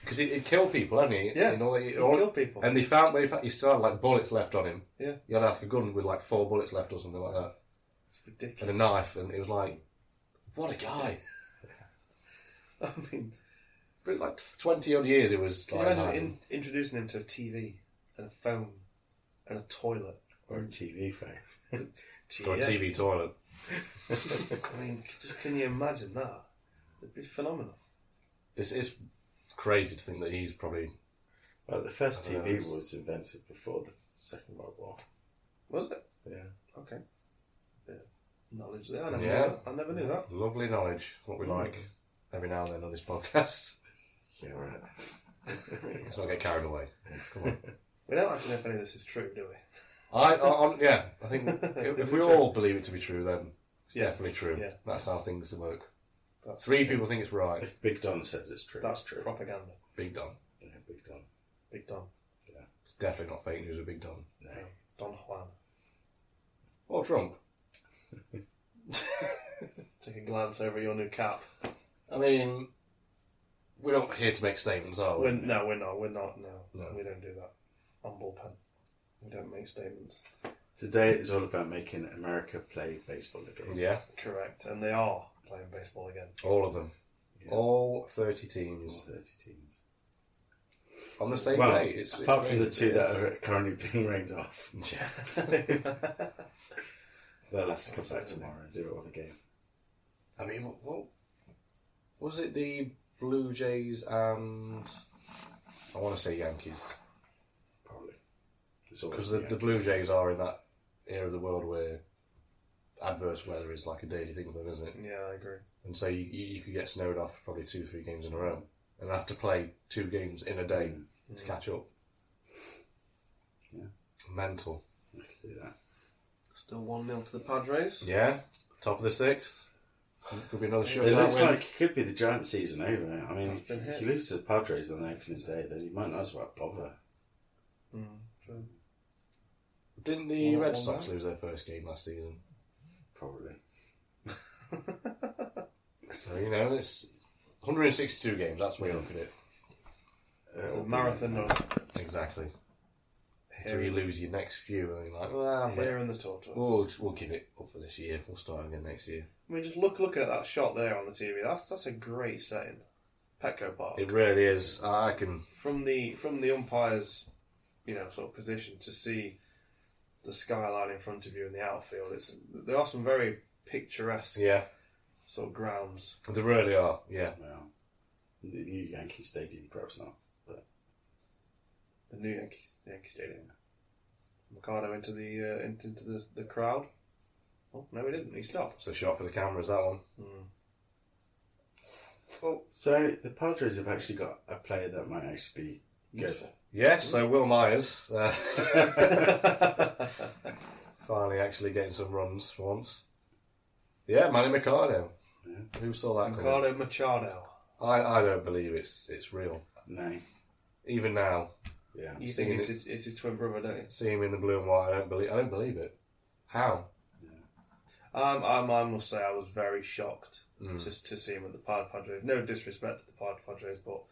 [SPEAKER 4] because he'd, he'd kill people, hadn't he?
[SPEAKER 2] Yeah,
[SPEAKER 4] And all, he
[SPEAKER 2] he'd
[SPEAKER 4] all-
[SPEAKER 2] kill people.
[SPEAKER 4] And they found, when he, found, he still had like bullets left on him.
[SPEAKER 2] Yeah.
[SPEAKER 4] He had like a gun with like four bullets left or something like that,
[SPEAKER 2] It's ridiculous.
[SPEAKER 4] and a knife, and it was like, what a guy!
[SPEAKER 2] I mean,
[SPEAKER 4] But it's like twenty odd years. It was
[SPEAKER 2] Can
[SPEAKER 4] like
[SPEAKER 2] you imagine
[SPEAKER 4] man.
[SPEAKER 2] in, introducing him to a TV and a phone and a toilet?
[SPEAKER 3] Or a TV phone.
[SPEAKER 2] T-
[SPEAKER 4] or a
[SPEAKER 2] yeah.
[SPEAKER 4] TV toilet.
[SPEAKER 2] I mean, c- just can you imagine that? It'd be phenomenal.
[SPEAKER 4] It's, it's crazy to think that he's probably
[SPEAKER 3] Well, the first
[SPEAKER 4] I don't know,
[SPEAKER 3] TV
[SPEAKER 4] it's-
[SPEAKER 3] was invented before the Second World War.
[SPEAKER 2] Was it?
[SPEAKER 3] Yeah.
[SPEAKER 2] Okay. Bit of knowledge there. I never,
[SPEAKER 4] Yeah.
[SPEAKER 2] knew, that. I never knew that.
[SPEAKER 4] Lovely knowledge, what we like
[SPEAKER 3] Mm.
[SPEAKER 4] every now and then on this podcast.
[SPEAKER 3] Yeah, right.
[SPEAKER 4] Let's not get carried away. Come on.
[SPEAKER 2] We don't actually know if any of this is true, do we?
[SPEAKER 4] I, I, on- yeah, I think if, if we all believe it to be true, then it's
[SPEAKER 2] Yeah.
[SPEAKER 4] definitely true.
[SPEAKER 2] Yeah.
[SPEAKER 4] That's how things work.
[SPEAKER 2] That's,
[SPEAKER 4] Three people think it's right.
[SPEAKER 3] If Big Don says it's true,
[SPEAKER 2] that's
[SPEAKER 3] it's true.
[SPEAKER 2] propaganda.
[SPEAKER 4] Big Don.
[SPEAKER 3] Yeah, Big Don.
[SPEAKER 2] Big Don.
[SPEAKER 4] It's definitely not fake news of Big Don.
[SPEAKER 3] No.
[SPEAKER 2] Don Juan.
[SPEAKER 4] Or Trump.
[SPEAKER 2] Take a glance over your new cap.
[SPEAKER 4] I mean, we're not here to make statements, are we?
[SPEAKER 2] We're, no, we're not. We're not. No.
[SPEAKER 4] Oh, No.
[SPEAKER 2] We don't do that. On bullpen. We don't make statements.
[SPEAKER 3] Today is all about making America play baseball again.
[SPEAKER 4] Yeah,
[SPEAKER 2] Correct. And they are playing baseball again.
[SPEAKER 4] all of them.
[SPEAKER 3] Yeah.
[SPEAKER 4] All
[SPEAKER 3] All
[SPEAKER 4] 30 teams
[SPEAKER 3] 30 teams.
[SPEAKER 4] on the same
[SPEAKER 3] Well,
[SPEAKER 4] day. It's, it's
[SPEAKER 3] apart from the
[SPEAKER 4] crazy.
[SPEAKER 3] two that are currently being rained off,
[SPEAKER 4] Yeah.
[SPEAKER 3] they'll have to come back tomorrow and do it all again.
[SPEAKER 4] I mean, what, what was it? The Blue Jays and I want to say Yankees
[SPEAKER 3] Probably. It's always
[SPEAKER 4] because the, the
[SPEAKER 3] Yankees.
[SPEAKER 4] Blue Jays are in that era of the world where adverse weather is like a daily thing for them, isn't it?
[SPEAKER 2] Yeah, I agree.
[SPEAKER 4] And so you, you, you could get snowed off probably two, three games in a row, and have to play two games in a day to catch up.
[SPEAKER 3] Yeah.
[SPEAKER 4] Mental.
[SPEAKER 3] We could do that.
[SPEAKER 2] Still 1 0 to the Padres.
[SPEAKER 4] Yeah. Top of the sixth. Could be another
[SPEAKER 2] It
[SPEAKER 4] shootout.
[SPEAKER 3] It looks
[SPEAKER 4] win.
[SPEAKER 3] like it could be the Giant season over. I mean,
[SPEAKER 2] It's
[SPEAKER 3] if
[SPEAKER 2] been
[SPEAKER 3] if
[SPEAKER 2] hit.
[SPEAKER 3] you lose to the Padres on opening day, then you might not as well bother.
[SPEAKER 2] Mm, True.
[SPEAKER 4] Didn't the
[SPEAKER 2] One-
[SPEAKER 4] Red
[SPEAKER 2] one
[SPEAKER 4] Sox
[SPEAKER 2] back.
[SPEAKER 4] lose their first game last season?
[SPEAKER 3] Probably.
[SPEAKER 4] So you know, it's 162 games. That's where you look at it.
[SPEAKER 3] Uh,
[SPEAKER 2] marathon of
[SPEAKER 4] Exactly. Until you
[SPEAKER 2] here,
[SPEAKER 4] lose your next few, and you're like, well,
[SPEAKER 2] and-
[SPEAKER 4] we'll,
[SPEAKER 2] here in the tortoise.
[SPEAKER 4] we'll, we'll give it up for this year. We'll start again next year.
[SPEAKER 2] I mean, just look look at that shot there on the TV. That's that's a great setting. Petco Park.
[SPEAKER 4] It really is. I can.
[SPEAKER 2] from the from the umpire's you know sort of position to see the skyline in front of you in the outfield. It's there are some very picturesque
[SPEAKER 4] Yeah,
[SPEAKER 2] sort of grounds.
[SPEAKER 4] they really are. Yeah.
[SPEAKER 3] Well, the new Yankee Stadium, perhaps not.
[SPEAKER 2] The new Yankee, Yankee Stadium. Ricardo into the uh, into, into the, the crowd. Oh no, he didn't. He stopped.
[SPEAKER 4] It's a shot for the cameras. That one.
[SPEAKER 3] So the Padres have actually got a player that might actually be good.
[SPEAKER 4] Yes. So Will Myers uh, finally actually getting some runs for once. Yeah, Manny Machado. Who saw that? coming?
[SPEAKER 2] Ricardo Machado.
[SPEAKER 4] I, I don't believe it's it's real.
[SPEAKER 3] No,
[SPEAKER 4] Even now,
[SPEAKER 3] yeah.
[SPEAKER 2] You
[SPEAKER 4] Seen
[SPEAKER 2] think it's
[SPEAKER 4] it.
[SPEAKER 2] his, it's his twin brother, don't you?
[SPEAKER 4] see him in the blue and white. I don't believe. I don't believe it. How?
[SPEAKER 2] Um, I, I must say I was very shocked to, to see him at the Pod Padres. No disrespect to the Pod Padres, but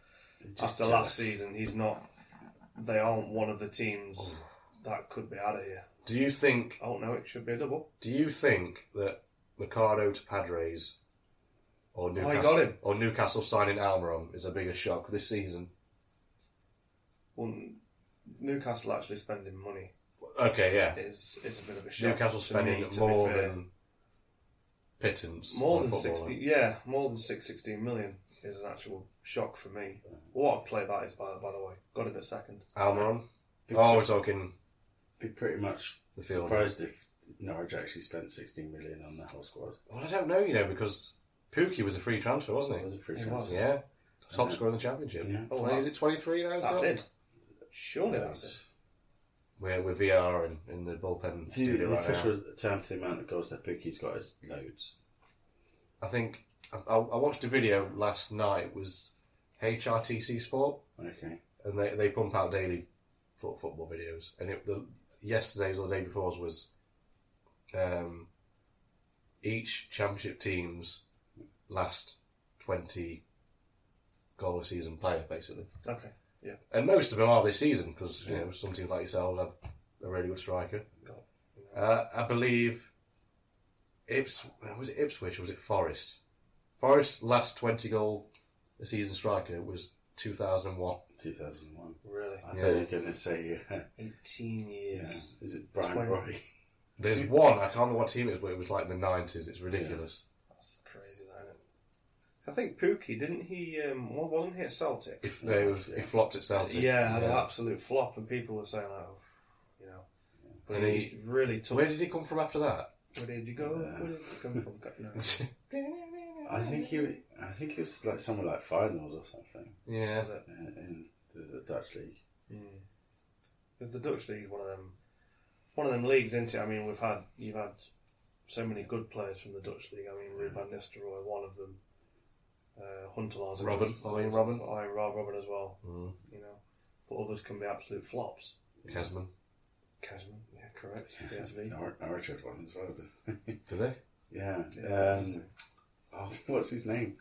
[SPEAKER 2] after last season, he's not. They aren't one of the teams that could be out of here.
[SPEAKER 4] Do you think?
[SPEAKER 2] Oh no, it should be a double.
[SPEAKER 4] Do you think that Ricardo to Padres or
[SPEAKER 2] Oh, he got
[SPEAKER 4] Newcastle
[SPEAKER 2] him.
[SPEAKER 4] or Newcastle signing Almiron is a bigger shock this season?
[SPEAKER 2] Well, Newcastle actually spending money
[SPEAKER 4] Okay, yeah.
[SPEAKER 2] is is a bit of a shock.
[SPEAKER 4] Newcastle
[SPEAKER 2] to
[SPEAKER 4] spending
[SPEAKER 2] me, to be
[SPEAKER 4] more
[SPEAKER 2] fair.
[SPEAKER 4] than pittance.
[SPEAKER 2] more
[SPEAKER 4] on
[SPEAKER 2] than
[SPEAKER 4] a
[SPEAKER 2] sixty.
[SPEAKER 4] footballer.
[SPEAKER 2] Yeah, more than six sixteen million is an actual shock for me. What a play that is, by, by the way. Got him at second.
[SPEAKER 4] Almiron. Oh, we're talking.
[SPEAKER 3] Be pretty much
[SPEAKER 4] The field.
[SPEAKER 3] surprised if Norwich actually spent 16 million on the whole squad.
[SPEAKER 4] Well, I don't know, you know, because Pookie was a free transfer, wasn't
[SPEAKER 3] It
[SPEAKER 4] he?
[SPEAKER 3] was a free
[SPEAKER 2] He
[SPEAKER 3] transfer.
[SPEAKER 2] was.
[SPEAKER 4] Yeah, top scorer in the championship.
[SPEAKER 3] Yeah.
[SPEAKER 2] Oh,
[SPEAKER 4] 20, is
[SPEAKER 2] that's-
[SPEAKER 4] it twenty three now?
[SPEAKER 2] That's
[SPEAKER 4] still?
[SPEAKER 2] it. Surely that's it.
[SPEAKER 4] We're with VR in, in the bullpen
[SPEAKER 3] The,
[SPEAKER 4] studio
[SPEAKER 3] the
[SPEAKER 4] right now.
[SPEAKER 3] official term for the amount of goals that Pookie's got is loads.
[SPEAKER 4] I think I, I I watched a video last night. It was HRTC Sport,
[SPEAKER 3] Okay.
[SPEAKER 4] and they, they pump out daily foot, football videos. And it, the yesterday's or the day before's was um, each championship team's last twenty goal a season player, basically.
[SPEAKER 2] Okay.
[SPEAKER 4] And most of them are this season because you know some teams like yourselves have a really good striker. Uh, I believe Ips was it Ipswich or was it Forest? Forest's last twenty goal a season striker was two thousand and one.
[SPEAKER 3] 2001.
[SPEAKER 2] Really.
[SPEAKER 3] I
[SPEAKER 4] Yeah.
[SPEAKER 3] thought you were going to say, uh,
[SPEAKER 2] Eighteen years.
[SPEAKER 3] is it Brian
[SPEAKER 2] Twenty.
[SPEAKER 3] Roy?
[SPEAKER 4] There's one I can't remember what team it was, but it was like the nineties. It's ridiculous.
[SPEAKER 2] That's crazy, that, isn't it? I think Pookie didn't he? Um, wa- wasn't he at Celtic?
[SPEAKER 4] If they was, it flopped at Celtic.
[SPEAKER 2] Yeah, had an absolute flop, and people were saying, "Oh, you know." But
[SPEAKER 4] And
[SPEAKER 2] he,
[SPEAKER 4] he-
[SPEAKER 2] really took.
[SPEAKER 4] Where
[SPEAKER 2] Where,
[SPEAKER 4] did he come from after that?
[SPEAKER 2] did you go? Where did you come from? God, No.
[SPEAKER 3] I think he, I think he was like somewhere like finals or something
[SPEAKER 4] yeah,
[SPEAKER 3] uh, in the Dutch league.
[SPEAKER 2] Because the Dutch league, is one of them, one of them leagues, isn't it? I mean, we've had you've had so many good players from the Dutch league. I mean, Ruud van Nistelrooy, one of them. Uh, Hunter Larsen,
[SPEAKER 4] Robin, Arjen Robin.
[SPEAKER 2] Arjen Rob, Robin as well. You know, but others can be absolute flops.
[SPEAKER 4] Kesman.
[SPEAKER 2] Cashman, yeah, correct. PSV.
[SPEAKER 3] Nor- Norwich had one as well. didn't they?
[SPEAKER 4] Did they?
[SPEAKER 3] yeah.
[SPEAKER 2] Yeah,
[SPEAKER 3] Um, oh, what's his name?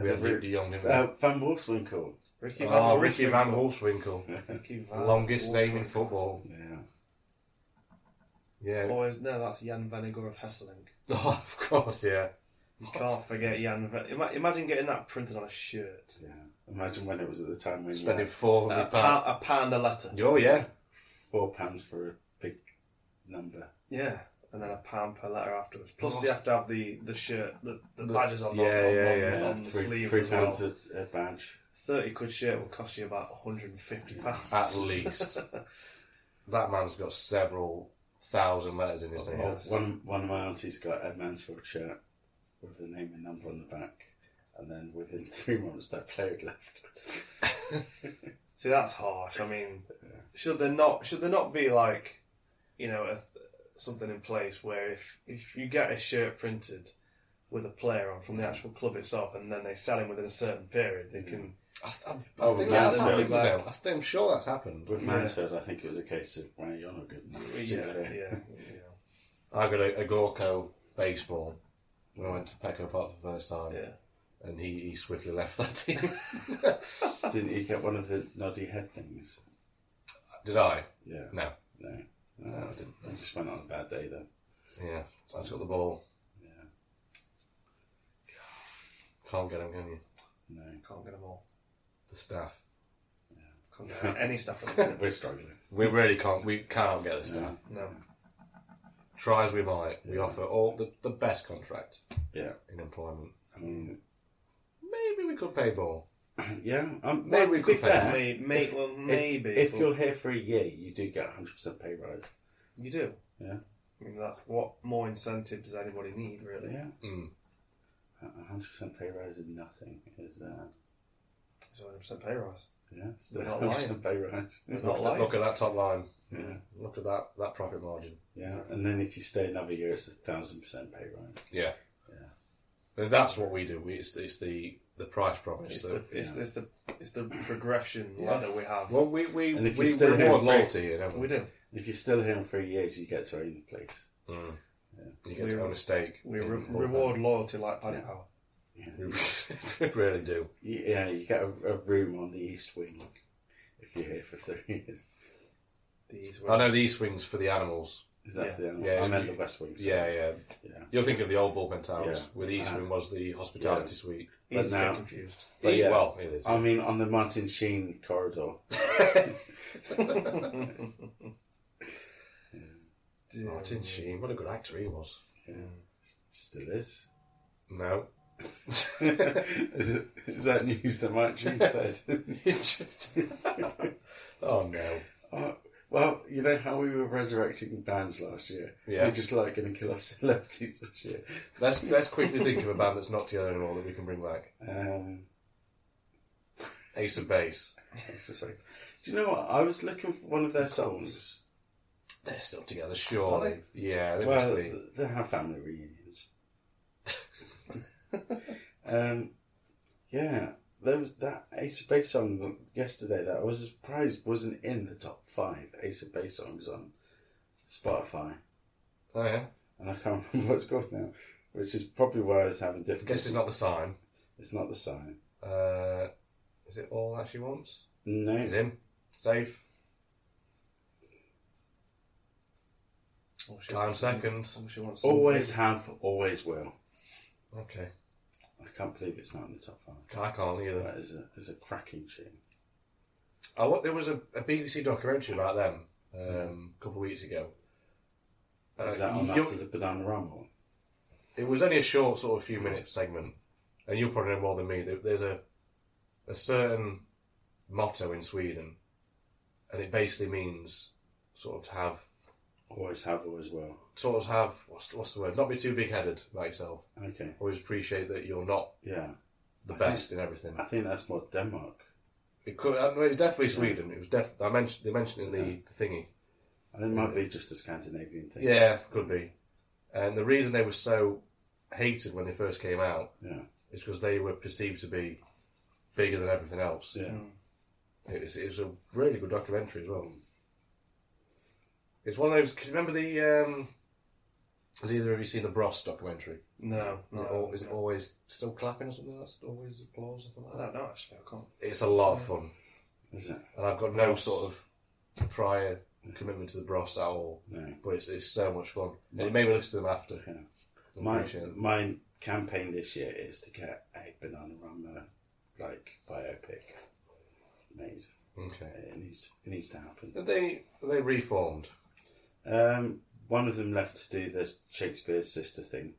[SPEAKER 4] we had Rick de Jong, didn't we?
[SPEAKER 3] Uh, Van Wolfswinkel.
[SPEAKER 2] Ricky Van
[SPEAKER 4] oh,
[SPEAKER 2] Wolfswinkel.
[SPEAKER 4] Ricky Van Wolfswinkel.
[SPEAKER 2] Ricky Van
[SPEAKER 3] Oh,
[SPEAKER 4] Longest name in
[SPEAKER 2] Wolfswinkel.
[SPEAKER 4] football.
[SPEAKER 3] Yeah.
[SPEAKER 4] Yeah.
[SPEAKER 2] Oh, is no, that's Jan Veninger of Hesselink.
[SPEAKER 4] Oh, of course, yeah.
[SPEAKER 2] You can't forget Jan Ven- Ima- Imagine getting that printed on a shirt.
[SPEAKER 3] Yeah. Imagine when it was at the time when
[SPEAKER 4] Spending
[SPEAKER 3] you
[SPEAKER 4] four
[SPEAKER 2] A,
[SPEAKER 4] hundred pounds.
[SPEAKER 2] pa- a pound a letter.
[SPEAKER 4] Oh yeah,
[SPEAKER 3] had four pounds for a big number.
[SPEAKER 2] Yeah. And then a pound per letter afterwards. Plus,
[SPEAKER 4] Plus-
[SPEAKER 2] you have to have the, the shirt, the, the
[SPEAKER 4] The-
[SPEAKER 2] badges on,
[SPEAKER 4] yeah,
[SPEAKER 2] on,
[SPEAKER 4] yeah,
[SPEAKER 2] on,
[SPEAKER 4] yeah.
[SPEAKER 2] on the
[SPEAKER 3] three,
[SPEAKER 2] sleeves
[SPEAKER 3] three
[SPEAKER 2] as well.
[SPEAKER 3] pounds a, a badge.
[SPEAKER 2] 30 quid shirt will cost you about 150 pounds.
[SPEAKER 4] at least. that man's got several thousand letters in his name.
[SPEAKER 3] Oh, One one of my aunties got a Mansfield shirt with the name and number on the back, and then within three months that player had left.
[SPEAKER 2] See, that's harsh. I mean, should there not should there not be like, you know, a, something in place where if if you get a shirt printed, with a player on from the actual club itself, and then they sell him within a certain period.
[SPEAKER 4] Mm.
[SPEAKER 2] They can
[SPEAKER 4] I, th- I, I
[SPEAKER 3] Oh,
[SPEAKER 4] think
[SPEAKER 3] yeah,
[SPEAKER 4] that's
[SPEAKER 3] that's
[SPEAKER 4] happened.
[SPEAKER 3] really
[SPEAKER 4] you know.
[SPEAKER 3] bad.
[SPEAKER 4] I think I'm sure that's happened.
[SPEAKER 3] With
[SPEAKER 2] Yeah.
[SPEAKER 3] Mansfield, I think it was a case of, well, you're not good enough. to sit
[SPEAKER 2] yeah, yeah,
[SPEAKER 3] there.
[SPEAKER 2] yeah.
[SPEAKER 4] I got a, a Gorko baseball when I went to Petco Park for the first time,
[SPEAKER 2] Yeah.
[SPEAKER 4] and he, he swiftly left that team.
[SPEAKER 3] Didn't you get one of the noddy head things?
[SPEAKER 4] Did I?
[SPEAKER 3] Yeah.
[SPEAKER 4] No.
[SPEAKER 3] No. No, I didn't. I just went on a bad day then.
[SPEAKER 4] Yeah, I just got the ball.
[SPEAKER 3] Yeah.
[SPEAKER 4] Can't get him, can you?
[SPEAKER 3] No.
[SPEAKER 2] Can't get them all.
[SPEAKER 4] The staff.
[SPEAKER 2] Can't get any stuff. at the minute.
[SPEAKER 3] We're struggling.
[SPEAKER 4] We really can't. We can't get the staff.
[SPEAKER 2] No,
[SPEAKER 4] Try as we might, we offer all the, the best contract
[SPEAKER 3] Yeah.
[SPEAKER 4] in employment.
[SPEAKER 3] I mean,
[SPEAKER 4] Maybe we could pay ball.
[SPEAKER 3] yeah. Um,
[SPEAKER 4] Maybe
[SPEAKER 3] well,
[SPEAKER 4] we
[SPEAKER 3] to be
[SPEAKER 4] could find
[SPEAKER 3] fair,
[SPEAKER 2] may, may, well, maybe
[SPEAKER 3] if,
[SPEAKER 2] but
[SPEAKER 3] you're here for a year, you do get 100% pay rise.
[SPEAKER 2] you do.
[SPEAKER 3] Yeah.
[SPEAKER 2] I mean, that's what more incentive does anybody need, really?
[SPEAKER 3] Yeah.
[SPEAKER 4] Mm.
[SPEAKER 3] A 100% pay rise is nothing. Is uh,
[SPEAKER 2] It's 100 percent pay rise.
[SPEAKER 3] yeah, still
[SPEAKER 2] We're not
[SPEAKER 3] 100% pay rise.
[SPEAKER 2] We're
[SPEAKER 4] Look,
[SPEAKER 2] not
[SPEAKER 4] at
[SPEAKER 2] lying.
[SPEAKER 4] that, look at that top line.
[SPEAKER 3] Yeah,
[SPEAKER 4] Look at that that profit margin.
[SPEAKER 3] yeah. And then if you stay another year, it's a thousand percent pay rise.
[SPEAKER 4] Yeah. And that's what we do. We, it's, it's the the price promise.
[SPEAKER 2] It's
[SPEAKER 4] that-
[SPEAKER 2] the it's, it's the it's the progression ladder we have.
[SPEAKER 4] Well, we we
[SPEAKER 3] And if
[SPEAKER 4] we
[SPEAKER 3] you still
[SPEAKER 4] reward
[SPEAKER 3] have-
[SPEAKER 4] loyalty, here, don't we?
[SPEAKER 2] We do.
[SPEAKER 3] If you're still here in three years, you get to own the place.
[SPEAKER 4] Hmm. You get
[SPEAKER 2] We-
[SPEAKER 4] to own a stake.
[SPEAKER 2] We
[SPEAKER 4] in
[SPEAKER 2] re-
[SPEAKER 4] Hawthorn.
[SPEAKER 2] reward loyalty like Paddy
[SPEAKER 3] Yeah.
[SPEAKER 2] Power.
[SPEAKER 4] We really do.
[SPEAKER 3] You, yeah, you get a, a room on the east wing if you're here for three years.
[SPEAKER 2] These
[SPEAKER 4] I
[SPEAKER 2] were
[SPEAKER 4] know the East Wing's for the animals.
[SPEAKER 3] Is that
[SPEAKER 2] Yeah.
[SPEAKER 3] the animal?
[SPEAKER 4] Yeah,
[SPEAKER 3] I meant
[SPEAKER 4] you-
[SPEAKER 3] the west wing. sorry.
[SPEAKER 4] Yeah, yeah.
[SPEAKER 3] yeah.
[SPEAKER 4] You're thinking of the old bullpen towers,
[SPEAKER 3] Yeah.
[SPEAKER 4] where the East
[SPEAKER 2] Uh-huh.
[SPEAKER 3] Uh,
[SPEAKER 4] Wing was the hospitality
[SPEAKER 3] yeah.
[SPEAKER 4] suite.
[SPEAKER 3] But
[SPEAKER 2] He's
[SPEAKER 3] now-
[SPEAKER 2] get confused.
[SPEAKER 3] But yeah.
[SPEAKER 4] Well, it is.
[SPEAKER 3] I mean, on the Martin Sheen corridor.
[SPEAKER 4] Martin Sheen, what a good actor he was.
[SPEAKER 3] Yeah.
[SPEAKER 2] Mm.
[SPEAKER 3] Still is.
[SPEAKER 4] No.
[SPEAKER 3] is, it, is that news that Martin Sheen said?
[SPEAKER 4] oh no.
[SPEAKER 3] Uh, well, you know how we were resurrecting bands last year.
[SPEAKER 4] Yeah.
[SPEAKER 3] We're just like going to kill off celebrities this year.
[SPEAKER 4] Let's let's quickly think of a band that's not together anymore that we can bring back.
[SPEAKER 3] Um,
[SPEAKER 4] Ace of Base.
[SPEAKER 3] it's just like- do you know what? I was looking for one of their songs.
[SPEAKER 4] They're still together, sure.
[SPEAKER 2] Are
[SPEAKER 4] Yeah, they
[SPEAKER 3] well,
[SPEAKER 4] must be.
[SPEAKER 3] they have family reunions. um, yeah, there was that Ace of Base song that- yesterday that I was surprised wasn't in the top five Ace of Base songs on Spotify.
[SPEAKER 4] Oh yeah.
[SPEAKER 3] and I can't remember what it's called now, which is probably where I was having
[SPEAKER 4] I
[SPEAKER 3] difficulty.
[SPEAKER 4] guess it's not the sign.
[SPEAKER 3] It's not the sign.
[SPEAKER 4] Uh, is it all that she wants?
[SPEAKER 3] No,
[SPEAKER 4] He's in. Safe.
[SPEAKER 2] Oh, she
[SPEAKER 4] Down
[SPEAKER 2] wants-
[SPEAKER 4] second.
[SPEAKER 2] oh, she wants
[SPEAKER 3] always have, always will.
[SPEAKER 4] Okay.
[SPEAKER 3] I can't believe it's not in the top five.
[SPEAKER 4] I can't either.
[SPEAKER 3] That is a, is a cracking tune.
[SPEAKER 4] I wa- there was a, a BBC documentary about them um, a couple of weeks ago. Uh,
[SPEAKER 3] Is Mm. that on
[SPEAKER 4] you'll-
[SPEAKER 3] after the Banana Rumble?
[SPEAKER 4] It was only a short, sort of few minute segment, and you'll probably know more than me. There, there's a a certain motto in Sweden, and it basically means sort of to have,
[SPEAKER 3] Always have, always will.
[SPEAKER 4] sort of have, what's, what's the word? Not be too big headed about yourself.
[SPEAKER 3] Okay,
[SPEAKER 4] Always appreciate that you're not
[SPEAKER 3] yeah.
[SPEAKER 4] the
[SPEAKER 3] I
[SPEAKER 4] best in everything.
[SPEAKER 3] think- I think that's more Denmark.
[SPEAKER 4] It could, uh, no, it's definitely Sweden. It was def- I mentioned they mentioned it in the, the thingy.
[SPEAKER 3] I think it might be just a Scandinavian thing.
[SPEAKER 4] Yeah, could be. And the reason they were so hated when they first came out
[SPEAKER 3] Yeah.
[SPEAKER 4] is because they were perceived to be bigger than everything else.
[SPEAKER 3] Yeah.
[SPEAKER 4] It was, it was a really good documentary as well. It's one of those. Cause remember the? Um, has either of you seen the Bros documentary?
[SPEAKER 2] No, no.
[SPEAKER 4] Is it, al- is it always still clapping or something? That's always applause or something
[SPEAKER 2] I
[SPEAKER 4] like
[SPEAKER 2] don't know actually. I can't.
[SPEAKER 4] that. It's a lot of fun,
[SPEAKER 3] Is it?
[SPEAKER 4] and I've got no sort of prior commitment to the Bros at all.
[SPEAKER 3] No.
[SPEAKER 4] But it's, it's so much fun, and it made me listen to them after.
[SPEAKER 3] Yeah.
[SPEAKER 4] I
[SPEAKER 3] My,
[SPEAKER 4] appreciate it.
[SPEAKER 3] my campaign this year is to get a Banana Rumble like biopic made.
[SPEAKER 4] Okay.
[SPEAKER 3] It needs, it needs to happen.
[SPEAKER 4] Are they are they reformed?
[SPEAKER 3] Um, one of them left to do the Shakespeare's sister thing.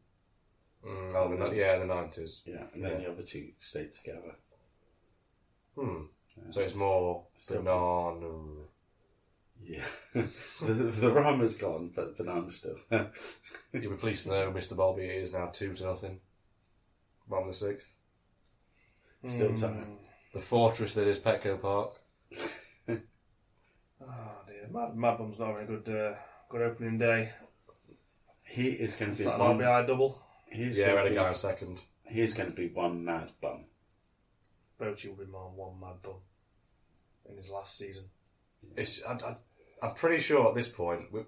[SPEAKER 4] Mm, oh, the, ni- yeah, the nineties.
[SPEAKER 3] Yeah, and then the other two stayed together.
[SPEAKER 4] Hmm. So it's more
[SPEAKER 3] Still-
[SPEAKER 4] banana.
[SPEAKER 3] Yeah, the, the rama's gone, but the banana's still. there.
[SPEAKER 4] You'll be pleased to know, Mr. Bobby, it is now two to nothing. Bottom of the sixth. Hmm.
[SPEAKER 3] still
[SPEAKER 2] Hmm.
[SPEAKER 3] time.
[SPEAKER 4] The fortress that is Petco Park.
[SPEAKER 2] Oh dear, Mad, Mad Bum's not having a good uh, good opening day.
[SPEAKER 3] He is going to be
[SPEAKER 2] Is that an
[SPEAKER 3] one.
[SPEAKER 2] RBI double?
[SPEAKER 3] He's
[SPEAKER 4] Yeah, we
[SPEAKER 3] gonna
[SPEAKER 4] had a
[SPEAKER 3] be,
[SPEAKER 4] guy in second.
[SPEAKER 3] He's going to be one mad bum.
[SPEAKER 2] Bochy will be more than one mad bum in his last season.
[SPEAKER 4] It's, I, I, I'm pretty sure at this point, we,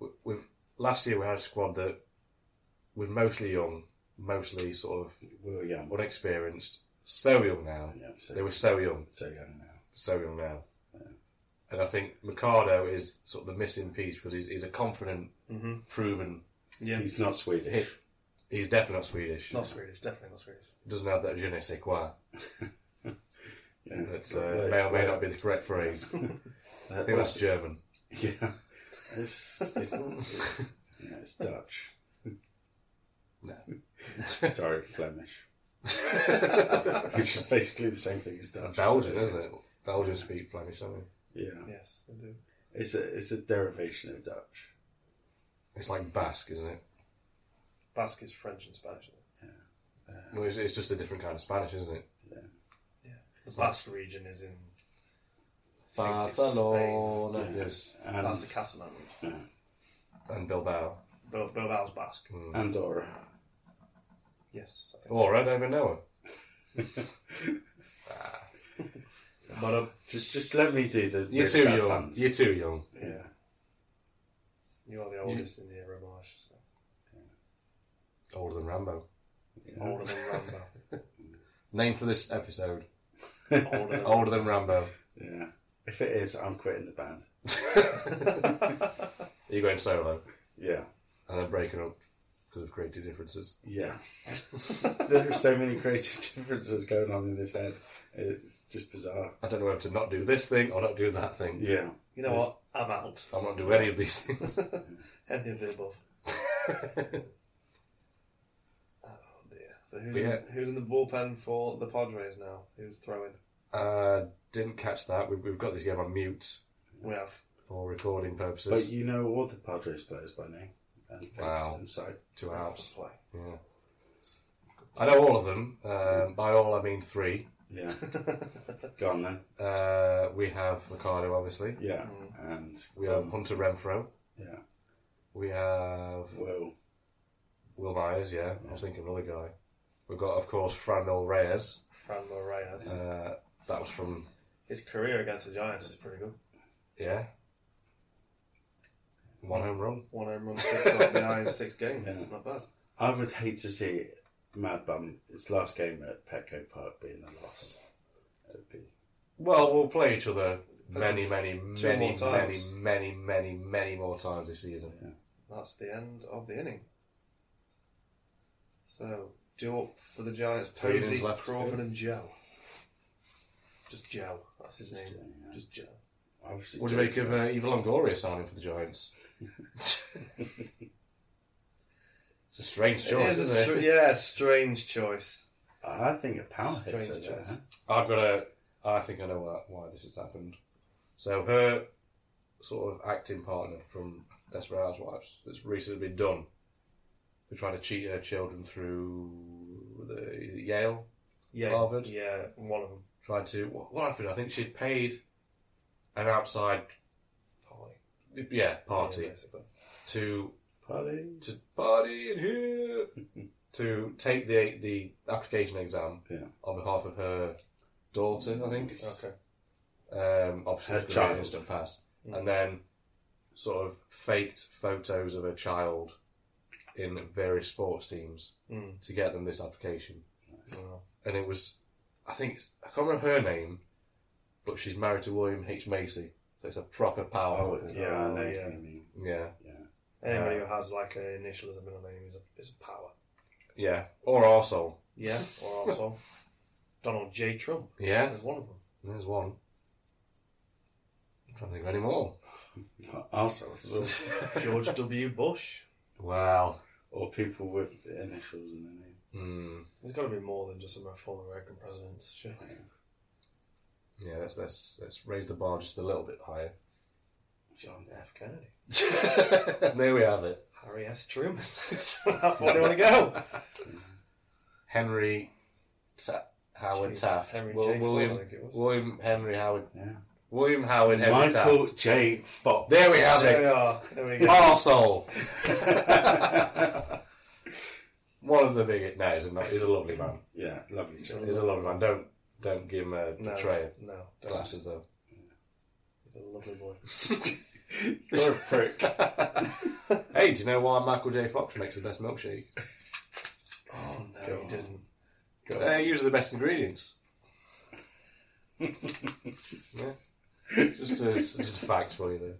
[SPEAKER 4] we, we've, last year we had a squad that was mostly young, mostly sort of
[SPEAKER 3] We were young.
[SPEAKER 4] unexperienced. So young now.
[SPEAKER 3] Yeah, so-
[SPEAKER 4] They were so young.
[SPEAKER 3] So young now.
[SPEAKER 4] so young now. And I think Ricardo is sort of the missing piece because he's, he's a confident,
[SPEAKER 2] Mm-hmm.
[SPEAKER 4] proven.
[SPEAKER 2] Yeah.
[SPEAKER 3] He's not Swedish.
[SPEAKER 4] Hit. He's definitely not Swedish.
[SPEAKER 2] Not Swedish, definitely not Swedish.
[SPEAKER 4] Doesn't have that je ne sais quoi.
[SPEAKER 3] Yeah.
[SPEAKER 4] That uh, may or may not be the correct phrase. I think that's German.
[SPEAKER 3] Yeah. It's, it's, yeah, it's Dutch.
[SPEAKER 4] No.
[SPEAKER 3] Sorry, Flemish. Which is basically the same thing as Dutch.
[SPEAKER 4] Belgian, isn't it? Belgian speak Flemish, don't they?
[SPEAKER 3] Yeah.
[SPEAKER 2] Yes, they do.
[SPEAKER 3] It's a, it's a derivation of Dutch.
[SPEAKER 4] It's like Basque, isn't it?
[SPEAKER 2] Basque is French and Spanish. isn't it?
[SPEAKER 4] Well, it's, it's just a different kind of Spanish, isn't it?
[SPEAKER 2] The Basque region is in. I think it's
[SPEAKER 4] Barcelona. Yes.
[SPEAKER 2] Spain.
[SPEAKER 3] And
[SPEAKER 2] That's the Catalan region.
[SPEAKER 4] And Bilbao.
[SPEAKER 2] Bill, Bilbao's Basque.
[SPEAKER 3] Andorra.
[SPEAKER 2] Yes, I think.
[SPEAKER 4] Or Oh, I don't even know
[SPEAKER 3] But uh, just just let me do the.
[SPEAKER 4] it. You're
[SPEAKER 3] the
[SPEAKER 4] too
[SPEAKER 3] bad
[SPEAKER 4] young.
[SPEAKER 3] puns.
[SPEAKER 4] You're too young.
[SPEAKER 3] Yeah.
[SPEAKER 2] You are the oldest in the era, Marsh. So.
[SPEAKER 4] Older than Rambo.
[SPEAKER 2] Older than Rambo.
[SPEAKER 4] Name for this episode.
[SPEAKER 2] Older than
[SPEAKER 3] Oh.
[SPEAKER 4] Older than Rambo.
[SPEAKER 3] Yeah. If it is, I'm quitting the band.
[SPEAKER 4] Are you going solo?
[SPEAKER 3] Yeah.
[SPEAKER 4] and then breaking up because of creative differences.
[SPEAKER 3] Yeah. there are so many creative differences going on in this head. It's just bizarre.
[SPEAKER 4] I don't know whether to not do this thing or not do that thing.
[SPEAKER 3] Yeah.
[SPEAKER 2] You know what? I'm out.
[SPEAKER 4] I'm not do any of these things.
[SPEAKER 2] Any of the above. Oh dear. So who's,
[SPEAKER 4] Yeah.
[SPEAKER 2] in, who's in the bullpen for the Padres now? Who's throwing?
[SPEAKER 4] uh, didn't catch that. We, we've got this game on mute
[SPEAKER 2] We have.
[SPEAKER 4] for recording purposes.
[SPEAKER 3] But you know all the Padres players by name. And
[SPEAKER 4] Wow.
[SPEAKER 3] wow. Inside.
[SPEAKER 4] Two outs.
[SPEAKER 2] Play.
[SPEAKER 4] Yeah. I know all of them. Um, by all, I mean three.
[SPEAKER 3] Yeah. Go on then.
[SPEAKER 4] Uh, we have Ricardo, obviously.
[SPEAKER 3] Yeah. And um,
[SPEAKER 4] We have Hunter Renfro.
[SPEAKER 3] yeah.
[SPEAKER 4] We have
[SPEAKER 3] Well,
[SPEAKER 4] Will Myers. Yeah, I was thinking of another guy. We've got, of course, Franmil Reyes.
[SPEAKER 2] Fran Reyes.
[SPEAKER 4] Uh, that was from
[SPEAKER 2] His career against the Giants is pretty good.
[SPEAKER 4] yeah. One home run.
[SPEAKER 2] One home run, six RBI in six games.
[SPEAKER 3] Yeah.
[SPEAKER 2] It's not bad.
[SPEAKER 3] I would hate to see Mad Bum his last game at Petco Park being a loss. It'd be
[SPEAKER 4] Well, we'll play each other many, many,
[SPEAKER 2] Two
[SPEAKER 4] many,
[SPEAKER 2] more
[SPEAKER 4] many,
[SPEAKER 2] times.
[SPEAKER 4] many, many, many more times this season.
[SPEAKER 2] That's the end of the inning. So, due up for the Giants,
[SPEAKER 4] Three
[SPEAKER 2] Posey,
[SPEAKER 4] innings left.
[SPEAKER 2] Crawford, and Joe. Just Joe. That's his name. Just Joe.
[SPEAKER 3] obviously.
[SPEAKER 4] What do you make of uh, Eva Longoria signing for the Giants? it's a strange
[SPEAKER 2] It is
[SPEAKER 4] choice,
[SPEAKER 2] a
[SPEAKER 4] is not
[SPEAKER 2] str-
[SPEAKER 4] it?
[SPEAKER 2] yeah, strange choice.
[SPEAKER 3] I think a power hitter
[SPEAKER 2] Strange
[SPEAKER 3] there.
[SPEAKER 2] choice.
[SPEAKER 3] huh?
[SPEAKER 4] I've got a. I think I know why, why this has happened. So her sort of acting partner from Desperate Housewives that's recently been done. They tried to cheat her children through the Yale
[SPEAKER 2] Yeah,
[SPEAKER 4] Harvard?
[SPEAKER 2] yeah, one of them.
[SPEAKER 4] tried to. What, what happened? I think she'd paid an outside, yeah, party
[SPEAKER 2] Yeah, basically.
[SPEAKER 4] to
[SPEAKER 3] Party.
[SPEAKER 4] to party in here to take the the application exam
[SPEAKER 3] Yeah.
[SPEAKER 4] on behalf of her daughter. I think.
[SPEAKER 2] Okay.
[SPEAKER 4] Um, obviously,
[SPEAKER 3] Her
[SPEAKER 4] it's gonna be an
[SPEAKER 3] child.
[SPEAKER 4] instant pass, and then sort of faked photos of her child in various sports teams
[SPEAKER 2] Mm.
[SPEAKER 4] to get them this application.
[SPEAKER 2] Wow.
[SPEAKER 4] And it was, I think it's, I can't remember her name, but she's married to William H Macy, so it's a proper power.
[SPEAKER 3] Oh, yeah, I know.
[SPEAKER 2] yeah.
[SPEAKER 3] what you mean.
[SPEAKER 4] Yeah,
[SPEAKER 2] Anybody
[SPEAKER 4] Uh,
[SPEAKER 2] who has like an initial as a middle name is a, is a power.
[SPEAKER 4] yeah, or also,
[SPEAKER 2] Yeah, or also Donald J. Trump
[SPEAKER 4] yeah.
[SPEAKER 2] is one of them.
[SPEAKER 4] There's one. I'm trying to think of any more.
[SPEAKER 3] Also, so-
[SPEAKER 2] George W. Bush.
[SPEAKER 4] Wow.
[SPEAKER 3] or people with initials in their name.
[SPEAKER 4] Hmm.
[SPEAKER 2] There's got to be more than just a former American president, surely.
[SPEAKER 4] Yeah, let's, let's let's raise the bar just a little bit higher.
[SPEAKER 2] John F. Kennedy.
[SPEAKER 4] there we have it.
[SPEAKER 2] Harry S. Truman. That's where they want to go.
[SPEAKER 4] Henry Ta- Howard
[SPEAKER 2] Jeez,
[SPEAKER 4] Taft.
[SPEAKER 2] Henry
[SPEAKER 4] Wil-
[SPEAKER 2] J. Ford,
[SPEAKER 4] William
[SPEAKER 2] I think it was.
[SPEAKER 4] William Henry Howard.
[SPEAKER 3] Yeah.
[SPEAKER 4] William Howard Henry
[SPEAKER 3] Michael
[SPEAKER 4] Taft.
[SPEAKER 3] J. Fox.
[SPEAKER 4] There we have
[SPEAKER 2] There we
[SPEAKER 4] it.
[SPEAKER 2] are. There we go.
[SPEAKER 4] Arsehole. One of the biggest. No, he's a, he's a lovely man.
[SPEAKER 3] Yeah, lovely
[SPEAKER 2] Sure.
[SPEAKER 3] job.
[SPEAKER 4] He's a lovely man. Don't don't give him a
[SPEAKER 2] No,
[SPEAKER 4] betrayal.
[SPEAKER 2] no, don't.
[SPEAKER 4] Glasses though.
[SPEAKER 2] He's a lovely boy.
[SPEAKER 3] You're a prick.
[SPEAKER 4] Hey, do you know why Michael J. Fox makes the best milkshake?
[SPEAKER 2] Oh no,
[SPEAKER 3] Go
[SPEAKER 2] he
[SPEAKER 3] on.
[SPEAKER 2] didn't.
[SPEAKER 3] Go
[SPEAKER 4] They're usually the best ingredients. yeah. Just a, just a fact for you there.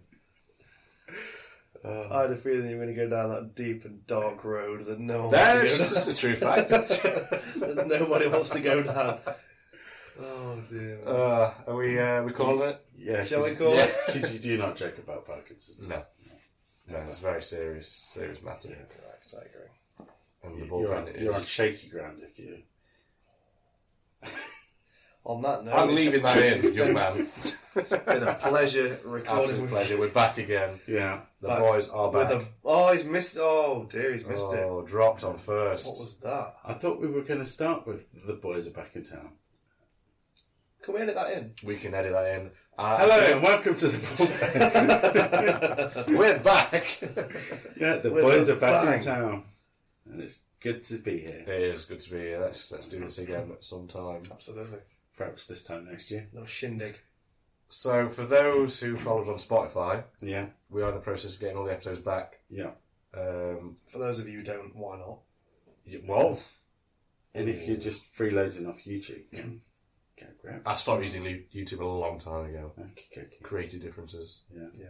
[SPEAKER 3] Uh,
[SPEAKER 2] I had a feeling you were going to go down that deep and dark road that no one
[SPEAKER 4] That's
[SPEAKER 2] wants to
[SPEAKER 4] just a true fact.
[SPEAKER 2] go, that nobody wants to go down. Oh dear. man.
[SPEAKER 4] Uh, are we uh, we calling it?
[SPEAKER 3] Yeah,
[SPEAKER 2] Shall we
[SPEAKER 3] 'cause-
[SPEAKER 2] call it?
[SPEAKER 3] yeah, 'cause you do not joke about Parkinson's.
[SPEAKER 4] No. No, it's a very serious serious matter.
[SPEAKER 2] Correct, I agree.
[SPEAKER 4] And the
[SPEAKER 3] You- You're,
[SPEAKER 4] bullpen
[SPEAKER 3] on, you're on
[SPEAKER 4] is.
[SPEAKER 3] shaky ground if you.
[SPEAKER 2] On that note,
[SPEAKER 4] I'm leaving that in, young man.
[SPEAKER 2] It's been a pleasure recording
[SPEAKER 4] Absolute
[SPEAKER 2] with,
[SPEAKER 4] pleasure. We're back again.
[SPEAKER 3] Yeah.
[SPEAKER 4] The
[SPEAKER 2] Back
[SPEAKER 4] boys are
[SPEAKER 2] with
[SPEAKER 4] back.
[SPEAKER 2] a. Oh, he's missed. Oh dear, he's missed it.
[SPEAKER 4] oh, dropped on first.
[SPEAKER 2] What was that?
[SPEAKER 3] I thought we were going to start with the boys are back in town.
[SPEAKER 2] Can we edit that in?
[SPEAKER 4] We can edit that in. Uh,
[SPEAKER 3] Hello and welcome to the bullpen.
[SPEAKER 4] We're back.
[SPEAKER 3] yeah, the
[SPEAKER 2] With
[SPEAKER 3] boys
[SPEAKER 2] a
[SPEAKER 3] are back
[SPEAKER 2] bang.
[SPEAKER 3] in town, and it's good to be here.
[SPEAKER 4] It is good to be here. Let's let's do this again at some time.
[SPEAKER 2] Absolutely.
[SPEAKER 3] Perhaps this time next year.
[SPEAKER 2] No shindig.
[SPEAKER 4] So for those who followed on Spotify,
[SPEAKER 3] Yeah,
[SPEAKER 4] we are in the process of getting all the episodes back.
[SPEAKER 3] yeah.
[SPEAKER 4] Um,
[SPEAKER 2] For those of you who don't, why not?
[SPEAKER 4] y- well,
[SPEAKER 3] And if you're just freeloading off YouTube, go, go grab.
[SPEAKER 4] I stopped using Lu- YouTube a long time ago.
[SPEAKER 3] Okay, okay.
[SPEAKER 4] Creative differences.
[SPEAKER 3] Yeah.
[SPEAKER 2] Yeah.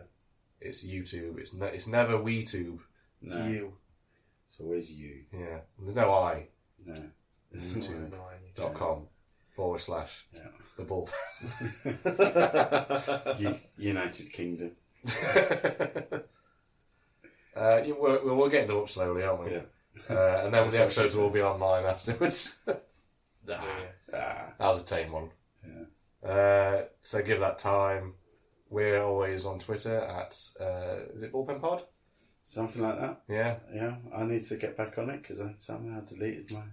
[SPEAKER 4] It's YouTube. It's ne- it's never WeTube.
[SPEAKER 3] No,
[SPEAKER 2] You.
[SPEAKER 3] it's always you.
[SPEAKER 4] Yeah. There's no I.
[SPEAKER 3] No.
[SPEAKER 4] YouTube
[SPEAKER 2] Nine.
[SPEAKER 4] dot com forward slash
[SPEAKER 3] Yeah.
[SPEAKER 4] the bull.
[SPEAKER 3] U- United Kingdom.
[SPEAKER 4] Uh, yeah, we're, we're we're getting them up slowly, aren't we?
[SPEAKER 3] Yeah.
[SPEAKER 4] Uh, and then the
[SPEAKER 3] That's what
[SPEAKER 4] episodes
[SPEAKER 3] she
[SPEAKER 4] will all be online afterwards. nah,
[SPEAKER 3] Ah,
[SPEAKER 4] that was a tame one. Yeah. Uh, so give that time. We're always on Twitter at uh, is it Bullpen Pod?
[SPEAKER 3] something like that.
[SPEAKER 4] Yeah,
[SPEAKER 3] Yeah, I need to get back on it because I somehow deleted my.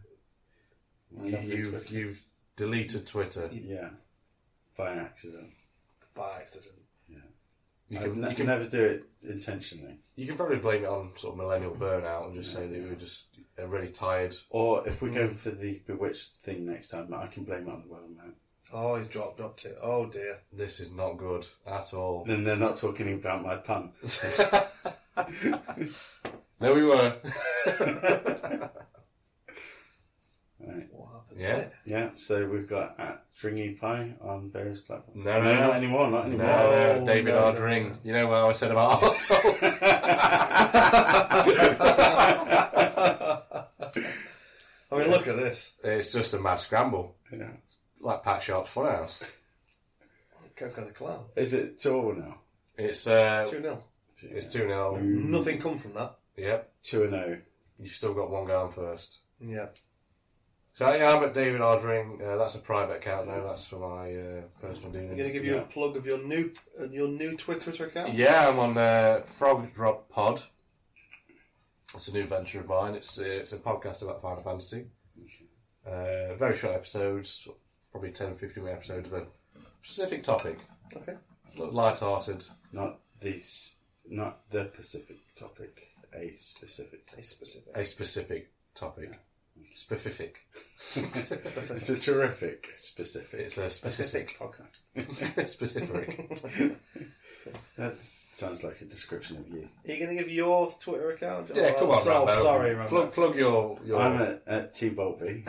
[SPEAKER 3] my
[SPEAKER 4] you,
[SPEAKER 3] lovely
[SPEAKER 4] you've
[SPEAKER 3] Twitter.
[SPEAKER 4] you've deleted Twitter.
[SPEAKER 3] Yeah, by accident.
[SPEAKER 2] By accident.
[SPEAKER 4] You
[SPEAKER 3] I
[SPEAKER 4] can,
[SPEAKER 3] ne-
[SPEAKER 4] you can
[SPEAKER 3] never do it intentionally.
[SPEAKER 4] you can probably blame it on sort of millennial burnout and just say that we were just uh, really tired.
[SPEAKER 3] Or if we go
[SPEAKER 4] Mm.
[SPEAKER 3] for the bewitched thing next time, I can blame it on the well man.
[SPEAKER 2] Oh, he's dropped, dropped it. Oh dear.
[SPEAKER 4] This is not good at all.
[SPEAKER 3] Then they're not talking about my pun.
[SPEAKER 4] No, we were.
[SPEAKER 3] Right.
[SPEAKER 2] What happened?
[SPEAKER 4] Yeah.
[SPEAKER 3] Yeah, so we've got at Dringy Pie on various platforms.
[SPEAKER 4] No,
[SPEAKER 3] no,
[SPEAKER 4] no,
[SPEAKER 3] not anymore, not
[SPEAKER 4] No,
[SPEAKER 3] anymore.
[SPEAKER 4] no,
[SPEAKER 2] No,
[SPEAKER 4] David
[SPEAKER 2] no,
[SPEAKER 4] Ard
[SPEAKER 2] no,
[SPEAKER 4] Ring.
[SPEAKER 2] no.
[SPEAKER 4] You know what I said about arseholes?
[SPEAKER 2] I mean, look at this.
[SPEAKER 4] It's just a mad scramble,
[SPEAKER 3] Yeah.
[SPEAKER 4] like Pat Sharp's Funhouse.
[SPEAKER 2] Coco the Clown.
[SPEAKER 3] Is it Tor now?
[SPEAKER 4] It's uh,
[SPEAKER 2] 2 0.
[SPEAKER 4] it's two 0
[SPEAKER 2] Nothing come from that.
[SPEAKER 4] Yep,
[SPEAKER 3] 2 and oh. 0.
[SPEAKER 4] you've still got one going first.
[SPEAKER 2] Yeah.
[SPEAKER 4] So yeah, I'm at David Ard Ring. Uh, that's a private account though. That's for my uh, personal
[SPEAKER 2] I'm going to
[SPEAKER 4] dealings.
[SPEAKER 2] give you
[SPEAKER 3] Yeah.
[SPEAKER 2] a plug of your new uh, your new Twitter account.
[SPEAKER 4] Yeah, I'm on uh, Frog Drop Pod. It's a new venture of mine. It's uh, it's a podcast about Final Fantasy. Uh, very short episodes, probably 10 15 minute episodes of a specific topic.
[SPEAKER 2] Okay.
[SPEAKER 4] Light hearted.
[SPEAKER 3] Not this, not the Pacific topic, a specific.
[SPEAKER 2] It's specific.
[SPEAKER 4] a specific topic. Specific.
[SPEAKER 3] it's a terrific specific.
[SPEAKER 4] It's a specific.
[SPEAKER 3] podcast.
[SPEAKER 4] specific.
[SPEAKER 3] That sounds like a description of you.
[SPEAKER 2] Are you going to give your Twitter account?
[SPEAKER 4] Yeah,
[SPEAKER 2] Oh,
[SPEAKER 4] come on,
[SPEAKER 2] so-
[SPEAKER 4] Rambo.
[SPEAKER 2] Sorry,
[SPEAKER 4] Plug,
[SPEAKER 2] Rambo.
[SPEAKER 4] plug your your.
[SPEAKER 3] I'm at, at T Bolby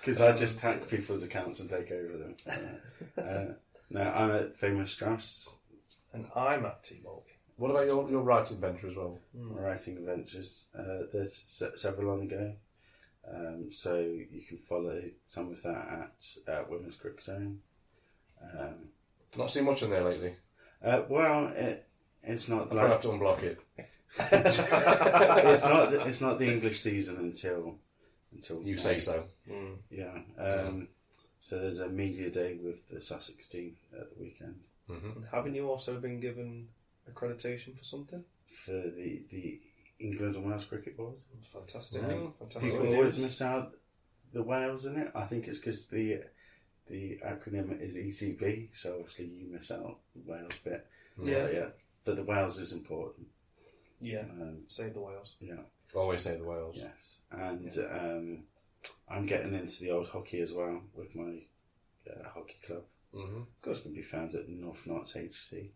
[SPEAKER 3] because I just hack people's accounts and take over them. Uh, no, I'm at Famous Strauss
[SPEAKER 2] And I'm at T Mulkey.
[SPEAKER 4] what about your your writing venture as well?
[SPEAKER 3] Writing Adventures. Uh, there's se- several on the go, um, so you can follow some of that at, at Women's Quick Zone. Um,
[SPEAKER 4] Not seen much in there lately.
[SPEAKER 3] uh, well, it, it's not
[SPEAKER 4] I might have
[SPEAKER 3] like,
[SPEAKER 4] to unblock it.
[SPEAKER 3] it's not the, it's not the English season until until
[SPEAKER 4] You
[SPEAKER 3] May.
[SPEAKER 4] say so.
[SPEAKER 2] Hmm.
[SPEAKER 4] Hmm.
[SPEAKER 3] Yeah. Um, So there's a media day with the Sussex team at the weekend
[SPEAKER 4] Mm-hmm.
[SPEAKER 2] And haven't you also been given accreditation for something?
[SPEAKER 3] for the, the England and Wales Cricket Board.
[SPEAKER 2] Fantastic.
[SPEAKER 4] Mm.
[SPEAKER 2] Fantastic.
[SPEAKER 3] People
[SPEAKER 2] news.
[SPEAKER 3] always miss out the Wales in it. I think it's because the the acronym is ECB, so obviously you miss out the Wales bit.
[SPEAKER 2] Yeah.
[SPEAKER 3] But yeah, but the Wales is important.
[SPEAKER 2] Yeah.
[SPEAKER 3] Um,
[SPEAKER 2] Save the whales.
[SPEAKER 3] yeah.
[SPEAKER 4] Always say the Wales.
[SPEAKER 3] Yes, and um, I'm getting into the old hockey as well with my uh, hockey club.
[SPEAKER 4] Mm-hmm.
[SPEAKER 3] Of course, can be found at North Knots HC.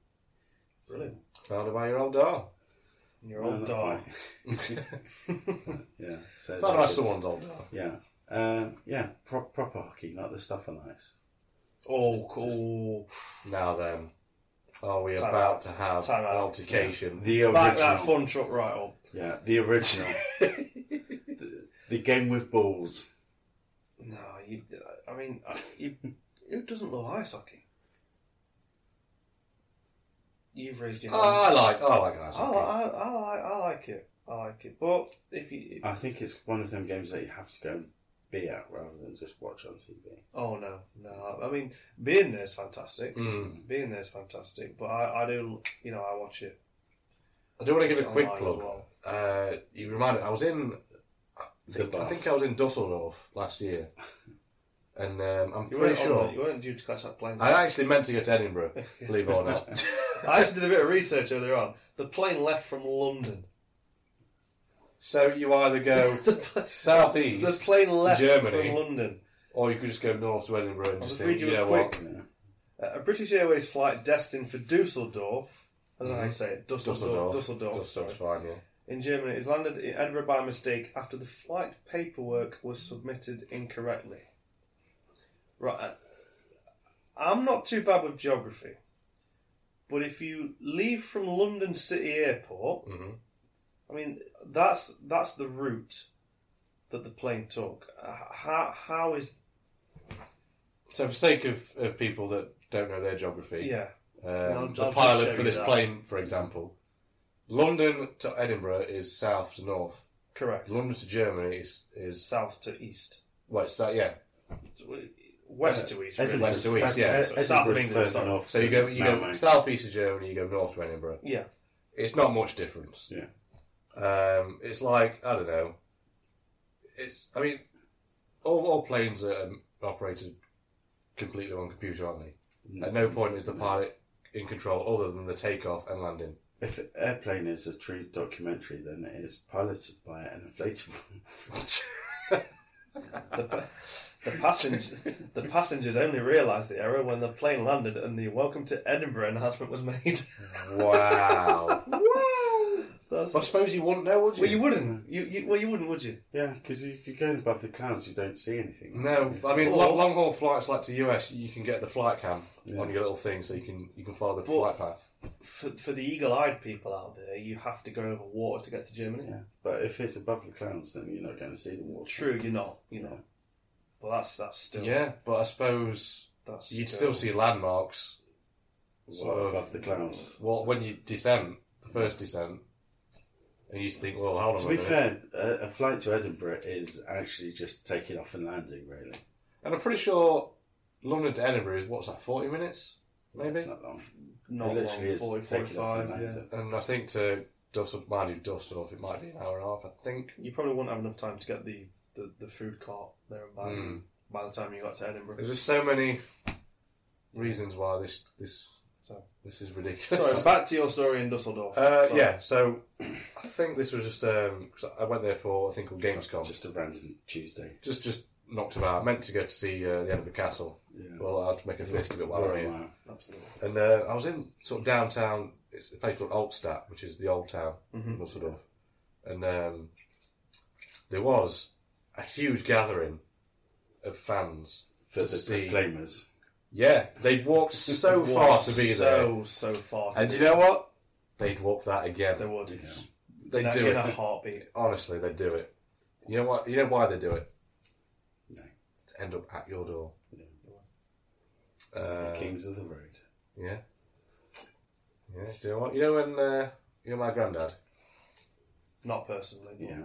[SPEAKER 2] Brilliant.
[SPEAKER 4] Founded by your old doll.
[SPEAKER 2] Your old
[SPEAKER 3] No,
[SPEAKER 2] dog.
[SPEAKER 3] not quite. yeah. So
[SPEAKER 4] Founded by
[SPEAKER 3] they-
[SPEAKER 4] someone's old doll.
[SPEAKER 3] Yeah. Um, yeah. Pro- proper hockey, not the stuff on ice.
[SPEAKER 2] Oh, cool.
[SPEAKER 4] Now then, are we
[SPEAKER 2] Time
[SPEAKER 4] about
[SPEAKER 2] out.
[SPEAKER 4] to have
[SPEAKER 2] Time
[SPEAKER 4] an
[SPEAKER 2] out.
[SPEAKER 4] altercation?
[SPEAKER 3] The original.
[SPEAKER 2] Back that fun truck right up.
[SPEAKER 3] Yeah. The original. the, the game with balls.
[SPEAKER 2] No, you. I mean, I- you, who doesn't love ice hockey? You've raised your hand.
[SPEAKER 4] Oh, I like, I like ice
[SPEAKER 2] I,
[SPEAKER 4] hockey.
[SPEAKER 2] li- Oh, I, I, like, I like it. I like it. But if you,
[SPEAKER 3] I think it's one of them games that you have to go and be at rather than just watch on TV.
[SPEAKER 2] oh no, no. I mean, being there's fantastic.
[SPEAKER 4] Mm.
[SPEAKER 2] Being there's fantastic. But I, I do, you know, I watch it.
[SPEAKER 4] I do want to give a
[SPEAKER 2] online
[SPEAKER 4] quick
[SPEAKER 2] as
[SPEAKER 4] plug.
[SPEAKER 2] well.
[SPEAKER 4] Uh, you reminded. I was in. I
[SPEAKER 3] The
[SPEAKER 4] think, I
[SPEAKER 3] bath.
[SPEAKER 4] think I was in Dusseldorf last year, and um, I'm
[SPEAKER 2] You
[SPEAKER 4] pretty
[SPEAKER 2] weren't,
[SPEAKER 4] sure
[SPEAKER 2] on, you weren't due to catch that plane.
[SPEAKER 4] I actually meant to go to Edinburgh, believe it or not.
[SPEAKER 2] I actually did a bit of research earlier on. The plane left from London.
[SPEAKER 4] so you either go
[SPEAKER 2] The, pl- the
[SPEAKER 4] southeast,
[SPEAKER 2] plane left
[SPEAKER 4] Oh, Germany.
[SPEAKER 2] from London.
[SPEAKER 4] or you could just go north to Edinburgh and
[SPEAKER 2] I'll
[SPEAKER 4] just
[SPEAKER 2] just read
[SPEAKER 4] think,
[SPEAKER 2] you
[SPEAKER 4] you
[SPEAKER 2] a
[SPEAKER 4] know
[SPEAKER 2] quick
[SPEAKER 4] what?
[SPEAKER 2] Uh, a British Airways flight destined for Dusseldorf, I don't know how you say it, Dusseldorf,
[SPEAKER 4] Mm-hmm. Dusseldorf,
[SPEAKER 2] Dusseldorf,
[SPEAKER 4] Dusseldorf's
[SPEAKER 2] sorry,
[SPEAKER 4] fine, yeah.
[SPEAKER 2] in Germany is landed in Edinburgh by mistake after the flight paperwork was submitted incorrectly. Right, I- I'm not too bad with geography, but if you leave from London City Airport,
[SPEAKER 4] Mhm.
[SPEAKER 2] I mean that's that's the route that the plane took. Uh, How how is
[SPEAKER 4] So for sake of, of people that don't know their geography,
[SPEAKER 2] yeah?
[SPEAKER 4] Um,
[SPEAKER 2] I'll- I'll
[SPEAKER 4] the
[SPEAKER 2] just show
[SPEAKER 4] pilot for
[SPEAKER 2] you
[SPEAKER 4] this
[SPEAKER 2] that.
[SPEAKER 4] plane, for example, London to Edinburgh is south to north.
[SPEAKER 2] Correct.
[SPEAKER 4] London to Germany is is
[SPEAKER 2] South to east.
[SPEAKER 4] well, it's that yeah.
[SPEAKER 2] West to
[SPEAKER 3] Uh,
[SPEAKER 2] east. Really.
[SPEAKER 4] West to east, yeah.
[SPEAKER 2] South of England, sorry.
[SPEAKER 4] So you go you go southeast of Germany, you go north to Edinburgh.
[SPEAKER 2] Yeah.
[SPEAKER 4] It's not much difference.
[SPEAKER 3] Yeah.
[SPEAKER 4] Um, it's like I don't know. It's I mean, all, all planes are um, operated completely on computer, aren't they? At no point is the
[SPEAKER 3] Mm.
[SPEAKER 4] pilot in control other than the takeoff and landing.
[SPEAKER 3] If Airplane is a true documentary, then it is piloted by an inflatable.
[SPEAKER 2] The, the, passenger, the passengers only realised the error when the plane landed and the Welcome to Edinburgh announcement was made.
[SPEAKER 4] Wow.
[SPEAKER 2] That's,
[SPEAKER 4] I suppose you wouldn't know, would you?
[SPEAKER 2] well, you wouldn't. You, you, well, you wouldn't, would you?
[SPEAKER 3] yeah, because if you're going above the clouds, you don't see anything.
[SPEAKER 4] No, I mean
[SPEAKER 2] Or-
[SPEAKER 4] long, long haul flights like to US, you can get the flight cam
[SPEAKER 3] Yeah.
[SPEAKER 4] on your little thing, so you can you can follow the
[SPEAKER 2] But-
[SPEAKER 4] flight path.
[SPEAKER 2] For, for the eagle-eyed people out there, you have to go over water to get to Germany.
[SPEAKER 3] Yeah, but if it's above the clouds, then you're not going to see the water.
[SPEAKER 2] True, you're not. You're not. But that's that's still.
[SPEAKER 4] Yeah, but I suppose
[SPEAKER 2] That's
[SPEAKER 4] you'd still see landmarks.
[SPEAKER 3] Sort of above the clouds.
[SPEAKER 4] Well, when you descend, the first descent, and you think, well, hold on
[SPEAKER 3] To
[SPEAKER 4] a
[SPEAKER 3] be
[SPEAKER 4] minute.
[SPEAKER 3] fair, a, a flight to Edinburgh is actually just taking off and landing, really.
[SPEAKER 4] And I'm pretty sure London to Edinburgh is what's that, forty minutes, maybe?
[SPEAKER 3] It's not long.
[SPEAKER 2] not
[SPEAKER 3] It literally
[SPEAKER 2] long.
[SPEAKER 3] is
[SPEAKER 2] 40,
[SPEAKER 3] taking off
[SPEAKER 2] 45,
[SPEAKER 3] and
[SPEAKER 2] yeah.
[SPEAKER 3] landing.
[SPEAKER 4] And I think to Dusseldorf, mind you, Dusseldorf, it might be an hour and a half. I think.
[SPEAKER 2] You probably wouldn't have enough time to get the, the, the food cart there and back
[SPEAKER 4] Mm.
[SPEAKER 2] by the time you got to Edinburgh.
[SPEAKER 4] There's just so many reasons why this this
[SPEAKER 2] So-
[SPEAKER 4] this is ridiculous.
[SPEAKER 2] Sorry, back to your story in Dusseldorf.
[SPEAKER 4] Uh,
[SPEAKER 2] Sorry.
[SPEAKER 4] yeah, so I think this was just um, 'cause I went there for I think called Gamescom. Just
[SPEAKER 3] Just a random Tuesday.
[SPEAKER 4] just, just knocked about. meant to go to see uh, the Edinburgh Castle.
[SPEAKER 3] Yeah.
[SPEAKER 4] Well, I'd make a fist of it while I'm here.
[SPEAKER 3] Wow.
[SPEAKER 2] absolutely.
[SPEAKER 4] And uh, I was in sort of downtown. It's a place called Altstadt, which is the old town, in Dusseldorf. And um, there was a huge gathering of fans
[SPEAKER 3] For
[SPEAKER 4] to
[SPEAKER 3] the
[SPEAKER 4] see.
[SPEAKER 3] proclaimers.
[SPEAKER 4] Yeah, they'd walked so far to be there,
[SPEAKER 2] So so far. To
[SPEAKER 4] and
[SPEAKER 2] be
[SPEAKER 4] you know what? They'd walk that again.
[SPEAKER 2] there. they would.
[SPEAKER 4] They
[SPEAKER 2] That- in
[SPEAKER 4] do it.
[SPEAKER 2] a heartbeat.
[SPEAKER 4] Honestly, they do it. You know what? You know why they do it?
[SPEAKER 3] No.
[SPEAKER 4] To end up at your door.
[SPEAKER 3] the
[SPEAKER 4] Uh,
[SPEAKER 3] kings of the road.
[SPEAKER 4] yeah. Yeah. Do you know what? You know when uh, you know my granddad.
[SPEAKER 2] Not personally. but-
[SPEAKER 3] Yeah.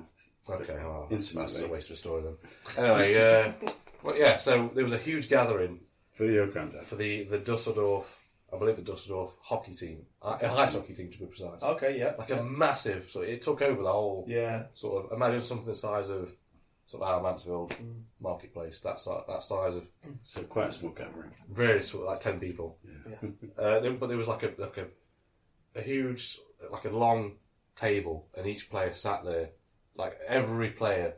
[SPEAKER 4] Okay, well, that's, that's a
[SPEAKER 3] Intimately.
[SPEAKER 4] waste of a story then. Anyway, uh, well, yeah. So there was a huge gathering
[SPEAKER 3] For your granddad.
[SPEAKER 4] for the the Dusseldorf, I believe the Dusseldorf hockey team, uh, ice hockey team to be precise.
[SPEAKER 2] Okay. Yeah.
[SPEAKER 4] Like a massive, so it took over the whole
[SPEAKER 2] yeah.
[SPEAKER 4] sort of imagine something the size of sort of our Mansfield marketplace. That si- that size of
[SPEAKER 3] So quite a small gathering.
[SPEAKER 4] very sort of like ten people.
[SPEAKER 2] Yeah.
[SPEAKER 4] Uh, there, but there was like a like a, a huge like a long table, and each player sat there Like every player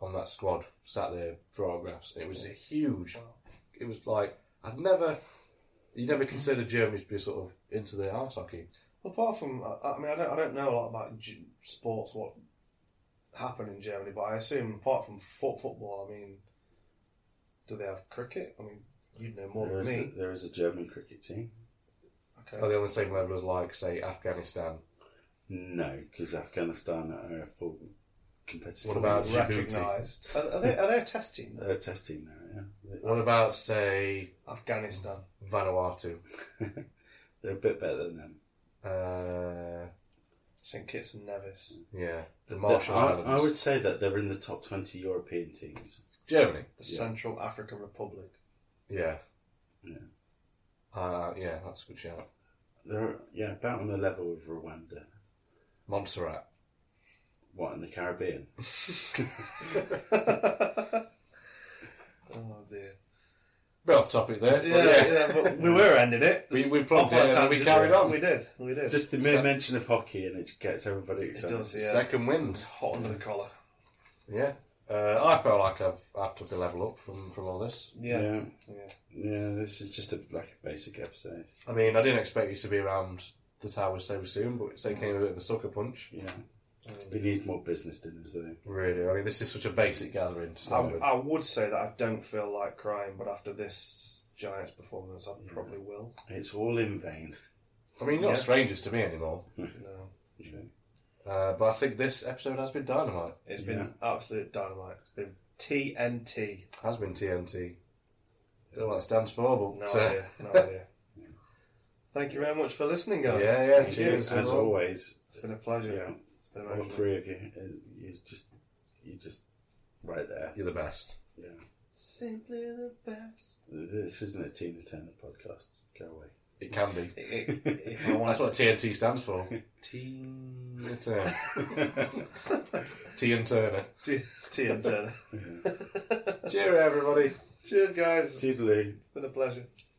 [SPEAKER 4] on that squad sat there for autographs. It was a huge. It was like I'd never. You never considered Germany to be sort of into the arse hockey.
[SPEAKER 2] Apart from, I I mean, I don't, I don't know a lot about G- sports, what happened in Germany, but I assume apart from foot, football, I mean, do they have cricket? I mean, you'd know more
[SPEAKER 3] There
[SPEAKER 2] than
[SPEAKER 3] is, a,
[SPEAKER 2] me.
[SPEAKER 3] there is a German cricket team.
[SPEAKER 2] Okay.
[SPEAKER 4] Are they on the same level as like say Afghanistan?
[SPEAKER 3] No, because Afghanistan are a full competitive.
[SPEAKER 4] What about
[SPEAKER 3] team.
[SPEAKER 2] Recognised. Are, are they are they a test team?
[SPEAKER 3] They're a test team now? Yeah,
[SPEAKER 4] What about say
[SPEAKER 2] Afghanistan.
[SPEAKER 4] Vanuatu?
[SPEAKER 2] Oh.
[SPEAKER 3] they're a bit better than them.
[SPEAKER 4] Uh,
[SPEAKER 2] St Kitts and Nevis.
[SPEAKER 4] yeah, the
[SPEAKER 3] They're-
[SPEAKER 4] Marshall
[SPEAKER 3] I,
[SPEAKER 4] Islands.
[SPEAKER 3] I would say that they're in the top twenty European teams.
[SPEAKER 4] Germany.
[SPEAKER 2] The Central African Republic.
[SPEAKER 4] Yeah.
[SPEAKER 3] Yeah.
[SPEAKER 4] Uh, yeah, that's a good shout.
[SPEAKER 3] They're yeah about on the level with Rwanda.
[SPEAKER 4] Montserrat.
[SPEAKER 3] What in the Caribbean?
[SPEAKER 2] Oh dear.
[SPEAKER 4] Bit off topic there.
[SPEAKER 2] Yeah,
[SPEAKER 4] Yeah.
[SPEAKER 2] yeah. but we were ending it.
[SPEAKER 4] We, we
[SPEAKER 2] Off
[SPEAKER 4] plugged
[SPEAKER 2] on a
[SPEAKER 4] it and we
[SPEAKER 2] tangent.
[SPEAKER 4] carried on.
[SPEAKER 2] We did. We did.
[SPEAKER 3] Just the mere
[SPEAKER 4] So-
[SPEAKER 3] mention of hockey and it gets everybody
[SPEAKER 2] it
[SPEAKER 3] excited.
[SPEAKER 2] does. Yeah.
[SPEAKER 4] Second wind.
[SPEAKER 2] It's hot under the collar.
[SPEAKER 4] Yeah. Uh, I felt like I've I've took a level up from, from all this.
[SPEAKER 2] Yeah.
[SPEAKER 3] yeah,
[SPEAKER 2] Yeah.
[SPEAKER 3] yeah, This is just a like a basic episode.
[SPEAKER 4] I mean, I didn't expect you to be around the towers so soon, but it's came a bit of a sucker punch.
[SPEAKER 3] Yeah, we need more business dinners though.
[SPEAKER 4] Really, I mean, this is such a basic gathering. To
[SPEAKER 2] I,
[SPEAKER 4] start with.
[SPEAKER 2] I would say that I don't feel like crying, but after this Giants performance, I probably will.
[SPEAKER 3] It's all in vain.
[SPEAKER 4] I mean, you're not
[SPEAKER 2] Yeah.
[SPEAKER 4] strangers to me anymore.
[SPEAKER 2] No,
[SPEAKER 4] Uh, but I think this episode has been dynamite.
[SPEAKER 2] it's been absolute dynamite. It's been TNT.
[SPEAKER 4] Has been TNT. Don't know what it stands for,
[SPEAKER 2] No
[SPEAKER 4] but uh,
[SPEAKER 2] idea. No idea. Thank you very much for listening, guys.
[SPEAKER 4] Yeah, yeah,
[SPEAKER 2] Thank you.
[SPEAKER 4] cheers.
[SPEAKER 3] As
[SPEAKER 4] Well,
[SPEAKER 3] always,
[SPEAKER 2] It's been a pleasure.
[SPEAKER 3] yeah,
[SPEAKER 2] It's been
[SPEAKER 3] all
[SPEAKER 2] amazing.
[SPEAKER 3] three of you, uh, you just, you just right there.
[SPEAKER 4] you're the best.
[SPEAKER 3] Yeah,
[SPEAKER 2] Simply the best.
[SPEAKER 3] this isn't a Tina Turner podcast. Go away.
[SPEAKER 4] It can be.
[SPEAKER 2] It- it- if I
[SPEAKER 4] That's
[SPEAKER 2] wanted
[SPEAKER 4] what
[SPEAKER 2] to-
[SPEAKER 4] TNT stands for. Teen Turner. T and Turner.
[SPEAKER 2] T- TNT.
[SPEAKER 4] Cheer, everybody.
[SPEAKER 2] Cheers, guys. It's
[SPEAKER 3] Toodaloo.
[SPEAKER 2] been a pleasure.